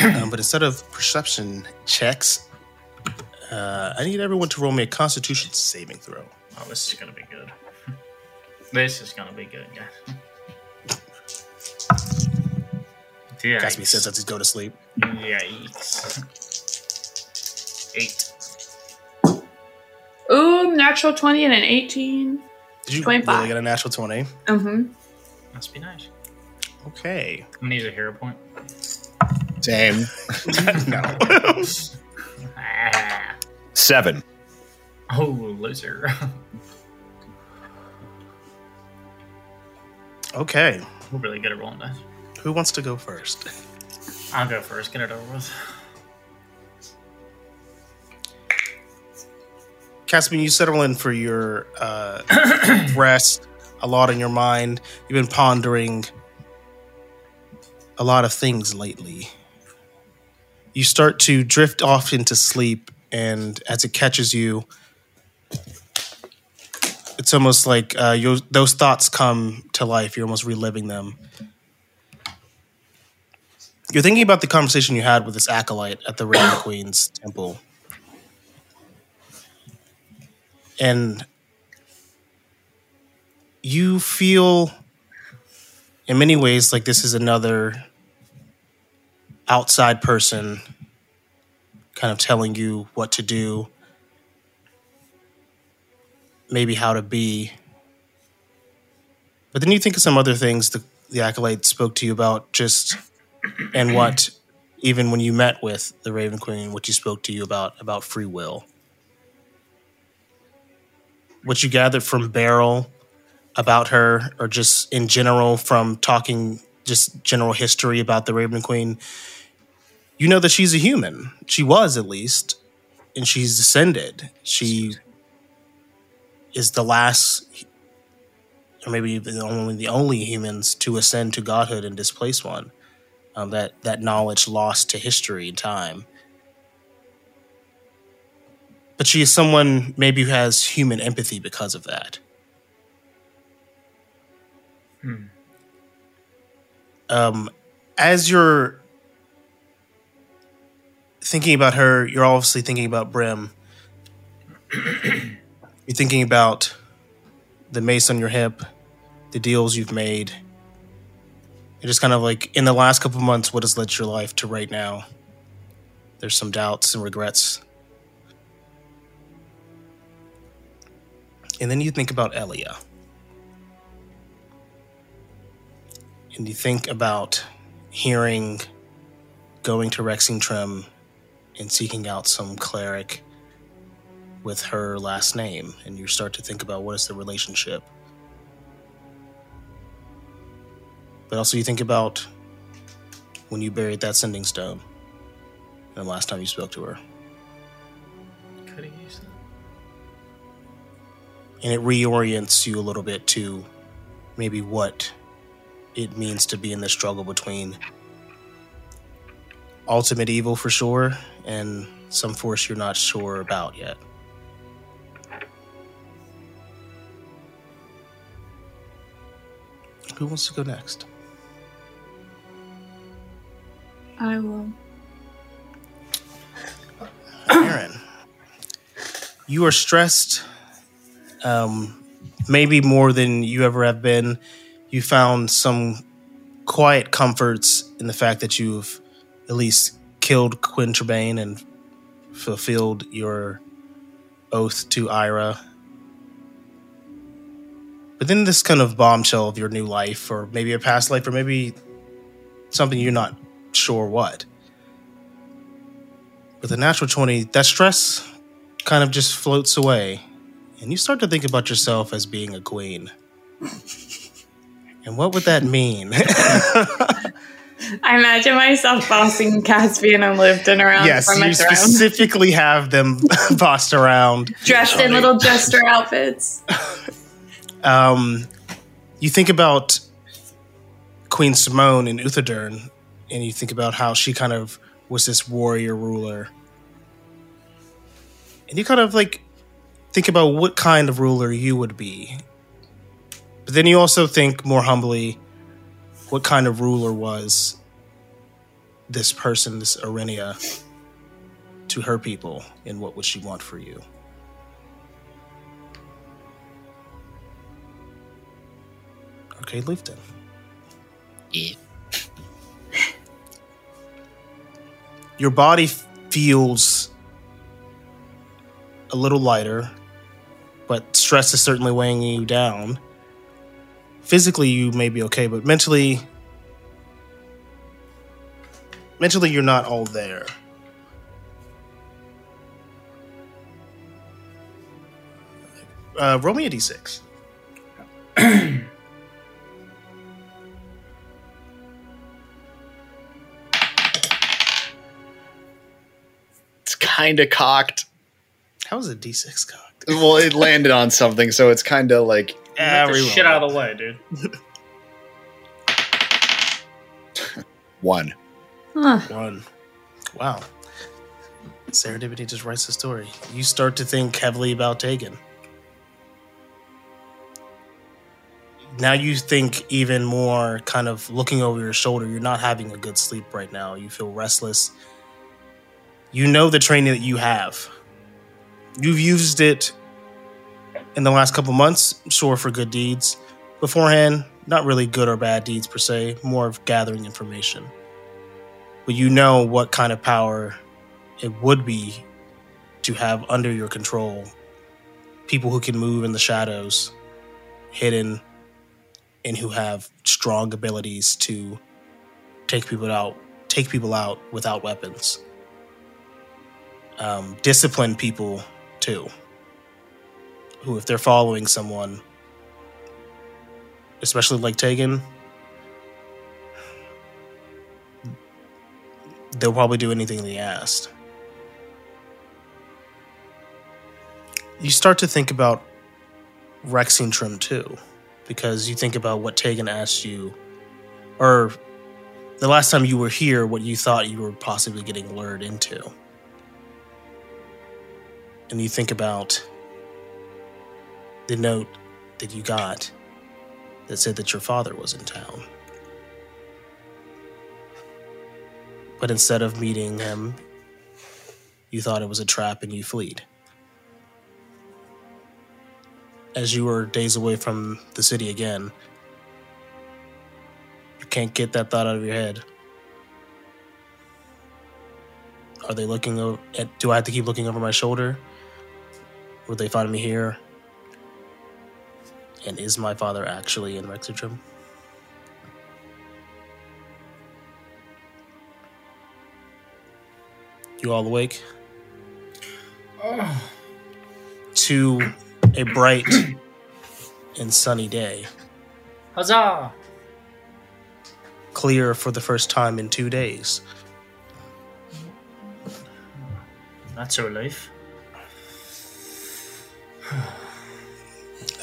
S4: um, but instead of perception checks, uh, I need everyone to roll me a Constitution saving throw.
S3: Oh, this is gonna be good. This is gonna be good, guys.
S4: Gatsby
S3: Yikes.
S4: says as he's go to sleep.
S3: Yikes. Eight.
S2: Ooh, natural twenty and an eighteen.
S4: Did you
S2: 25.
S4: really get a natural twenty?
S2: Mm-hmm.
S3: Must be nice.
S4: Okay.
S3: I'm gonna use a hero point.
S1: Same.
S4: no.
S3: Ah.
S1: Seven.
S3: Oh, loser.
S4: Okay.
S3: We're really good at rolling dice.
S4: Who wants to go first?
S3: I'll go first. Get it over with.
S4: Caspian, you settle in for your uh, rest, a lot in your mind. You've been pondering a lot of things lately. You start to drift off into sleep, and as it catches you, it's almost like uh, you those thoughts come to life. You're almost reliving them. You're thinking about the conversation you had with this acolyte at the Raven Queen's temple. and you feel in many ways like this is another outside person kind of telling you what to do maybe how to be but then you think of some other things the, the acolyte spoke to you about just and what even when you met with the Raven Queen, what she spoke to you about about free will. What you gathered from Beryl about her, or just in general from talking just general history about the Raven Queen, you know that she's a human. She was at least, and she's descended. She is the last, or maybe the only the only humans to ascend to godhood and displace one um, that that knowledge lost to history and time. But she is someone maybe who has human empathy because of that.
S3: Hmm.
S4: Um, as you're thinking about her, you're obviously thinking about Brim. you're thinking about the mace on your hip, the deals you've made. It just kind of like in the last couple of months, what has led your life to right now? There's some doubts and regrets. And then you think about Elia. And you think about hearing going to Rexingtrim and seeking out some cleric with her last name. And you start to think about what is the relationship. But also, you think about when you buried that sending stone and the last time you spoke to her.
S3: Could have used that.
S4: And it reorients you a little bit to maybe what it means to be in this struggle between ultimate evil for sure and some force you're not sure about yet. Who wants to go next?
S2: I will.
S4: Aaron, you are stressed, um, maybe more than you ever have been. You found some quiet comforts in the fact that you've at least killed Quinn Trebane and fulfilled your oath to Ira. But then this kind of bombshell of your new life, or maybe a past life, or maybe something you're not sure what with a natural 20, that stress kind of just floats away. And you start to think about yourself as being a queen. and what would that mean?
S5: I imagine myself bossing Caspian and Lifton around
S4: yes,
S5: from
S4: you
S5: a throne,
S4: specifically have them bossed around.
S5: dressed in little jester outfits.
S4: Um, you think about Queen Simone in Uthodurn, and you think about how she kind of was this warrior ruler. And you kind of like think about what kind of ruler you would be. But then you also think more humbly what kind of ruler was this person, this Arenia, to her people, and what would she want for you? Okay, Lifton.
S12: Yeah.
S4: your body f- feels a little lighter, but stress is certainly weighing you down. Physically, you may be okay, but mentally, mentally, you're not all there. Uh, roll me a d6.
S1: It's kind of cocked.
S4: How is a d6 cocked?
S1: Well, it landed on something, so it's kind of like
S3: Get the
S4: Everyone.
S3: shit out of the way, dude.
S1: one.
S2: Huh.
S4: One. Wow. Serendipity just writes the story. You start to think heavily about Tegan. Now you think even more, kind of looking over your shoulder. You're not having a good sleep right now. You feel restless. You know the training that you have. You've used it in the last couple months, sure, for good deeds. Beforehand, not really good or bad deeds per se, more of gathering information but you know what kind of power it would be to have under your control people who can move in the shadows, hidden, and who have strong abilities to take people out take people out without weapons. Um, discipline people too, who if they're following someone, especially like Tegan, they'll probably do anything they asked. You start to think about Rexing Trim too, because you think about what Tegan asked you, or the last time you were here, what you thought you were possibly getting lured into. And you think about the note that you got that said that your father was in town. But instead of meeting him, you thought it was a trap and you fleed. As you were days away from the city again, you can't get that thought out of your head. Are they looking o- at? Do I have to keep looking over my shoulder? Will they find me here? And is my father actually in Rexitrim? You all awake? To a bright and sunny day,
S3: Huzzah!
S4: clear for the first time in two days.
S3: That's a relief.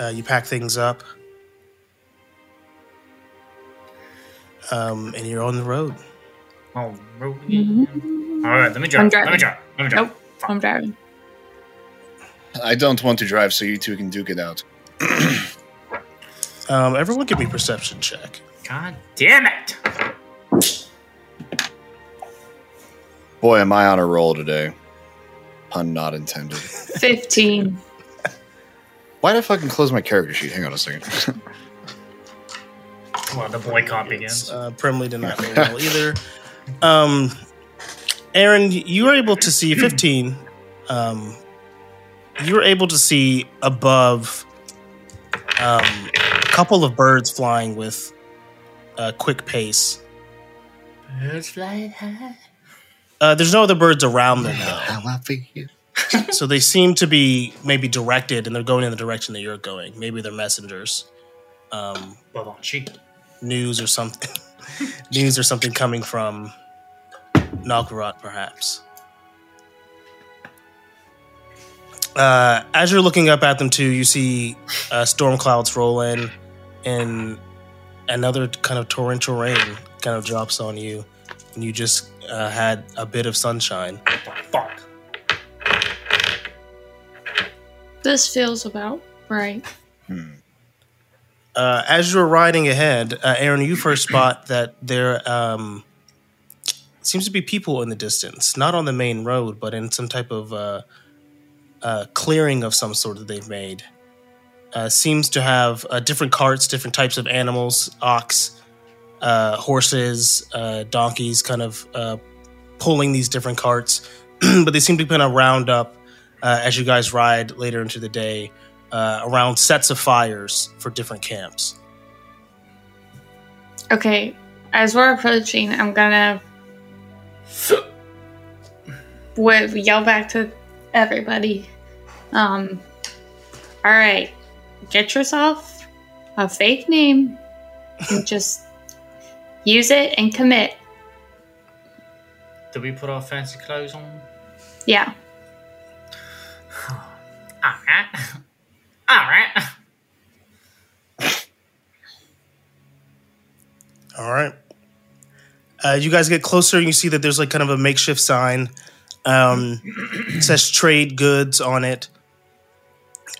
S4: Uh, you pack things up, um, and you're on the road.
S3: Oh, roll again. All right, let me drive. Let me
S2: driving.
S3: drive. Let me drive.
S2: Nope. I'm driving.
S11: I don't want to drive, so you two can duke it out.
S4: Um, everyone, give me a perception check.
S3: God damn it!
S11: Boy, am I on a roll today. Pun not intended.
S2: 15.
S11: Why did I fucking close my character sheet? Hang on a second.
S3: Well, the boycott begins.
S4: Uh, Primley did not roll well either. Um, Aaron, you were able to see 15. Um, you were able to see above um, a couple of birds flying with a quick pace.
S3: Birds flying high.
S4: Uh, there's no other birds around them, though. so they seem to be maybe directed and they're going in the direction that you're going maybe they're messengers um,
S3: Babanchi.
S4: news or something news or something coming from Nalgarot, perhaps uh, as you're looking up at them too you see uh, storm clouds roll in and another kind of torrential rain kind of drops on you and you just uh, had a bit of sunshine
S3: Fuck.
S2: This feels about right.
S4: uh, as you're riding ahead, uh, Aaron, you first spot that there um, seems to be people in the distance, not on the main road, but in some type of uh, uh, clearing of some sort that they've made. Uh, seems to have uh, different carts, different types of animals, ox, uh, horses, uh, donkeys, kind of uh, pulling these different carts, but they seem to kind of round up uh, as you guys ride later into the day uh, around sets of fires for different camps.
S2: Okay, as we're approaching, I'm gonna wh- yell back to everybody. Um, all right, get yourself a fake name and just use it and commit.
S3: Did we put our fancy clothes on?
S2: Yeah,
S3: Alright. Alright.
S4: All right. Uh, you guys get closer and you see that there's like kind of a makeshift sign. Um, it says trade goods on it.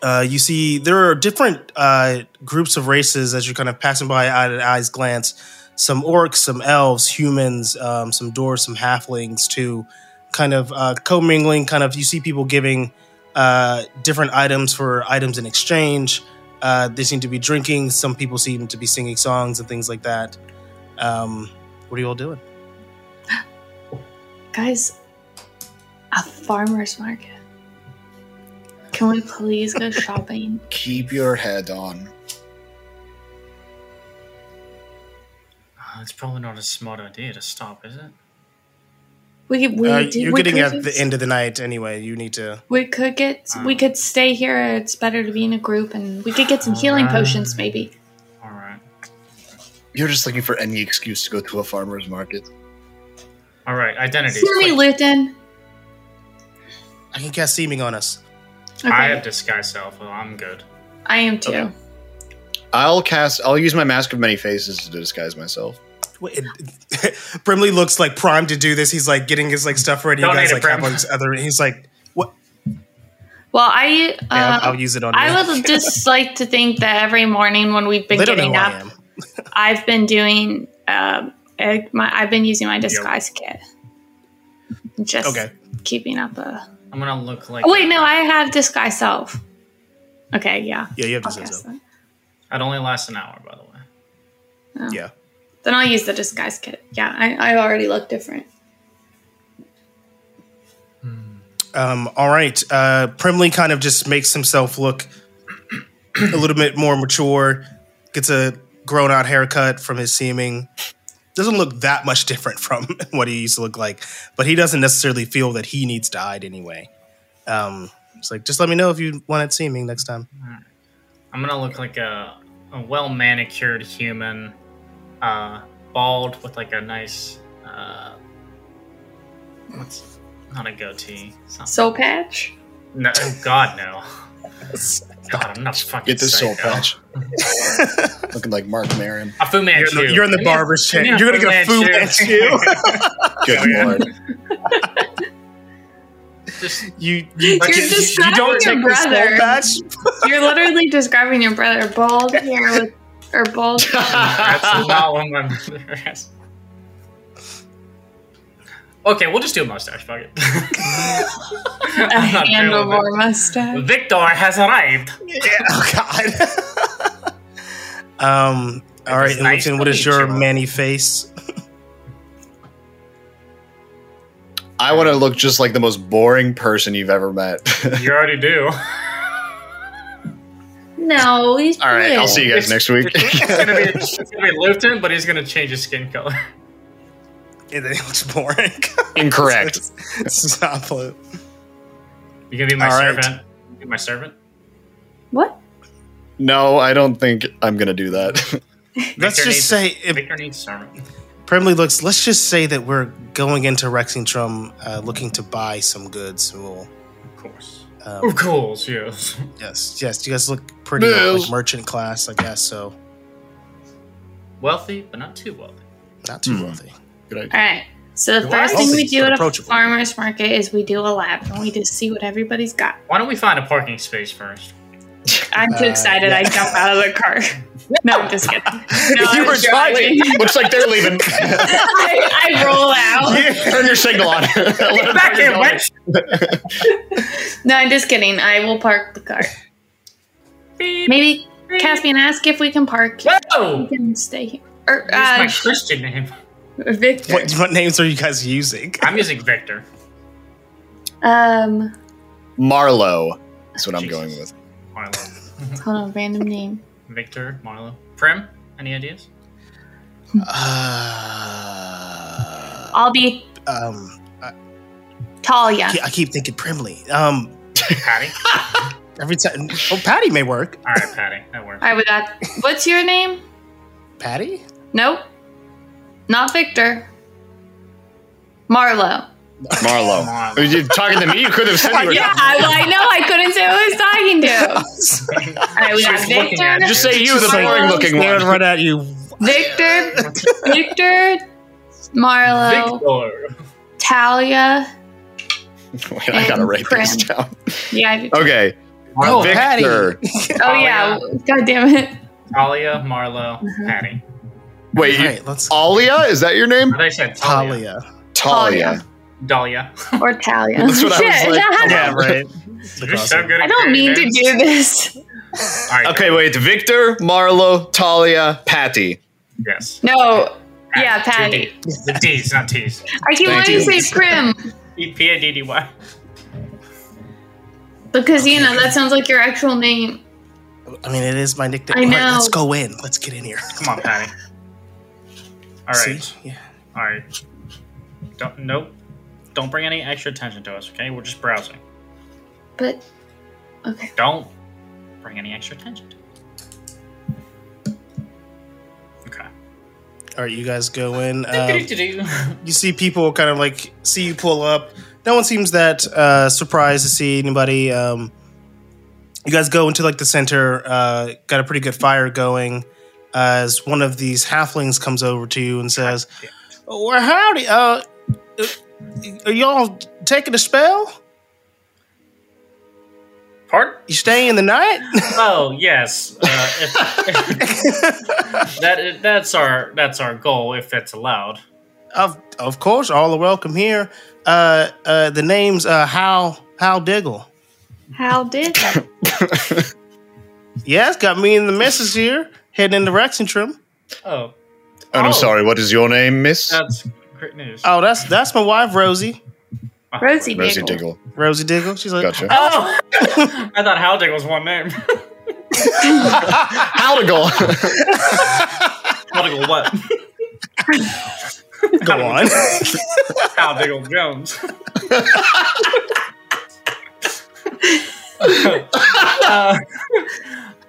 S4: Uh, you see there are different uh, groups of races as you're kind of passing by eye to eye's glance. Some orcs, some elves, humans, um, some dwarves, some halflings too. Kind of uh, commingling. Kind of you see people giving uh, different items for items in exchange. Uh, they seem to be drinking. Some people seem to be singing songs and things like that. Um, what are you all doing?
S2: guys, a farmer's market. Can we please go shopping?
S11: Keep your head on.
S3: Uh, it's probably not a smart idea to stop, is it?
S2: We we
S4: Uh,
S2: did-
S4: you're
S2: we
S4: getting
S2: could
S4: at the
S2: just-
S4: end of the night anyway. You need to.
S2: We could get we could stay here. It's better to be in a group, and we could get some healing potions maybe.
S3: All right.
S11: You're just looking for any excuse to go to a farmer's market.
S3: All right. Identity.
S2: Hear me,
S3: Quick.
S2: Luton.
S4: I can cast seeming on us.
S2: Okay,
S3: I
S2: I,
S3: have disguise self. Well, I'm good.
S2: am too.
S11: Okay. I'll cast. I'll use my mask of many faces to disguise myself.
S4: Wait, it- Brimley looks like primed to do this. He's like getting his like stuff ready.
S3: Don't
S4: you guys
S3: need it,
S4: like have
S3: Brim.
S4: on each other. He's like, what?
S2: Well, I uh,
S4: Yeah, I'll use it on. you.
S2: I would just like to think that every morning when we've been
S4: They don't know
S2: getting
S4: who
S2: up,
S4: I am.
S2: I've been doing um, uh, my I've been using my disguise kit, just
S4: Okay.
S2: keeping up a.
S3: I'm gonna look like.
S2: Oh, wait, no, I have disguise self. Okay, yeah.
S4: Yeah, you have to
S2: I'll
S4: say
S2: cast
S4: so.
S2: that.
S3: It only lasts an hour, by the way.
S4: Yeah.
S2: Then I'll use the disguise kit. Yeah, I, I already look different.
S4: Um, all right. Uh, Primly kind of just makes himself look a little bit more mature, gets a grown out haircut from his seeming. Doesn't look that much different from what he used to look like, but he doesn't necessarily feel that he needs to hide anyway. Um, it's like, just let me know if you want it seeming next time.
S3: I'm gonna look like a, a well manicured human, uh, bald with like a nice, uh, what's not a goatee? It's not,
S2: Soul patch?
S3: no, oh God, no. God, I'm not fucking.
S1: Get this soul
S3: psycho.
S1: patch. Looking like Mark Maron.
S3: A Fu Manchu.
S4: You're in the, you're in the
S3: Give me a-
S4: barber's chair.
S3: give me a
S4: You're going to get a Fu Manchu.
S1: Good lord.
S3: Just
S4: you, you,
S3: You're
S4: you- you
S2: describing
S4: don't
S2: your
S4: take this whole
S2: brother.
S4: batch.
S2: You're literally describing your brother bald hair with or bald.
S3: that's not what my brother has. Okay, we'll just do a mustache. Fuck it.
S2: a
S3: I'm not dealing
S2: handle
S3: with it.
S2: or mustache.
S3: Victor has arrived.
S4: Yeah, oh God. um. All right,
S3: is nice
S4: Lucian,
S3: to
S4: what is
S3: meet
S4: your
S3: you.
S4: manny face?
S1: I want to look just like the most boring person you've ever met.
S3: You already do.
S2: No, he's
S1: All right, I'll see you guys
S3: It's-
S1: next week.
S3: it's gonna be it's gonna be Luton, but he's gonna change his skin color.
S4: It looks boring.
S1: Incorrect.
S4: Stop it.
S3: You gonna be my
S4: All right.
S3: servant? Be my servant.
S2: What?
S1: No, I don't think I'm gonna do that.
S4: Let's
S3: Victor
S4: just say,
S3: needs-
S4: it
S3: Victor needs a servant.
S4: Primly looks. Let's just say that we're going into Rexingtrum uh, looking to buy some goods. and We'll,
S3: Of course.
S4: um,
S3: Of course, yes.
S4: yes, yes. You guys look pretty uh, like merchant class, I guess. So
S3: Wealthy, but not too wealthy.
S4: not too
S1: Hmm.
S4: wealthy.
S1: Good
S2: All right. So the
S3: Why?
S2: first thing we do at a
S4: Approachable.
S2: farmer's market is we do a lab and we just see what everybody's got.
S3: Why don't we find a parking space first?
S2: I'm too
S4: Uh,
S2: excited. I
S4: yeah.
S2: jump out of the car. No, I'm just kidding. No,
S4: You
S2: I'm
S4: were
S2: joking.
S4: driving.
S1: Looks like they're leaving.
S2: I, I roll out.
S1: Turn your signal on.
S3: Get back in, wench!
S2: No, I'm just kidding. I will park the car. Maybe Caspian ask if we can park. We
S3: Whoa!
S2: can stay here. Or
S3: That's
S2: uh,
S3: my Christian name.
S2: Victor.
S4: What, what names are you guys using?
S3: I'm using Victor.
S2: Um,
S1: Marlowe. That's what I'm
S3: Jesus.
S1: going with.
S3: Marlo.
S2: hold on. Random name.
S3: Victor, Marlo. Prim, any ideas?
S4: Uh,
S2: I'll be
S4: um,
S2: Talia.
S4: I keep thinking Primly. Um,
S3: Patty?
S4: Every time, oh, Patty may work.
S3: Alright, Patty, that works.
S2: All right, we got. What's your name?
S4: Patty?
S2: Nope. Not Victor. Marlo.
S1: Marlowe.
S3: Marlowe.
S1: Are you talking to me? You could have said you were.
S2: Yeah, well, I know I couldn't say who I was talking to. All right, we got
S3: She's looking at
S2: Victor.
S3: you.
S1: Just say you, the boring looking
S4: Staring
S1: one.
S4: right at you.
S2: Victor, Victor, Marlo,
S3: Victor.
S2: Talia.
S1: Wait, I gotta write this down.
S2: Yeah. I,
S1: Okay.
S4: Oh, Patty.
S1: Victor.
S2: oh yeah. God damn it.
S3: Talia, Marlo,
S2: Mm-hmm.
S3: Patty.
S1: Wait,
S4: All
S1: you-
S4: right, let's.
S1: Alia? Is that your name?
S3: I thought you said Talia.
S4: Talia.
S1: Talia.
S3: Dahlia.
S2: Or Talia.
S1: That's what I was
S2: Shit,
S1: like.
S2: that happened.
S1: Yeah, right.
S3: You're so good at
S2: I don't mean to
S3: creating
S2: do this.
S3: names. Alright,
S1: Okay, wait. Victor, Marlo, Talia, Patty.
S3: Yes.
S2: No. Yeah,
S3: Two
S2: Patty.
S3: Ds. The D's, not T's.
S2: I keep
S1: Thank
S2: wanting to
S1: you.
S2: say Prim
S3: E P A D D Y.
S2: because you know that sounds like your actual name.
S4: I mean, it is my nickname.
S2: I
S4: All right,
S2: know.
S4: let's go in. Let's get in here.
S3: Come on, Patty. All right.
S4: See? Yeah.
S3: All right. Don't, nope. Don't bring any extra attention to us, okay? We're just browsing.
S2: But okay.
S3: Don't bring any extra attention to us. Okay.
S4: All right, you guys go in. Um,
S3: Do-do-do-do.
S4: you see people kind of like see you pull up. No one seems that uh, surprised to see anybody. Um, you guys go into like the center, uh, got a pretty good fire going. As one of these halflings comes over to you and says, oh, "Well, howdy, uh, are y'all taking a spell?
S3: Pardon?
S4: You staying the night?"
S3: Oh yes. Uh, if, that that's our that's our goal if that's allowed.
S4: of of course, all are welcome here. Uh, uh, the name's uh, Hal Hal Diggle.
S2: How did that?
S4: Yeah, it's got me and the missus here heading into Rexentrum.
S3: Oh,
S1: And
S3: Oh. Uh,
S1: I'm sorry, what is your name, miss?
S3: that's great news.
S4: Oh, that's that's my wife Rosie.
S2: Rosie
S1: Rosie
S2: Diggle.
S1: Diggle.
S4: Rosie Diggle. She's like,
S1: Gotcha.
S3: Oh, I thought Howdig was one name.
S1: Haldigal.
S3: Howdiggle what?
S4: go on.
S3: Howdiggle Jones. Uh,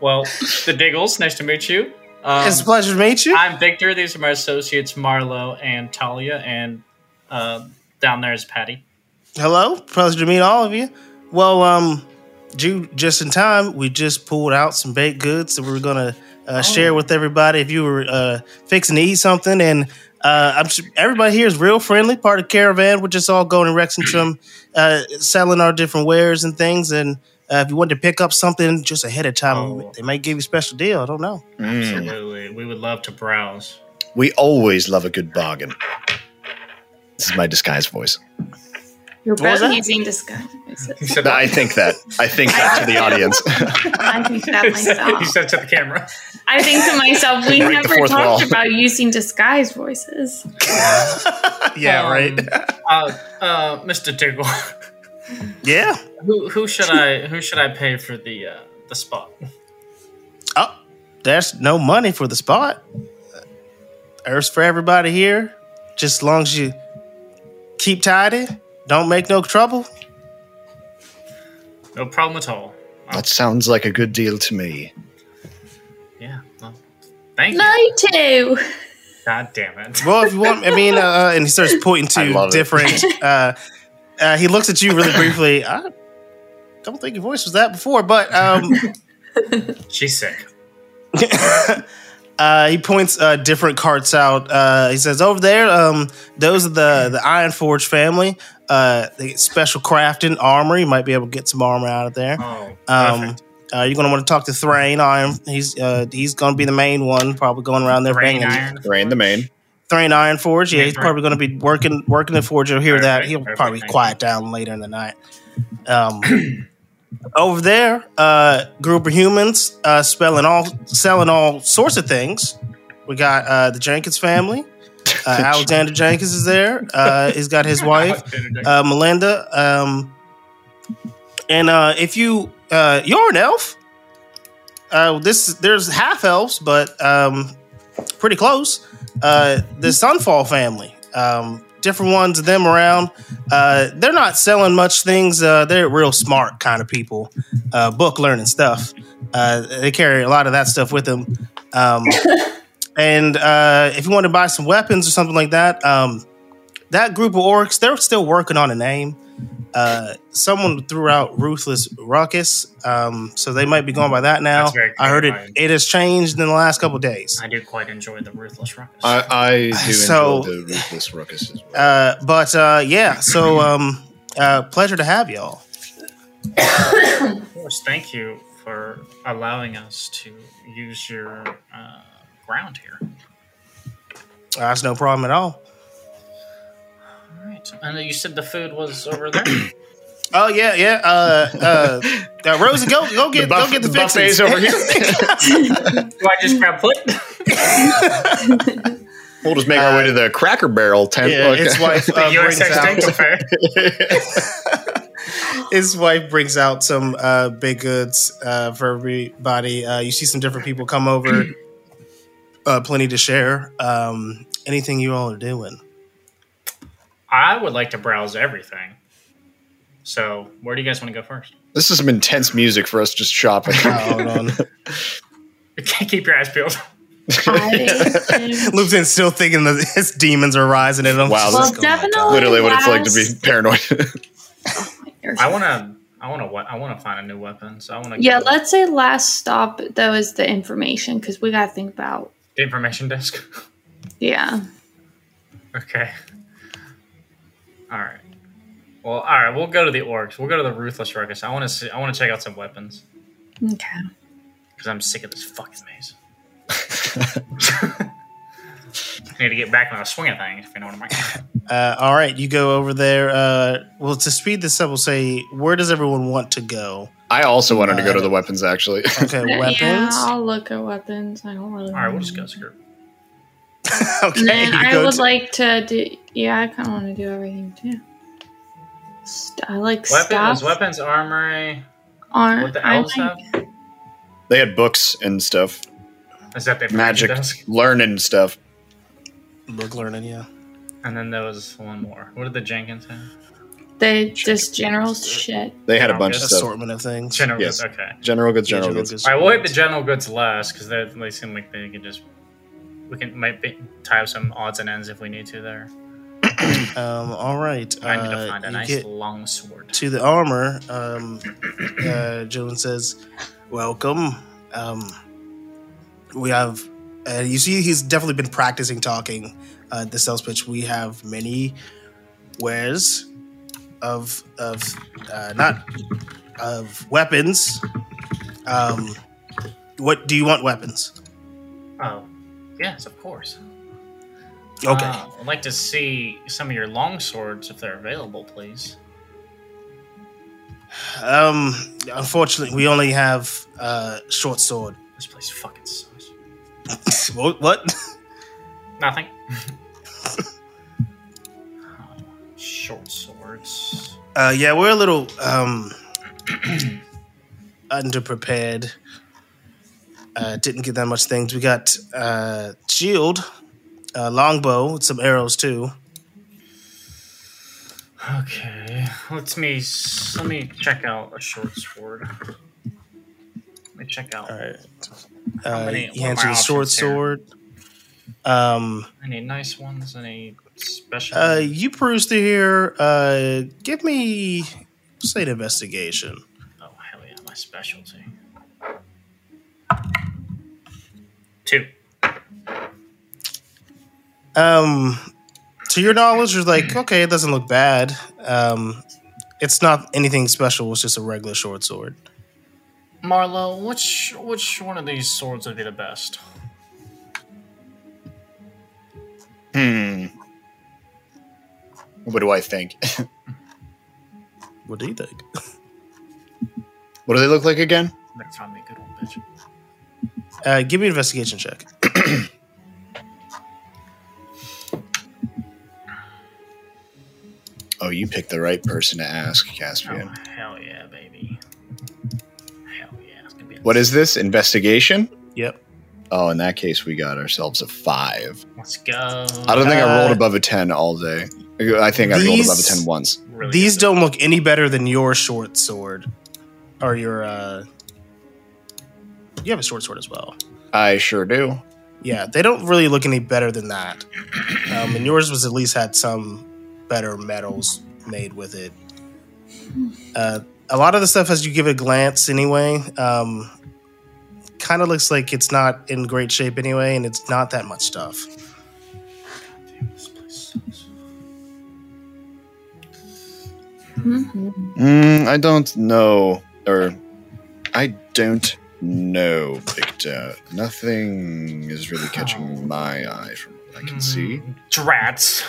S3: well, the Diggles, nice to meet you. Um,
S4: it's a pleasure to meet you.
S3: I'm Victor. These are my associates, Marlo and Talia, and uh, down there is Patty.
S4: Hello, pleasure to meet all of you. Well, um, Ju just in time. We just pulled out some baked goods that we were gonna uh, share with everybody. If you were uh, fixing to eat something, and uh, I'm su- everybody here is real friendly, part of caravan. We're just all going to Rexentrum, uh, selling our different wares and things. And uh, if you wanted to pick up something just ahead of time,
S3: Oh.
S4: they might give you a special deal. I don't know.
S1: Mm.
S3: Absolutely, we would love to browse.
S1: We always love a good bargain. This is my disguise voice.
S2: You're
S4: What was
S2: both
S4: that?
S2: using disguise.
S3: He said
S1: I think that. I think that to the audience.
S2: I think that
S3: he
S2: myself.
S3: said to the camera.
S2: I think to myself, we
S1: Break the
S2: never
S1: fourth
S2: talked
S1: wall.
S2: about using disguise voices.
S4: Yeah,
S3: Um,
S4: right.
S3: uh, uh, Mr. Diggle,
S4: yeah.
S3: who who should I who should I pay for the uh, the spot?
S4: Oh, there's no money for the spot. There's for everybody here. Just as long as you keep tidy, don't make no trouble.
S3: No problem at all.
S1: That sounds like a good deal to me.
S3: Yeah. Well, thank you.
S2: Night two.
S3: God damn it.
S4: Well, if you want, I mean, uh, and he starts pointing
S1: I
S4: to
S1: love it.
S4: different. Uh, uh, he looks at you really briefly. I don't think your voice was that before, but um,
S3: She's sick.
S4: Uh, he points uh, different carts out. Uh, he says, "Over there, um, those are the the Iron Forge family. Uh, they get special crafting armor. You might be able to get some armor out of there.
S3: Oh,
S4: Um,
S3: perfect.
S4: uh, you're gonna want to talk to Thrain. Iron. He's uh, he's gonna be the main one, probably going around there
S3: Rain
S4: banging.
S3: iron.
S1: Rain the main.
S4: Thrain Iron Forge. Yeah,
S3: Yeah,
S4: he's
S3: Thrain.
S4: probably gonna be working working the forge. You'll hear that.
S3: Perfect,
S4: He'll
S3: perfect,
S4: probably
S3: thank
S4: quiet down later in the night. Um, over there, uh, group of humans uh, spelling all selling all sorts of things. We got uh, the Jenkins family. Uh, Alexander Jenkins is there. Uh, he's got his
S3: Oh,
S4: wife uh, Melinda. Um, and uh, if you uh, you're an elf, uh, this there's half elves, but um, pretty close. Uh, the Sunfall family, um, different ones of them around. Uh, they're not selling much things. Uh, they're real smart kind of people, uh, book learning stuff. Uh, they carry a lot of that stuff with them. Um, and uh, if you want to buy some weapons or something like that, um, that group of orcs, they're still working on a name. Uh, someone threw out Ruthless Ruckus, um, so they might be going by that now.
S3: That's very
S4: I heard it,
S3: clarifying.
S4: it has changed in the last couple of days.
S3: I do quite enjoy the ruthless ruckus.
S4: Uh,
S1: I, I do
S4: So-
S1: enjoy the ruthless ruckus as well.
S4: Uh, but uh, yeah, so um, uh, pleasure to have y'all.
S3: of course, thank you for allowing us to use your uh, ground here.
S4: Uh, that's no problem at all.
S3: All right. I know you said the food was over there.
S4: Oh yeah, yeah. Uh, uh, uh, Rosie, go go get
S1: buff-
S4: go get the,
S1: the
S4: fixings.
S1: buffet's over here.
S3: do I just grab plate?
S1: We'll just make our way to the Cracker Barrel tent.
S4: yeah,
S1: Okay.
S4: his wife
S3: The
S4: uh, brings
S3: USX
S4: out
S3: Tango Fair.
S4: his wife brings out some uh, big goods uh, for everybody. Uh, you see some different people come over, uh, plenty to share. Um, anything you all are doing?
S3: I would like to browse everything. So, where do you guys want to go first?
S1: This is some intense music for us just shopping.
S4: Hold on.
S3: Keep your eyes peeled.
S2: I
S4: Luke's in still thinking that his demons are rising and I'm
S1: Wow,
S4: just
S1: this-
S2: well,
S4: like, oh my God.
S2: definitely.
S1: Literally, what it's like to be paranoid.
S2: be.
S3: I want to. I want to. What? I want to find a new weapon. So I want to.
S2: Yeah, let's say last stop though is the information because we gotta think about.
S3: the information desk.
S2: Yeah,
S3: okay. All right. Well, all right. We'll go to the orcs. We'll go to the ruthless ruckus. I want to see. I want to check out some weapons
S2: okay.
S3: because I'm sick of this fucking maze. I need to get back on the swing of things. If you know what I mean.
S4: Uh, all right, you go over there. Uh, well, to speed this up, we'll say, where does everyone want to go?
S1: I also wanted to go to the weapons, actually.
S4: Okay, weapons.
S2: Yeah, I'll look at weapons. I don't really.
S3: All right. We'll just go skirt.
S4: okay,
S2: And then
S4: you
S2: I
S4: go
S2: would
S4: to-
S2: like to do. Yeah, I kind of want to do everything too. St- I like
S3: Weapons.
S2: stuff.
S3: Weapons. Armory.
S2: on,
S3: What the
S2: I
S3: elves
S2: like,
S3: have?
S1: They had books and stuff,
S3: Is that the information
S1: magic,
S3: desk?
S1: learning stuff.
S4: Book learning, yeah.
S3: And then there was one more. What did the Jenkins have?
S2: they just general shit.
S1: They had a bunch of stuff.
S4: Assortment of things.
S3: General.
S1: Yes.
S3: goods, Okay.
S1: General goods,
S4: Yeah,
S1: general
S4: general
S1: goods.
S4: goods.
S3: All right, we'll hit the general goods last because they they seem like they can just we can might be, tie up some odds and ends if we need to there.
S4: Um, all right.
S3: I need
S4: uh,
S3: to find a
S4: you
S3: nice
S4: get-
S3: long sword.
S4: to the armor, um, uh, Jalen says, "Welcome." Um, we have, uh, you see, he's definitely been practicing talking uh, the sales pitch. We have many wares of of uh, not of weapons. Um, what do you want? Weapons?
S3: Oh, yes, of course.
S4: Okay.
S3: Uh, I'd like to see some of your long swords if they're available, please.
S4: Um, unfortunately, we only have uh, short sword.
S3: This place fucking sucks.
S4: what? what?
S3: Nothing. Oh, Short swords.
S4: Uh, yeah, we're a little um, underprepared. Uh, didn't get that much things. We got uh, shield, uh, longbow, with some arrows too.
S3: Okay, let me s- let me check out a short sword. Let me check out.
S4: All right.
S3: How
S4: Uh,
S3: many-
S4: he
S3: what are
S4: hands
S3: my
S4: you the sword.
S3: options here?
S4: Sword. Um,
S3: Any nice ones? Any special?
S4: uh, you peruse through here. Uh, give me say an investigation.
S3: Oh hell yeah, my specialty. Two.
S4: Um, to your knowledge, you're like, okay, it doesn't look bad. Um, it's not anything special. It's just a regular short sword.
S3: Marlowe, which which one of these swords would be the best?
S1: Hmm. What do I think?
S4: What do you think?
S1: what do they look like again?
S3: Better find me a good old bitch.
S4: Uh, give me an investigation check.
S1: Oh, you picked the right person to ask,
S3: Oh
S1: Caspian.
S3: hell yeah, baby. Hell yeah, it's gonna be.
S1: What is this? Investigation?
S4: Yep.
S1: Oh, in that case, we got ourselves a five.
S3: Let's go.
S1: I don't think I rolled
S4: Uh,
S1: above a 10 all day. I think I rolled
S4: these-
S1: above a 10 once.
S3: Really
S4: These
S3: good.
S4: don't look any better than your short sword, or your. uh You have a short sword as well.
S1: I sure do.
S4: Yeah, they don't really look any better than that. Um, and yours was at least had some better metals made with it. Uh, a lot of the stuff, as you give it a glance anyway, um, kind of looks like it's not in great shape anyway, and it's not that much stuff.
S3: Damn, this place sucks.
S5: Hmm?
S2: Mm-hmm.
S1: Mm, I don't know. Or, I don't know, Victor. Nothing is really catching my eye from what I can see.
S3: Mm, Drats.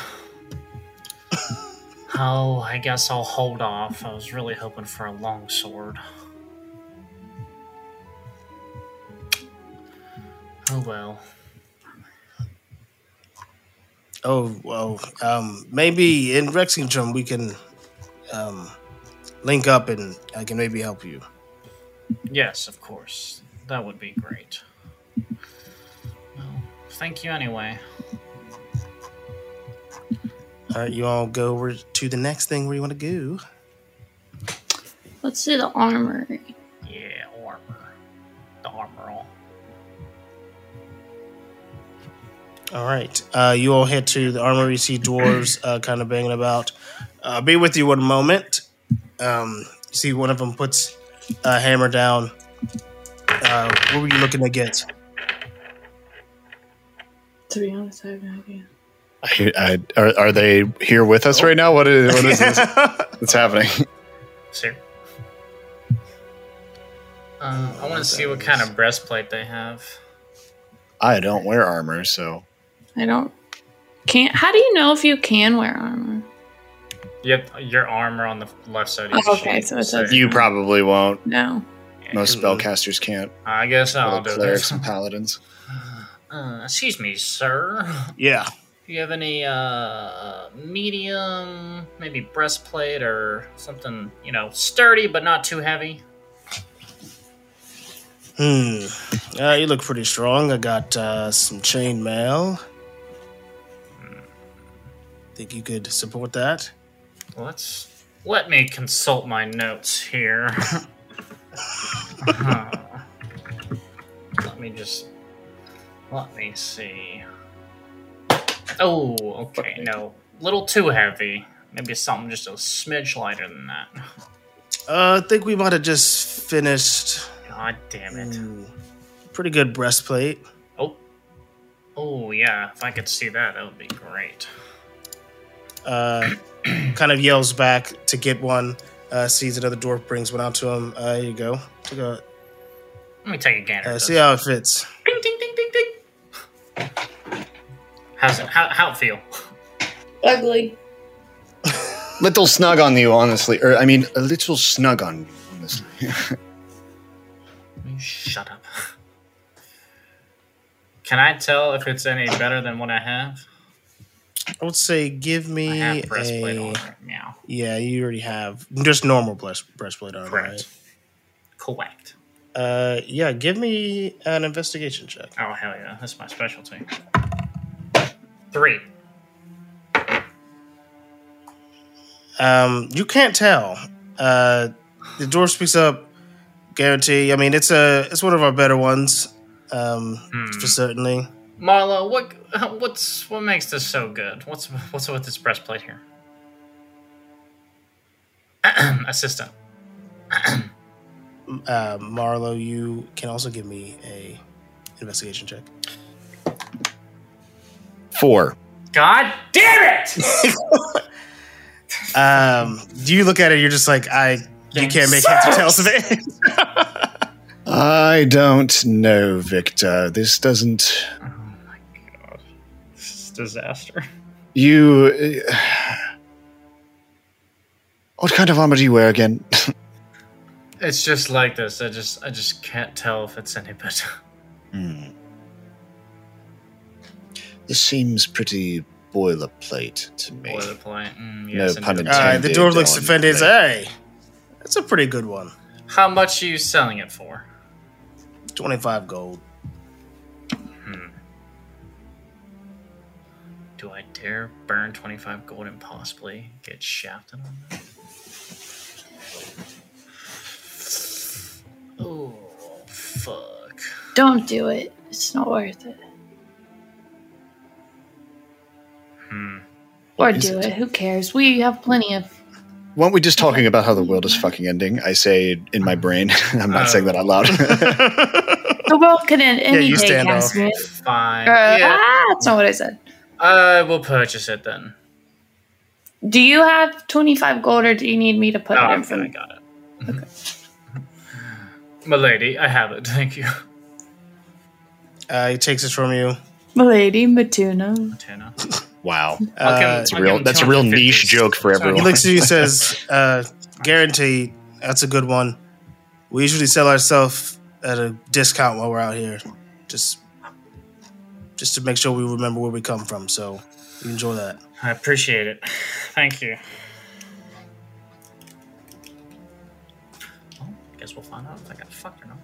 S3: oh, I guess I'll hold off. I was really hoping for a long sword. Oh well.
S4: Oh, well, um, maybe in Rexington we can um, link up and I can maybe help you.
S3: Yes, of course. That would be great. Well, thank you anyway.
S4: All right, you all go where, to the next thing where you want to go.
S2: Let's do the armory.
S3: Yeah, armor. The armor all.
S4: All right, uh, you all head to the armory. You see dwarves uh, kind of banging about. Uh, be with you one moment. Um, you see one of them puts a hammer down. Uh, what were you looking to get?
S5: To be honest, I have no idea.
S1: I, I, are, are they here with us right now? What is, what is this that's happening?
S3: Sir. Uh, I want to see what kind of breastplate they have.
S1: I don't wear armor, so
S2: I don't can't. How do you know if you can wear armor?
S3: You have your armor on the left side. Of
S2: Oh,
S3: your
S2: okay,
S3: sheet,
S2: so it says-
S1: you probably won't.
S2: No.
S1: Most spellcasters can't. Oh,
S3: I guess I'll
S1: Well,
S3: do
S1: clerics
S3: this.
S1: and paladins.
S3: Uh, excuse me, sir.
S4: Yeah,
S3: Do you have any uh, medium, maybe breastplate or something, you know, sturdy but not too heavy?
S4: Hmm. Uh, you look pretty strong. I got uh, some chain mail. Think you could support that?
S3: Let's let me consult my notes here. Huh. let me just let me see. Oh, okay, no, little too heavy. Maybe something just a smidge lighter than that.
S4: Uh, I think we might have just finished.
S3: God damn it.
S4: hmm, pretty good breastplate.
S3: Oh, oh yeah. If I could see that, that would be great.
S4: Uh, kind of yells back to get one. Uh, sees another dwarf, brings one out to him. Uh, here you go. Take a,
S3: Let me take a gander.
S4: uh,
S3: at
S4: see
S3: this.
S4: how it fits.
S3: Ding, ding, ding, ding, ding. How's it? How, how it feel?
S5: Ugly.
S1: Little snug on you, honestly. Or I mean, a little snug on you, honestly.
S3: Shut up. Can I tell if it's any better than what I have?
S4: I would say give
S3: I
S4: me
S3: have breastplate on
S4: a.
S3: right now.
S4: Yeah, you already have just normal breast, breastplate on,
S3: Correct.
S4: right?
S3: Correct.
S4: Uh, yeah, give me an investigation check.
S3: Oh hell yeah, that's my specialty. Three.
S4: Um, you can't tell. Uh, the dwarf speaks up. Guarantee. I mean, it's a it's one of our better ones. Um,
S3: Hmm.
S4: for certainly.
S3: Marlo, what what's what makes this so good? What's what's with this breastplate here? Assistant.
S4: Uh, Marlo, you can also give me a investigation check.
S1: Four.
S3: God damn it!
S4: Um, you look at it, you're just like I. You
S3: Game
S4: can't make heads or tails of it.
S1: I don't know, Victor. This doesn't.
S3: Oh my god. This is disaster.
S1: You. uh, what kind of armor do you wear again?
S3: It's just like this. I just I just can't tell if it's any better.
S1: Hmm. This seems pretty boilerplate to me.
S3: Boilerplate. Mm, yes,
S1: pun
S3: indeed.
S1: intended.
S4: Uh, the dwarf looks
S1: on
S4: offended. He's
S1: me.
S4: like, hey, that's a pretty good one.
S3: How much are you selling it for?
S4: Twenty five gold.
S3: Do I dare burn 25 gold and possibly get shafted on that? Oh, fuck.
S2: Don't do it. It's not worth it.
S3: Hmm.
S2: Or
S1: is
S2: do
S1: it?
S2: it. Who cares? We have plenty of.
S1: Weren't we just talking about how the world is fucking ending? I say in my brain. I'm not
S3: Oh.
S1: saying that out loud.
S2: The world could end any
S4: you
S2: day,
S4: stand off.
S2: Casimir.
S3: Fine.
S2: Uh,
S3: yeah,
S2: ah, that's not what I said.
S3: I will purchase it then.
S2: Do you have 25 gold or do you need me to put
S3: Oh,
S2: it
S3: I
S2: in for
S3: think I
S2: you?
S3: got it. Milady, I have it. Thank you.
S4: Uh, he takes it from you.
S2: Milady Matuna.
S3: Tana.
S1: wow.
S3: I'll give-
S4: Uh,
S3: I'll
S1: That's a
S3: give
S1: real,
S3: him
S1: that's a real
S3: 250.
S1: niche joke for
S3: Sorry.
S4: He
S1: everyone.
S4: looks at you and says, uh, guaranteed, that's a good one. We usually sell ourselves at a discount while we're out here. Just just to make sure we remember where we come from. So you enjoy that.
S3: I appreciate it. Thank you. Well, guess we'll find out if Oh, I got fucked or not.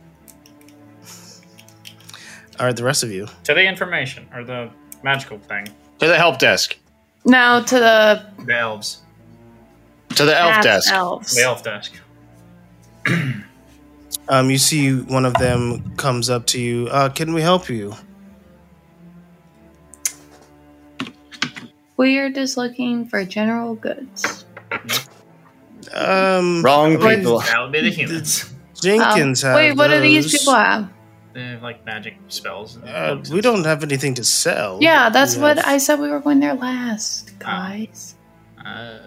S4: All right, the rest of you.
S3: To the information or the magical thing.
S1: to the help desk.
S2: No, to the
S3: The elves.
S1: To the elf
S2: half
S1: desk.
S2: elves.
S3: The elf desk.
S4: Um, you see one of them comes up to you. Uh, can we help you?
S2: We're just looking for general goods.
S4: Um,
S1: Wrong
S4: Wait.
S1: people.
S3: That would be the humans.
S4: Jenkins.
S2: Oh,
S4: have
S2: wait, what do these
S4: those.
S2: people have?
S3: They have like magic spells. and
S4: Uh,
S3: books
S4: we
S3: and
S4: don't have anything to sell.
S2: Yeah, that's
S4: We
S2: what
S4: have-
S2: I said we were going there last, guys.
S3: stuff. Uh,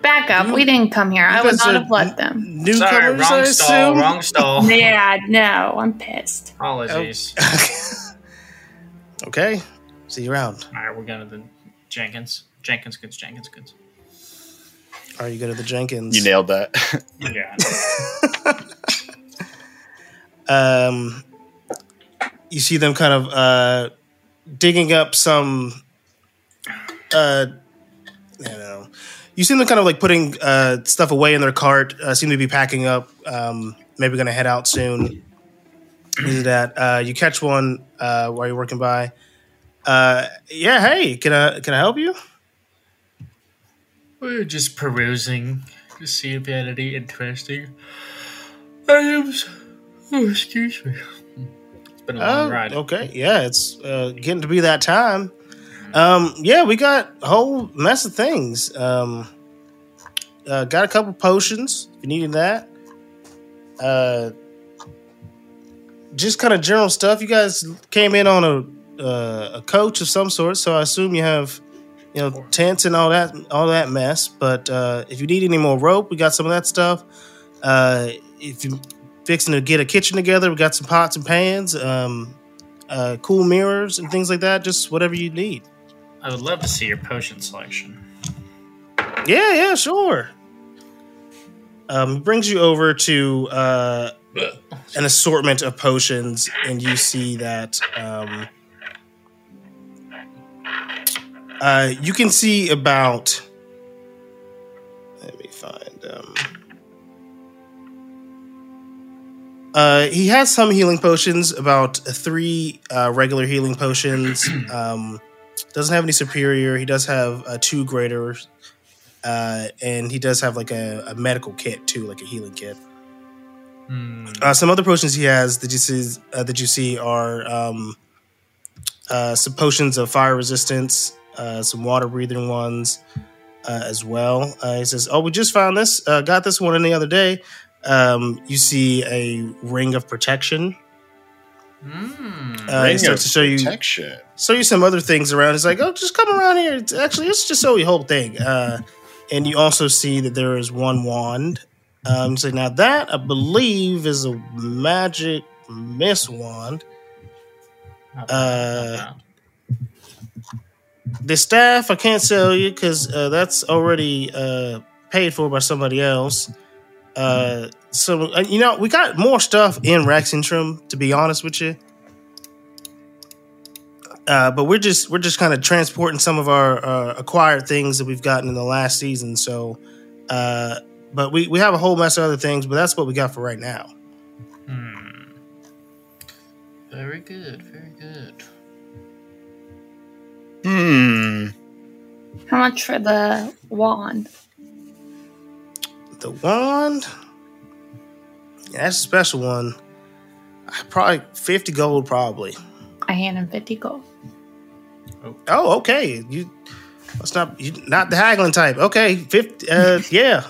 S2: Back up.
S4: You-
S2: we didn't come here.
S4: you
S2: I would
S4: guys
S2: not
S4: are
S2: have let them.
S4: Newcomers,
S3: sorry,
S4: I
S3: wrong stall.
S4: assume?
S3: Wrong stall.
S2: Yeah, no, I'm pissed.
S3: Apologies.
S4: Oh. okay. See you around.
S3: All right, we're going to the Jenkins. Jenkins goods. Jenkins goods.
S4: Are you go to the Jenkins?
S1: You nailed that.
S3: Yeah.
S4: um, you see them kind of uh, digging up some. Uh, I don't know. You see them kind of like putting uh, stuff away in their cart. Uh, seem to be packing up. Um, maybe going to head out soon. You do that. Uh, you catch one uh, while you're working by. Uh, yeah. Hey, can I can I help you?
S3: We We're just perusing to see if they had any interesting items. Oh, excuse me. It's been a long
S4: Oh,
S3: ride.
S4: Okay, yeah, it's uh, getting to be that time. Um, yeah, we got a whole mess of things. Um, uh, got a couple potions if you needed that. Uh, just kind of general stuff. You guys came in on a uh, a coach of some sort, so I assume you have you know tents and all that all that mess. But uh, if you need any more rope, we got some of that stuff. Uh, if you fixing to get a kitchen together. We got some pots and pans, um, uh, cool mirrors, and things like that. Just whatever you need.
S3: I would love to see your potion selection.
S4: Yeah, yeah, sure. Um, he brings you over to uh, an assortment of potions, and you see that um, uh, you can see about. Let me find. Um, uh, he has some healing potions, about three uh, regular healing potions. Um, doesn't have any superior. He does have uh, two greater uh, and he does have like a, a medical kit too, like a healing kit.
S3: Hmm.
S4: Uh, some other potions he has that you see uh, that you see are um, uh, some potions of fire resistance, uh, some water breathing ones uh, as well. Uh, he says, "Oh, we just found this. Uh, got this one in the other day." Um, you see a ring of protection.
S3: Hmm.
S4: Uh, he
S1: Ring of
S4: starts to show you
S1: protection.
S4: show you some other things around. It's like, oh, just come around here. It's actually, it's just a whole thing. Uh, and you also see that there is one wand. Um, so now that I believe is a magic mist wand.
S3: Not
S4: Uh,
S3: bad, not bad.
S4: The staff I can't sell you because uh, that's already uh, paid for by somebody else. Uh, so uh, you know we got more stuff in Raxentrum to be honest with you. Uh, but we're just we're just kind of transporting some of our uh, acquired things that we've gotten in the last season. So, uh, but we we have a whole mess of other things, but that's what we got for right now.
S3: Hmm. Very good. Very good.
S1: Hmm.
S2: How much for the wand?
S4: The wand, yeah, that's a special one. Probably fifty gold, probably.
S2: I hand him 50 gold.
S4: Oh, okay. You that's not you not the haggling type. Okay, 50, uh, yeah.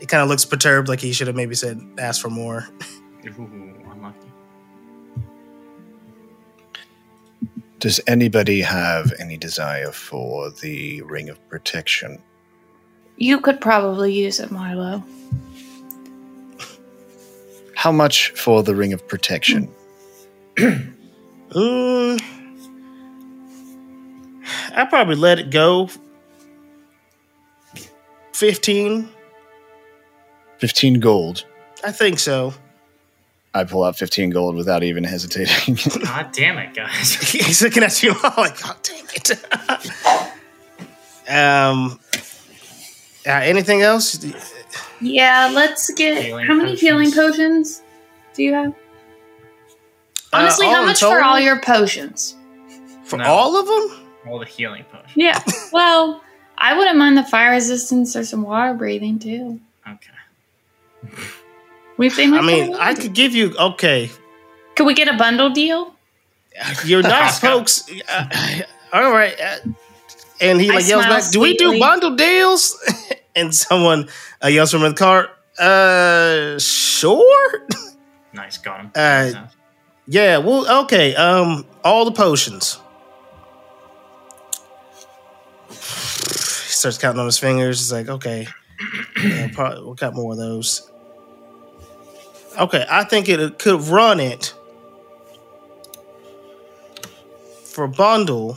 S4: It kind of looks perturbed, like he should have maybe said ask for more.
S3: Ooh, unlucky.
S11: Does anybody have any desire for the ring of protection?
S2: You could probably use it, Marlo.
S11: How much for the ring of protection?
S1: Hmm.
S4: Mm, I probably let it go. Fifteen,
S11: 15 gold.
S4: I think so.
S11: I pull out 15 gold without even hesitating.
S3: God damn it, guys.
S4: He's looking at you all like, oh, dang it. um, uh, anything else? Uh,
S2: Yeah, let's get.
S3: Healing
S2: how many healing potions do you have? Honestly,
S4: Uh, all
S2: how
S4: in
S2: much for
S4: total?
S2: all your potions?
S4: For
S3: No.
S4: all of them?
S3: all the healing potions.
S2: Yeah. Well, I wouldn't mind the fire resistance or some water breathing too.
S3: Okay.
S2: We they might
S4: I mean,
S2: come
S4: I
S2: in.
S4: could give you okay.
S2: Could we get a bundle deal?
S4: You're nice, folks. Uh, all right. Uh, and he
S2: I
S4: like yells
S2: smile
S4: back, "Do we do
S2: sweetly.
S4: bundle deals?" and someone uh, yells from the car, "Uh, sure.
S3: Nice, got him.
S4: Uh, yeah. Well, okay. Um, all the potions." He starts counting on his fingers. He's like, "Okay, yeah, probably, we'll got more of those." Okay, I think it could run it for a bundle.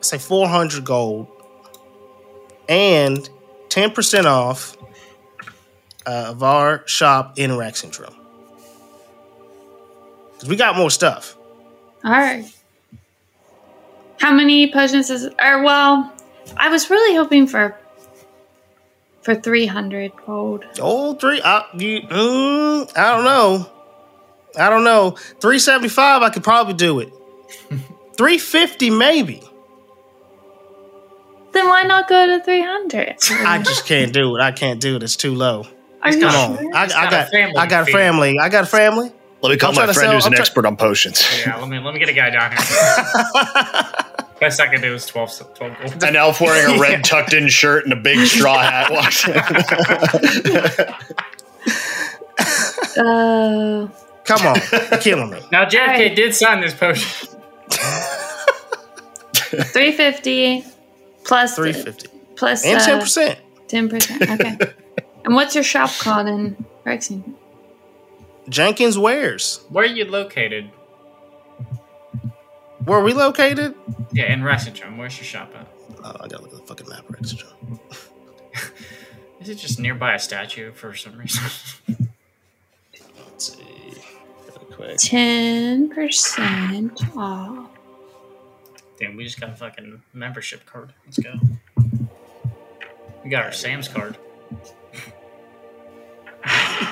S4: Say four hundred gold, and ten percent off uh, of our shop in Rack Syndrome. Cause we got more stuff.
S2: All right. How many potions is or well, I was really hoping for for 300 gold.
S4: Oh, three. I, you, mm, I don't know. I don't know. Three seventy five. I could probably do it. Three fifty, maybe.
S2: Then why not go to 300?
S4: I just can't do it. I can't do it. It's too low.
S2: Are you
S4: Come
S2: sure?
S4: on. I, I
S3: He's got a
S4: got.
S3: family
S4: I got a
S3: fee.
S4: family. I got a family.
S1: Let me call
S4: I'm
S1: my
S4: trying to
S1: friend
S4: sell-
S1: who's
S4: I'm
S1: an
S4: try-
S1: expert on potions.
S3: yeah, let me let me get a guy down here. Best I can do is 12, s- 12 gold.
S1: An elf wearing a red tucked in shirt and a big straw hat walks in.
S2: Uh,
S4: Come on. You're killing me.
S3: Now JFK
S2: Alright.
S3: did sign this potion.
S2: 350 plus
S4: Three fifty
S2: plus
S4: and
S2: uh,
S4: ten percent.
S2: 10%. Okay. and what's your shop called in Rexington?
S4: Jenkins Wares.
S3: Where are you located?
S4: Where we located?
S3: Yeah, in Rexington. Where's your shop at?
S4: Oh, I gotta look at the fucking map. Right?
S3: Is it just nearby a statue for some reason?
S4: Let's see. Real quick.
S2: 10% off.
S3: Damn, we just got a fucking membership card. Let's go. We got our Sam's card.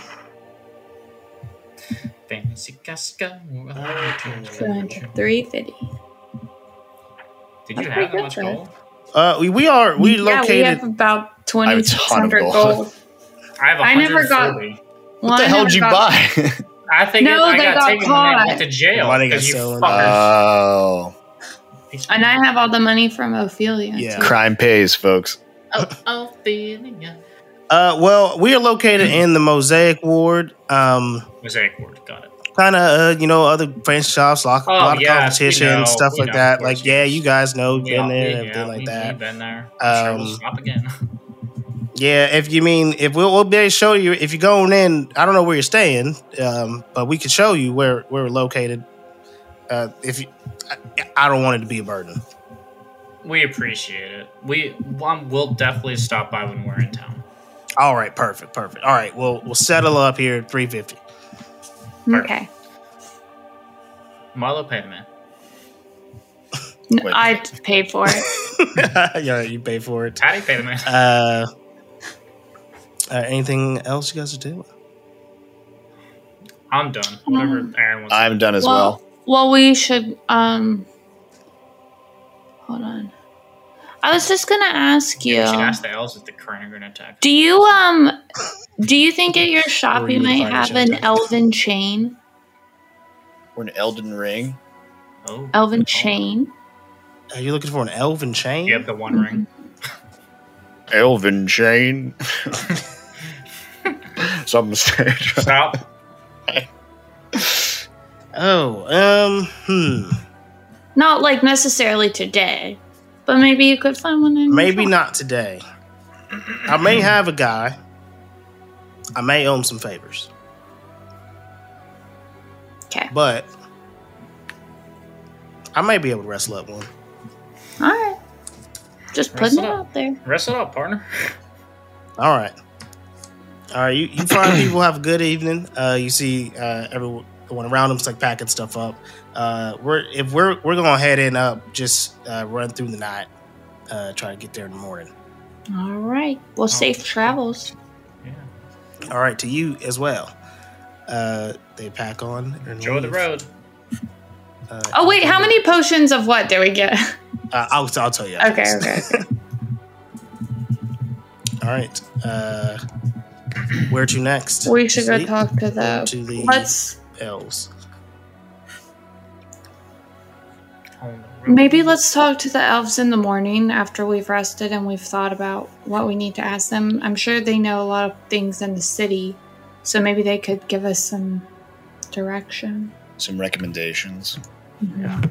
S3: Fantasy Casca.
S2: So, 350.
S3: Did you
S2: That's
S3: have that
S2: pretty
S3: much
S2: good,
S3: gold?
S4: Uh, we, we are we
S2: Yeah, we
S4: located.
S2: have about
S1: I have a ton of
S2: 2,600
S1: gold.
S2: gold.
S3: I have
S2: I never
S3: 140.
S2: got-
S1: what the hell did you buy?
S3: I think
S2: No,
S3: it, I
S2: they
S3: got,
S2: got
S3: taken when I
S2: caught.
S3: went to jail.
S4: Money got
S3: 'cause you
S4: stolen. uh,
S3: fuckers.
S1: Oh,
S2: And I have all the money from Ophelia.
S4: Yeah.
S1: crime pays, folks.
S3: oh, oh, feeling ya.
S4: Uh, well, we are located in the Mosaic Ward. Um,
S3: Mosaic Ward. Got it.
S4: kind of, uh, you know, other branch shops, a lot, a
S3: Oh,
S4: lot of
S3: yes, we
S4: competition,
S3: know,
S4: stuff
S3: we
S4: like
S3: know,
S4: that.
S3: of course.
S4: Like, yeah, you guys know,
S3: We
S4: been
S3: all-
S4: there,
S3: yeah,
S4: everything like
S3: we,
S4: that.
S3: We've been there. I'm sure
S4: Um,
S3: we'll stop again.
S4: Yeah, if you mean if we'll, we'll be able to show you if you're going in, I don't know where you're staying, um, but we could show you where, where we're located. Uh, if you, I, I don't want it to be a burden.
S3: We appreciate it. We one will definitely stop by when we're in town.
S4: All right, perfect, perfect. All right, we'll we'll settle up here at three fifty.
S2: Okay.
S3: Marlo paid man.
S2: No,
S1: Wait.
S2: I paid for it.
S4: yeah, you pay for it.
S3: Taddy paid man.
S4: Uh, uh, anything else you guys are doing?
S3: I'm done. Whatever
S2: Um,
S3: Aaron wants.
S1: I'm done as well.
S2: well, we should. um Hold on. I was just gonna ask you.
S3: She asked the elves if the current are gonna attack.
S2: Do you um do you think at your shop
S4: Or
S2: you
S4: you
S2: might
S4: find
S2: have
S4: each
S2: an
S4: other.
S2: elven chain?
S1: We're an Elden Ring.
S3: Oh,
S2: Elven
S3: oh.
S2: chain?
S4: Are you looking for an elven chain?
S3: You have the One Ring.
S1: Elven chain. Something strange.
S3: Stop.
S4: Oh, um, hmm.
S2: Not like necessarily today, but maybe you could find one in your
S4: Maybe
S2: shop.
S4: not today. I may have a guy. I may owe him some favors.
S2: 'Kay.
S4: But I may be able to wrestle up one.
S2: All right. Just
S3: Press
S2: putting
S3: it
S2: it
S3: up.
S2: out there.
S3: Rest it up, partner.
S4: All right. All right. You, you find people have a good evening. Uh, you see uh, everyone around them's like packing stuff up. Uh, we're if we're we're gonna head in up, just uh, run through the night, uh, try to get there in the morning.
S2: All right. Well, safe travels.
S3: Yeah.
S4: All right, to you as well. Uh, they pack on. and
S3: Enjoy the
S4: leave.
S3: road.
S4: Uh,
S2: Oh wait, how many potions of what did we get?
S4: Uh, I'll, I'll tell you.
S2: Okay, okay.
S4: All right. Uh, where to next?
S2: We should go
S4: Sleep?
S2: talk to
S4: Or
S2: the
S4: to the
S2: let's
S4: elves.
S3: On the road.
S2: maybe let's talk to the elves in the morning after we've rested and we've thought about what we need to ask them. I'm sure they know a lot of things in the city, so maybe they could give us some direction.
S11: Some recommendations.
S3: Yelp.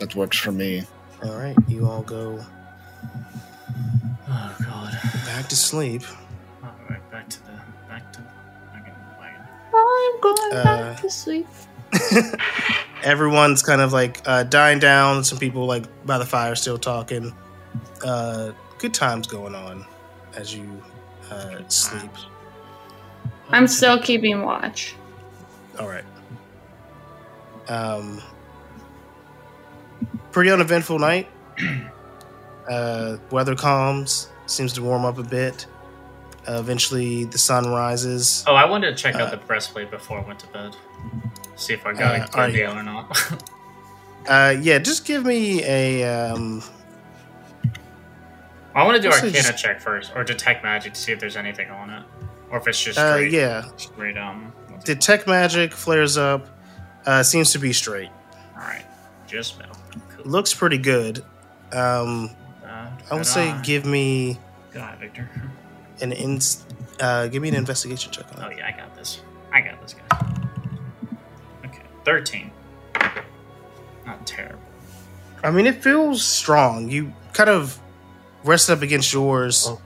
S11: That works for me.
S4: All right, you all go
S3: Oh god.
S4: back to sleep.
S3: All right, back to the back to the wagon. wagon.
S2: I'm going
S4: Uh,
S2: back to sleep.
S4: Everyone's kind of like uh, dying down. Some people like by the fire still talking. Uh, good times going on as you uh, sleep.
S2: I'm still keeping watch.
S4: All right. Um, pretty uneventful night. Uh, weather calms, seems to warm up a bit. Uh, eventually, the sun rises.
S3: Oh, I wanted to check out
S4: Uh,
S3: the breastplate before I went to bed. See if I got
S4: Uh,
S3: a
S4: are
S3: good deal or not.
S4: Uh, yeah, just give me a. Um,
S3: I want to do
S4: Also
S3: Arcana
S4: just-
S3: check first, or Detect Magic to see if there's anything on it, or if it's just
S4: uh,
S3: straight.
S4: yeah,
S3: Straight. Um. what's it
S4: detect magic flares up. Uh, seems to be straight.
S3: called? All right. Just metal. Cool.
S4: Looks pretty good. Um,
S3: Uh,
S4: I would say
S3: ta-da.
S4: give me
S3: God, Victor.
S4: an in, uh, give me an investigation check on
S3: Oh
S4: that.
S3: yeah, I got this. I got this guy. Okay, thirteen. Not terrible.
S4: I mean, it feels strong. You kind of rest up against yours.
S3: Oh.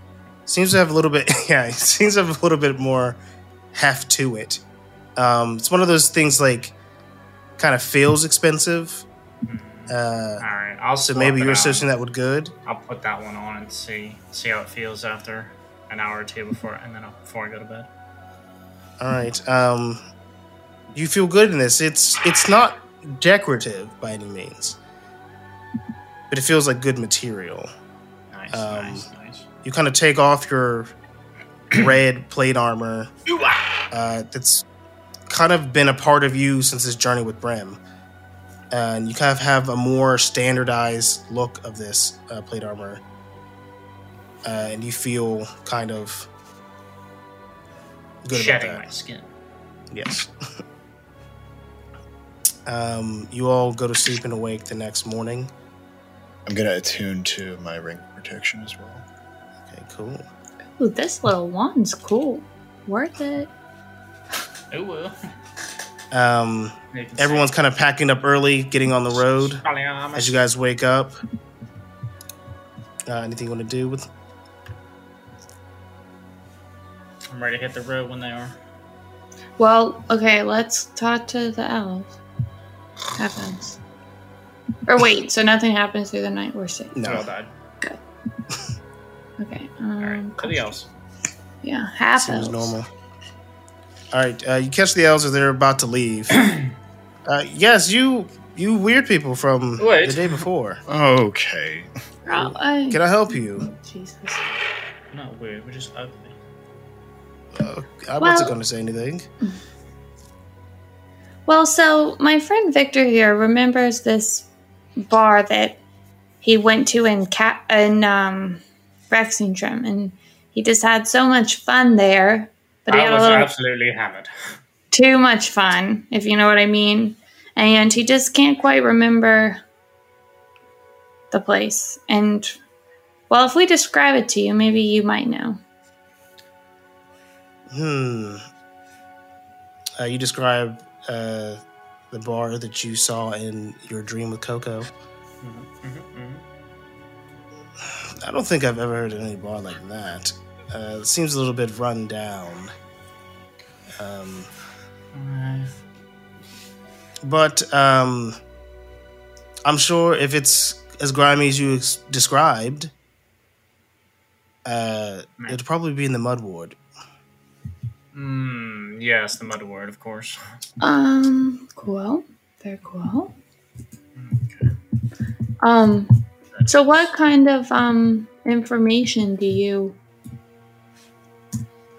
S4: Seems to have a little bit, yeah, it seems to have a little bit more heft to it. Um, it's one of those things like kind of feels expensive.
S3: Hmm.
S4: Uh,
S3: All right, I'll
S4: so
S3: swap
S4: maybe
S3: it
S4: you're
S3: out.
S4: associating that with good.
S3: I'll put that one on and see see how it feels after an hour or two before, and then I'll, before I go to bed.
S4: All right. Um, you feel good in this. It's it's not decorative by any means, but it feels like good material.
S3: Nice,
S4: Um,
S3: nice, nice.
S4: you kind of take off your red plate armor uh, that's kind of been a part of you since this journey with Brim. Uh, and you kind of have a more standardized look of this uh, plate armor. Uh, and you feel kind of good
S3: Shedding
S4: about
S3: my skin.
S4: that. Yes. um, you all go to sleep and awake the next morning.
S11: I'm gonna attune to my ring protection as well.
S4: Okay, cool.
S2: Ooh, this little one's cool. Worth it.
S3: Oh well.
S4: Um,
S3: You can
S4: everyone's kind of packing up early, getting on the road.
S3: say, "Golly, I'm a
S4: As you guys wake up, uh, anything you want to do with?
S3: I'm ready to hit the road when they are.
S2: Well, okay, let's talk to the elves. Happens. Or wait, so nothing happens through the night. We're safe.
S3: No.
S4: No,
S3: died.
S2: Okay. Um,
S3: All right. To the elves.
S2: Yeah, half elves.
S4: seems normal. All right, uh, you catch the elves as they're about to leave. uh, yes, you you weird people from
S3: Wait.
S4: the day before.
S11: Okay.
S2: Oh, I-
S4: Can I help you?
S2: Jesus.
S3: Not weird. We're just ugly.
S4: Uh, I wasn't
S2: Well-
S4: going to say anything.
S2: Well, so my friend Victor here remembers this bar that he went to in Ca- in um, Rexington, and he just had so much fun there. But he
S3: I
S2: had a
S3: was
S2: little
S3: absolutely hammered.
S2: too much fun, if you know what I mean. And he just can't quite remember the place. And well, if we describe it to you, maybe you might know.
S4: Hmm. Uh, you describe uh, the bar that you saw in your dream with Coco.
S3: Mhm, mhm, mhm.
S4: I don't think I've ever heard of any bar like that. Uh, it seems a little bit run down. Um,
S3: Alright.
S4: but um, I'm sure if it's as grimy as you ex- described, uh, it'd probably be in the mud ward.
S3: Mm, yes, the mud word, of course.
S2: Um, cool. Very cool. Um, so what kind of um information do you?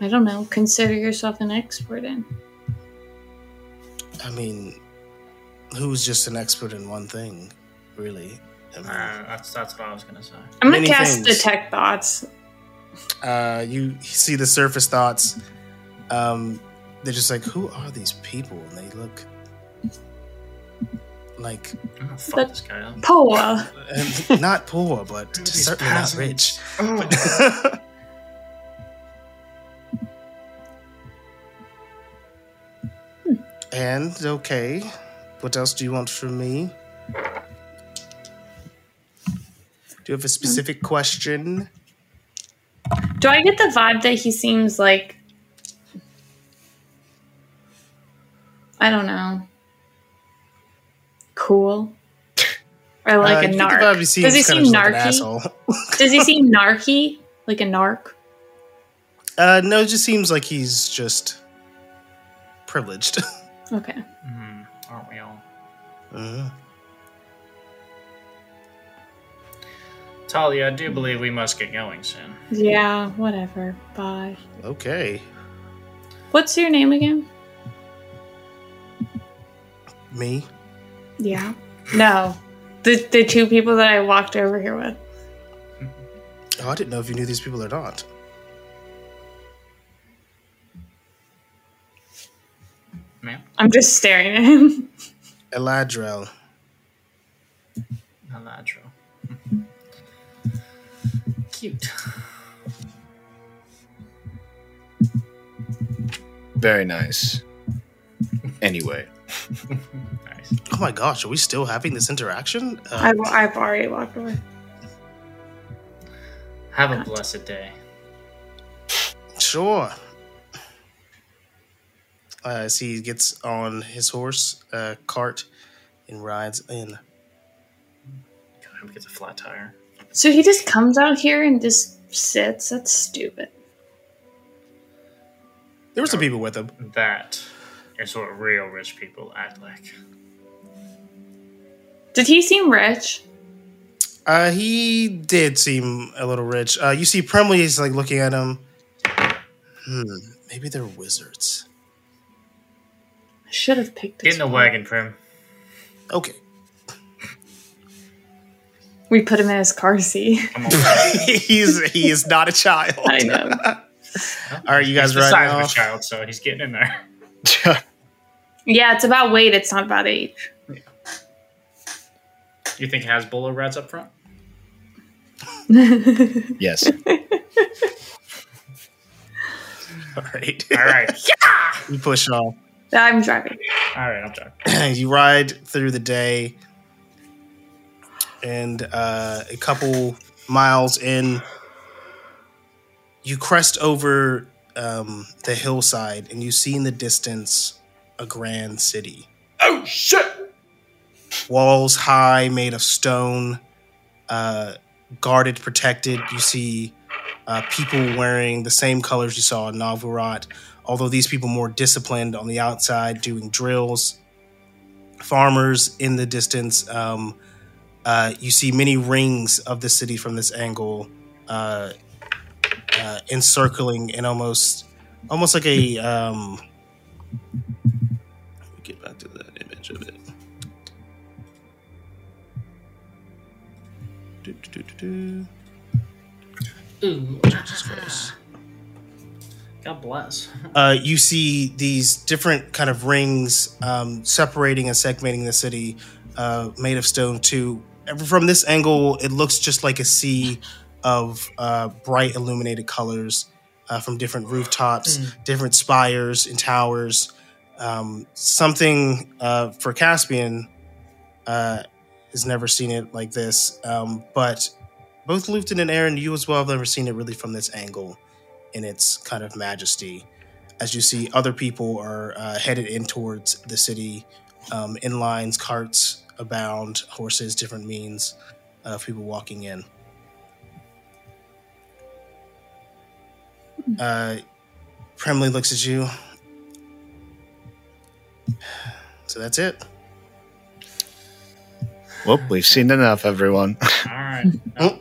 S2: I don't know. Consider yourself an expert in.
S4: I mean, who's just an expert in one thing, really? I mean,
S3: Uh, that's that's what I was gonna say.
S2: I'm gonna
S4: Many
S2: cast
S4: things.
S2: detect thoughts.
S4: uh, you see the surface thoughts. Um, they're just like, who are these people? And they look like
S3: I'm gonna Oh, fuck
S2: But-
S3: this guy up.
S2: Poa.
S4: and not poor, but
S3: These
S4: certainly not
S3: peasants.
S4: rich.
S3: Hmm,
S4: and okay, what else do you want from me? Do you have a specific
S2: Hmm.
S4: question?
S2: Do I get the vibe that he seems like I don't know. Cool. Or like
S4: Uh,
S2: a
S4: you
S2: narc.
S4: probably see
S2: Does he
S4: he's
S2: seem
S4: kinda just like an
S2: narky?
S4: asshole.
S2: Does he seem narky? Like a narc?
S4: Uh, no, it just seems like he's just privileged.
S2: Okay.
S3: Mm, aren't we all?
S4: Uh,
S3: Talia, I do believe we must get going soon.
S2: Yeah, whatever. Bye.
S4: okay,
S2: What's your name again?
S4: me.
S2: Yeah. No. The the two people that I walked over here with.
S4: Oh, I didn't know if you knew these people or not.
S3: Ma'am,
S2: I'm just staring at him.
S4: Eladrel.
S3: Eladro. Cute.
S11: Very nice. Anyway,
S3: Nice.
S4: Oh my gosh, are we still having this interaction?
S2: I,
S4: Uh,
S2: I've already walked away.
S3: Have a blessed day.
S4: sure. Uh, as he gets on his horse, uh, cart, and rides in.
S3: God, I hope he gets a flat tire.
S2: So he just comes out here and just sits. That's stupid.
S4: There were some people with him.
S3: That is what real rich people act like.
S2: Did he seem rich?
S4: Uh, he did seem a little rich. Uh, you see, Primly is like looking at him. Hmm, maybe they're wizards.
S2: I should have picked.
S3: Get
S2: his
S3: in the
S2: phone.
S3: wagon, Prim.
S4: Okay.
S2: We put him in his car seat.
S3: I'm all
S4: He's he is not a child.
S2: I know.
S4: All right, you guys
S3: He's the
S4: riding
S3: size of a
S4: off.
S3: child, so he's getting in there.
S2: Yeah, it's about weight. It's not about age.
S3: You think Hasbullah rides up front?
S11: yes.
S4: All right,
S3: All right.
S4: you push off.
S2: I'm driving.
S3: All right, I'm done.
S4: you ride through the day, and uh, a couple miles in, you crest over um, the hillside, and you see in the distance a grand city.
S3: Oh, shit!
S4: walls high, made of stone, uh, guarded, protected. You see uh, people wearing the same colors you saw in Navurat, although these people more disciplined on the outside, doing drills. Farmers in the distance. Um, uh, you see many rings of the city from this angle, uh, uh, encircling and almost, almost like a. Um, let me get back to that image of it. Do, do, do, do, do.
S3: Ooh, Jesus Christ. God bless.
S4: uh, you see these different kind of rings um, separating and segmenting the city uh, made of stone too from this angle it looks just like a sea of uh, bright illuminated colors uh, from different rooftops different spires and towers um, something uh, for caspian uh, has never seen it like this um, but both Lufton and Aaron, you as well have never seen it really from this angle in its kind of majesty as you see other people are uh, headed in towards the city um, in lines carts abound horses different means of people walking in uh, Premley looks at you so that's it
S11: Well, we've seen enough, everyone.
S4: Uh,
S3: All right. No,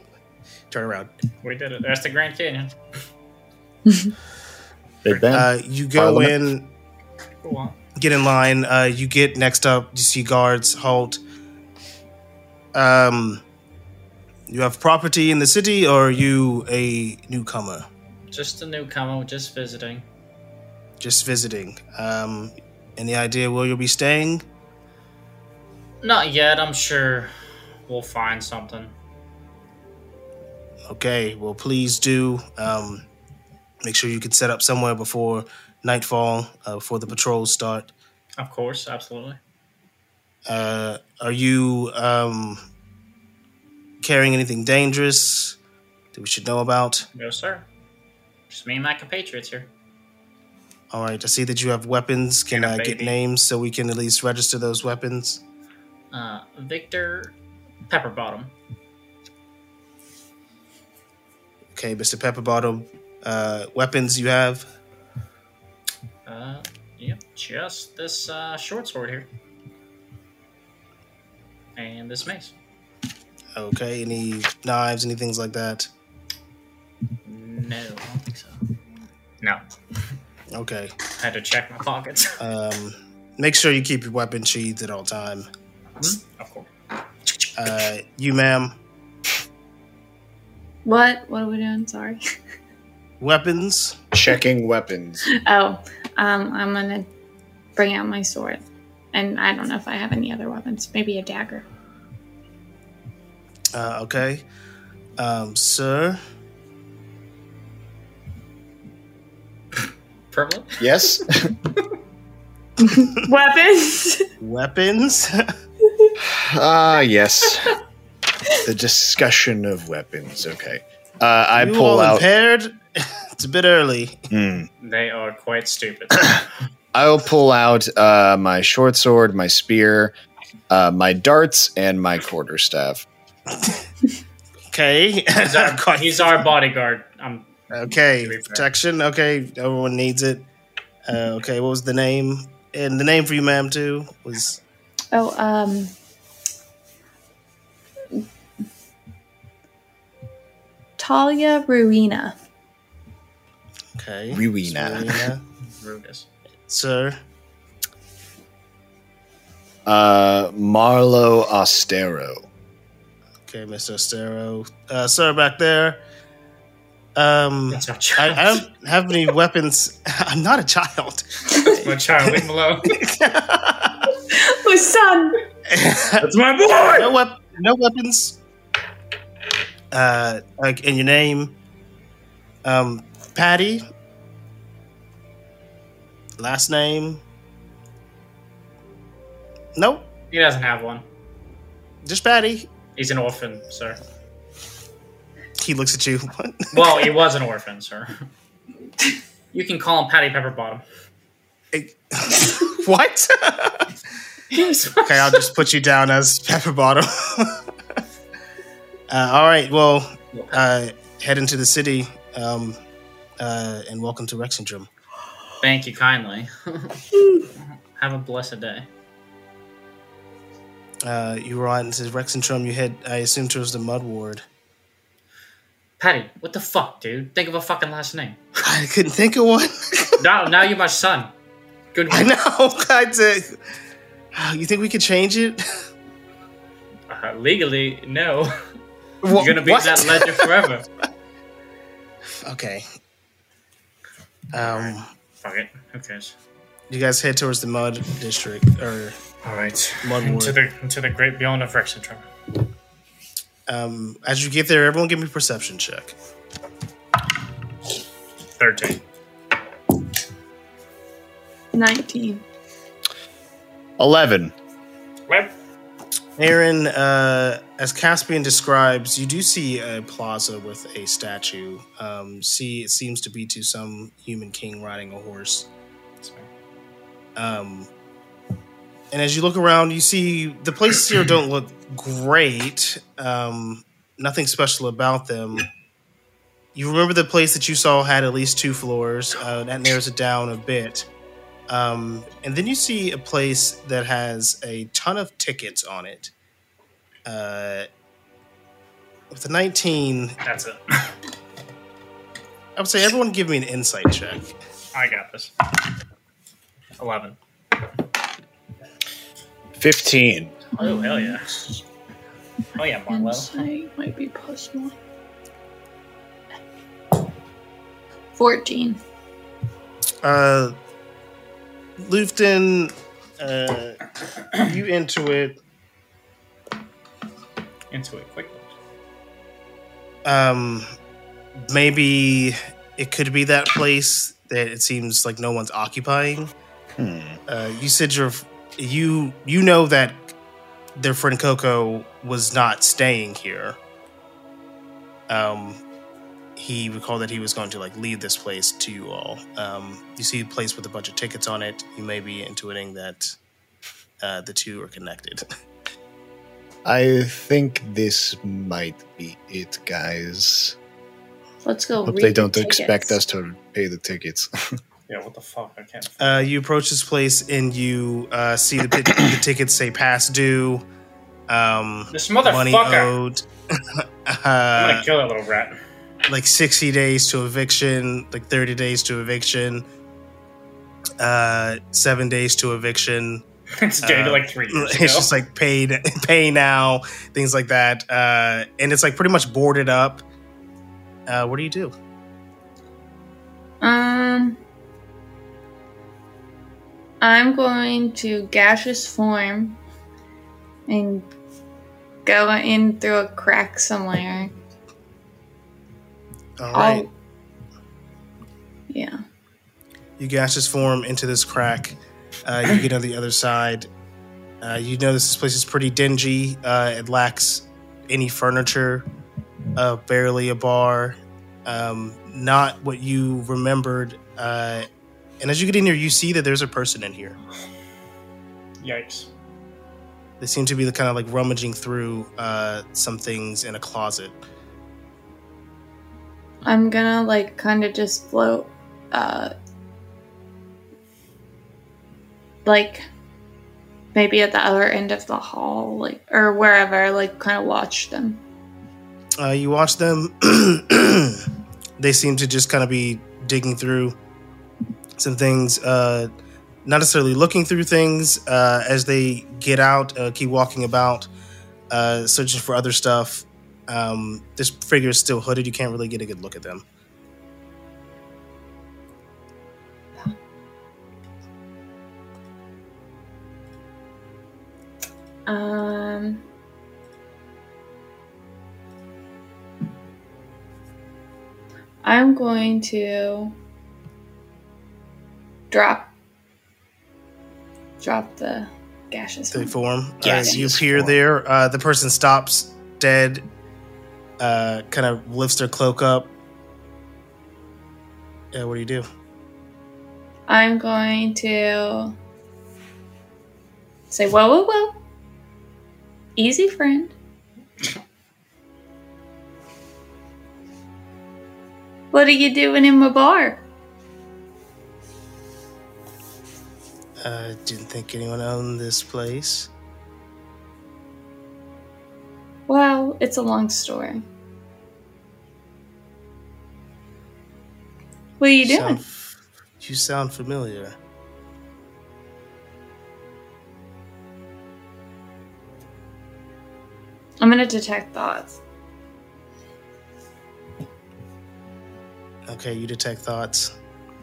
S4: turn around
S3: we did it. There's the Grand Canyon.
S11: Big Ben.
S4: uh, you go
S11: Parliament.
S4: in
S3: Go on.
S4: get in line. Uh, you get next up. You see guards halt. Um, you have property in the city, or are you a newcomer?
S3: Just a newcomer, just visiting.
S4: Just visiting. Um, any idea where you'll be staying?
S3: Not yet. I'm sure we'll find something.
S4: Okay. Well, please do. Um, make sure you can set up somewhere before nightfall, uh, before the patrols start.
S3: Of course, absolutely.
S4: Uh, are you um, carrying anything dangerous that we should know about?
S3: No, sir. Just me and my compatriots here.
S4: All right, I see that you have weapons. Can
S3: And a
S4: I get
S3: baby.
S4: names so we can at least register those weapons?
S3: Uh, Victor Pepperbottom.
S4: Okay, Mr. Pepperbottom, uh, weapons you have.
S3: Uh, yep, just this uh, short sword here. And this mace.
S4: Okay, any knives, any things like that?
S3: No, I don't think so. No,
S4: Okay.
S3: I had to check my pockets.
S4: Um, make sure you keep your weapon sheathed at all time.
S3: of course.
S4: Uh, you, ma'am,
S2: What? What are we doing? Sorry.
S4: weapons.
S1: Checking weapons.
S2: Oh, um, I'm gonna bring out my sword, and I don't know if I have any other weapons. Maybe a dagger.
S4: Uh, okay. Um, sir,
S3: Purple?
S1: Yes.
S2: Weapons.
S4: weapons.
S1: Ah, yes. the discussion of weapons. Okay. Uh, I
S4: You
S1: pull
S4: all
S1: out.
S4: Impaired. it's a bit early.
S1: Hmm.
S3: They are quite stupid.
S1: I'll pull out uh, my short sword, my spear, uh, my darts, and my quarterstaff.
S4: Okay.
S3: He's our, he's our bodyguard. Um,
S4: Okay,
S3: To be fair.
S4: protection. Okay, everyone needs it. Uh, okay, what was the name? And the name for you, ma'am, too was
S2: oh, um, Talia Ruina.
S4: okay.
S1: Rowena.
S4: Rowena.
S3: Rugus.
S4: sir.
S1: Uh, Marlo Ostero.
S4: Okay, Mister Ostero, uh, sir, back there. Um,
S3: That's our
S4: I,
S3: child.
S4: I don't have any weapons. I'm not a child.
S3: my child. Leave him alone.
S2: My son.
S3: That's my boy!
S4: no wep- no weapons. Uh, like in your name, um, Patty. Last name. Nope,
S3: He doesn't have one.
S4: just Patty.
S3: He's an orphan, sir.
S4: He looks at you. What?
S3: Well, he was an orphan, sir. You can call him Patty Pepperbottom.
S4: what? okay, I'll just put you down as Pepper Bottom. uh, all right. Well, uh, head into the city. Um, uh, and welcome to Rexendrum.
S3: Thank you kindly. have a blessed day.
S4: Uh, you ride into Rexentrum. You head, I assume, towards the Mud Ward.
S3: Patty, what the fuck, dude? Think of a fucking last name.
S4: I couldn't think of one.
S3: Now, now you're my son. Good
S4: I
S3: one.
S4: know. I did. Oh, You think we could change it?
S3: Uh, legally, no.
S4: Wha-
S3: You're gonna be
S4: what?
S3: that legend forever.
S4: okay. Um,
S3: Fuck it. Who cares?
S4: you guys head towards the Mud District, or
S3: All right.
S4: Mud
S3: Into
S4: Ward.
S3: the into the great beyond of Rexentrum.
S4: um, as you get there, everyone give me a perception check.
S3: Thirteen.
S2: Nineteen.
S1: 11.
S3: Web.
S4: Aaron, uh, as Caspian describes, you do see a plaza with a statue. Um, see, it seems to be to some human king riding a horse. Um, and as you look around, you see the places here don't look great. Um, nothing special about them. You remember the place that you saw had at least two floors. Uh, that narrows it down a bit. Um, and then you see a place that has a ton of tickets on it. Uh, with the 19,
S3: That's it.
S4: I would say everyone give me an insight check.
S3: I got this. Eleven.
S1: Fifteen.
S3: Oh hell yeah! Oh yeah, Marlowe.
S2: Insight might be plus one. 14.
S4: Uh, Lufton, uh, you into it.
S3: Into it quickly.
S4: Um, maybe it could be that place that it seems like no one's occupying.
S1: Hmm.
S4: Uh, you said your you you know that their friend Coco was not staying here. Um, he recalled that he was going to like leave this place to you all. Um, you see a place with a bunch of tickets on it. You may be intuiting that uh, the two are connected.
S11: I think this might be it, guys.
S2: Let's go.
S11: Hope
S2: read
S11: they
S2: the
S11: don't
S2: tickets.
S11: expect us to pay the tickets.
S3: Yeah, what the fuck? I can't.
S4: Uh, you approach this place and you uh, see the, pit- the tickets say past due, um,
S3: This
S4: money
S3: motherfucker!
S4: owed,
S3: I'm
S4: uh,
S3: gonna kill that little rat.
S4: like 60 days to eviction, like 30 days to eviction, uh, seven days to eviction.
S3: it's dated
S4: uh,
S3: like three years
S4: It's
S3: ago.
S4: just like pay, pay now, things like that. Uh, and it's like pretty much boarded up. Uh, what do you do?
S2: Um, I'm going to gaseous form and go in through a crack somewhere.
S4: All right.
S2: I'll- Oh, yeah.
S4: You gaseous form into this crack. Uh, you get on the other side. Uh, you notice this place is pretty dingy. Uh, it lacks any furniture, uh, barely a bar, um, not what you remembered. Uh, and as you get in here, you see that there's a person in here.
S3: Yikes!
S4: They seem to be kind of like rummaging through uh, some things in a closet.
S2: I'm gonna like kind of just float, uh, like maybe at the other end of the hall, like or wherever, like kind of watch them.
S4: Uh, you watch them. they seem to just kind of be digging through some things, uh, not necessarily looking through things uh, as they get out, uh, keep walking about, uh, searching for other stuff. Um, this figure is still hooded. You can't really get a good look at them.
S2: Um, I'm going to drop drop the gaseous.
S4: They
S2: one.
S4: form.
S12: Yes.
S4: Uh, you appear there. Uh, the person stops dead, uh, kind of lifts their cloak up. Yeah, what do you do?
S2: I'm going to say, whoa, whoa, whoa. Easy, friend. What are you doing in my bar?
S4: Uh, didn't think anyone owned this place.
S2: Well, it's a long story. What are you doing?
S4: Sound f- you sound familiar.
S2: I'm gonna detect thoughts.
S4: Okay, you detect thoughts.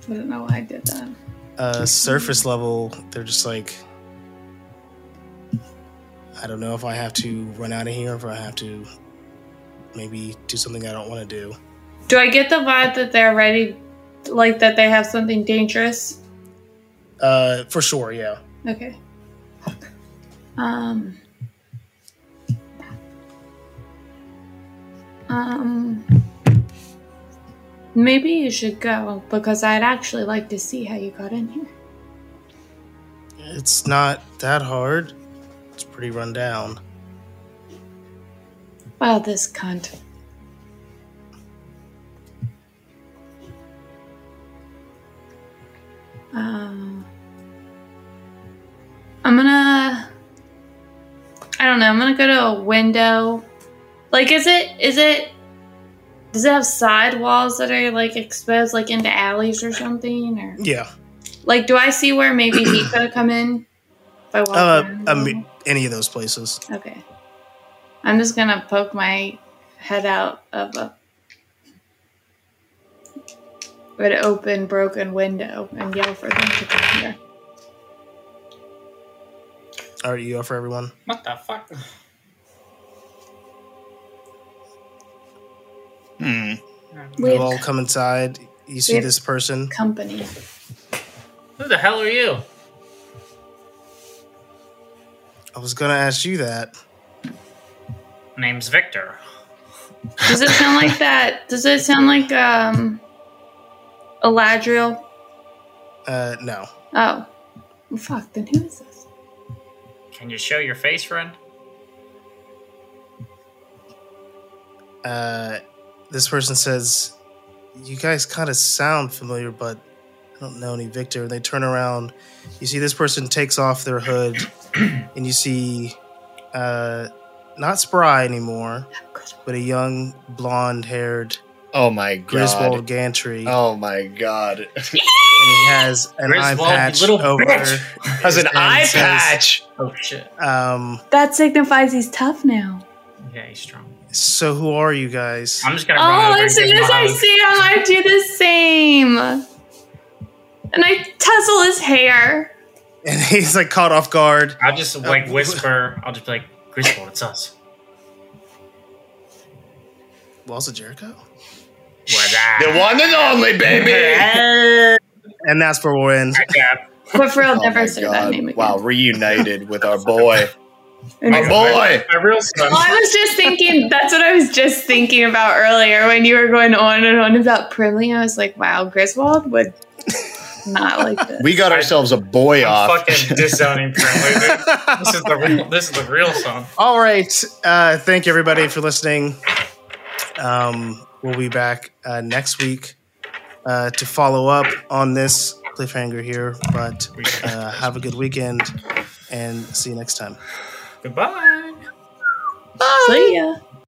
S2: I don't know why I did that.
S4: Uh, surface level, they're just like, I don't know if I have to run out of here, if I have to maybe do something I don't want to do.
S2: Do I get the vibe that they're ready, like that they have something dangerous?
S4: Uh, for sure, yeah.
S2: Okay. Um. Um. Maybe you should go because I'd actually like to see how you got in here.
S4: It's not that hard. It's pretty run down.
S2: Wow, this cunt. Um, I'm gonna. I don't know. I'm gonna go to a window. Like, is it? Is it? Does it have side walls that are like exposed, like into alleys or something? Or
S4: Yeah.
S2: like, do I see where maybe he could have come in? By walking
S4: Uh,
S2: around?
S4: I mean, any of those places.
S2: okay. I'm just gonna poke my head out of a of an open, broken window and yell for them to come here.
S4: All right, you go for everyone.
S3: What the fuck?
S1: Hmm.
S2: We
S4: You all
S2: have
S4: come inside. You see
S2: Weird.
S4: this person.
S2: company.
S3: Who the hell are you?
S4: I was gonna ask you that.
S3: Name's Victor.
S2: Does it sound like that? Does it sound like um, Eladriel?
S4: Uh, no.
S2: Oh, Well, fuck. Then who is this?
S3: Can you show your face, friend?
S4: Uh, this person says, "You guys kind of sound familiar, but I don't know any Victor." They turn around. You see this person takes off their hood, and you see, uh, not spry anymore, but a young blonde-haired
S1: Oh my god.
S4: Griswold Gantry,
S1: Oh my god.
S4: and he has an
S3: Griswold,
S4: eye
S3: you
S4: patch
S3: little
S4: over.
S3: bitch.
S1: Has an
S4: his- and
S1: eye
S4: says,
S1: patch.
S3: Oh shit.
S4: Um,
S2: That signifies he's tough now.
S3: Yeah, he's strong.
S4: so who are you guys?
S3: I'm just gonna run
S2: Oh,
S3: over
S2: as
S3: and
S2: soon
S3: give him
S2: as
S3: a
S2: I
S3: hug.
S2: see him, I do the same, and I tussle his hair.
S4: And he's like caught off guard.
S3: I'll just like whisper. I'll just be like, Griswold, it's us.
S4: Walls of Jericho.
S3: What up?
S1: The one and only, baby.
S4: And that's where we'll end.
S3: What's up?
S2: But for real,
S1: Oh
S2: never
S1: my
S2: say that
S1: God.
S2: name again.
S1: Wow, reunited with our boy.
S2: And
S1: Our
S2: it's-
S1: boy.
S3: My real son.
S2: Well, I was just thinking. That's what I was just thinking about earlier when you were going on and on about Primley. I was like, wow, Griswold would not like this.
S1: We got ourselves a boy
S3: I'm
S1: off.
S3: fucking disowning Primly. dude. This is the real. This is the real son.
S4: All right. Uh, thank you, everybody, for listening. Um, we'll be back uh, next week uh, to follow up on this cliffhanger here. But uh, have a good weekend and see you next time.
S3: Goodbye.
S2: See ya.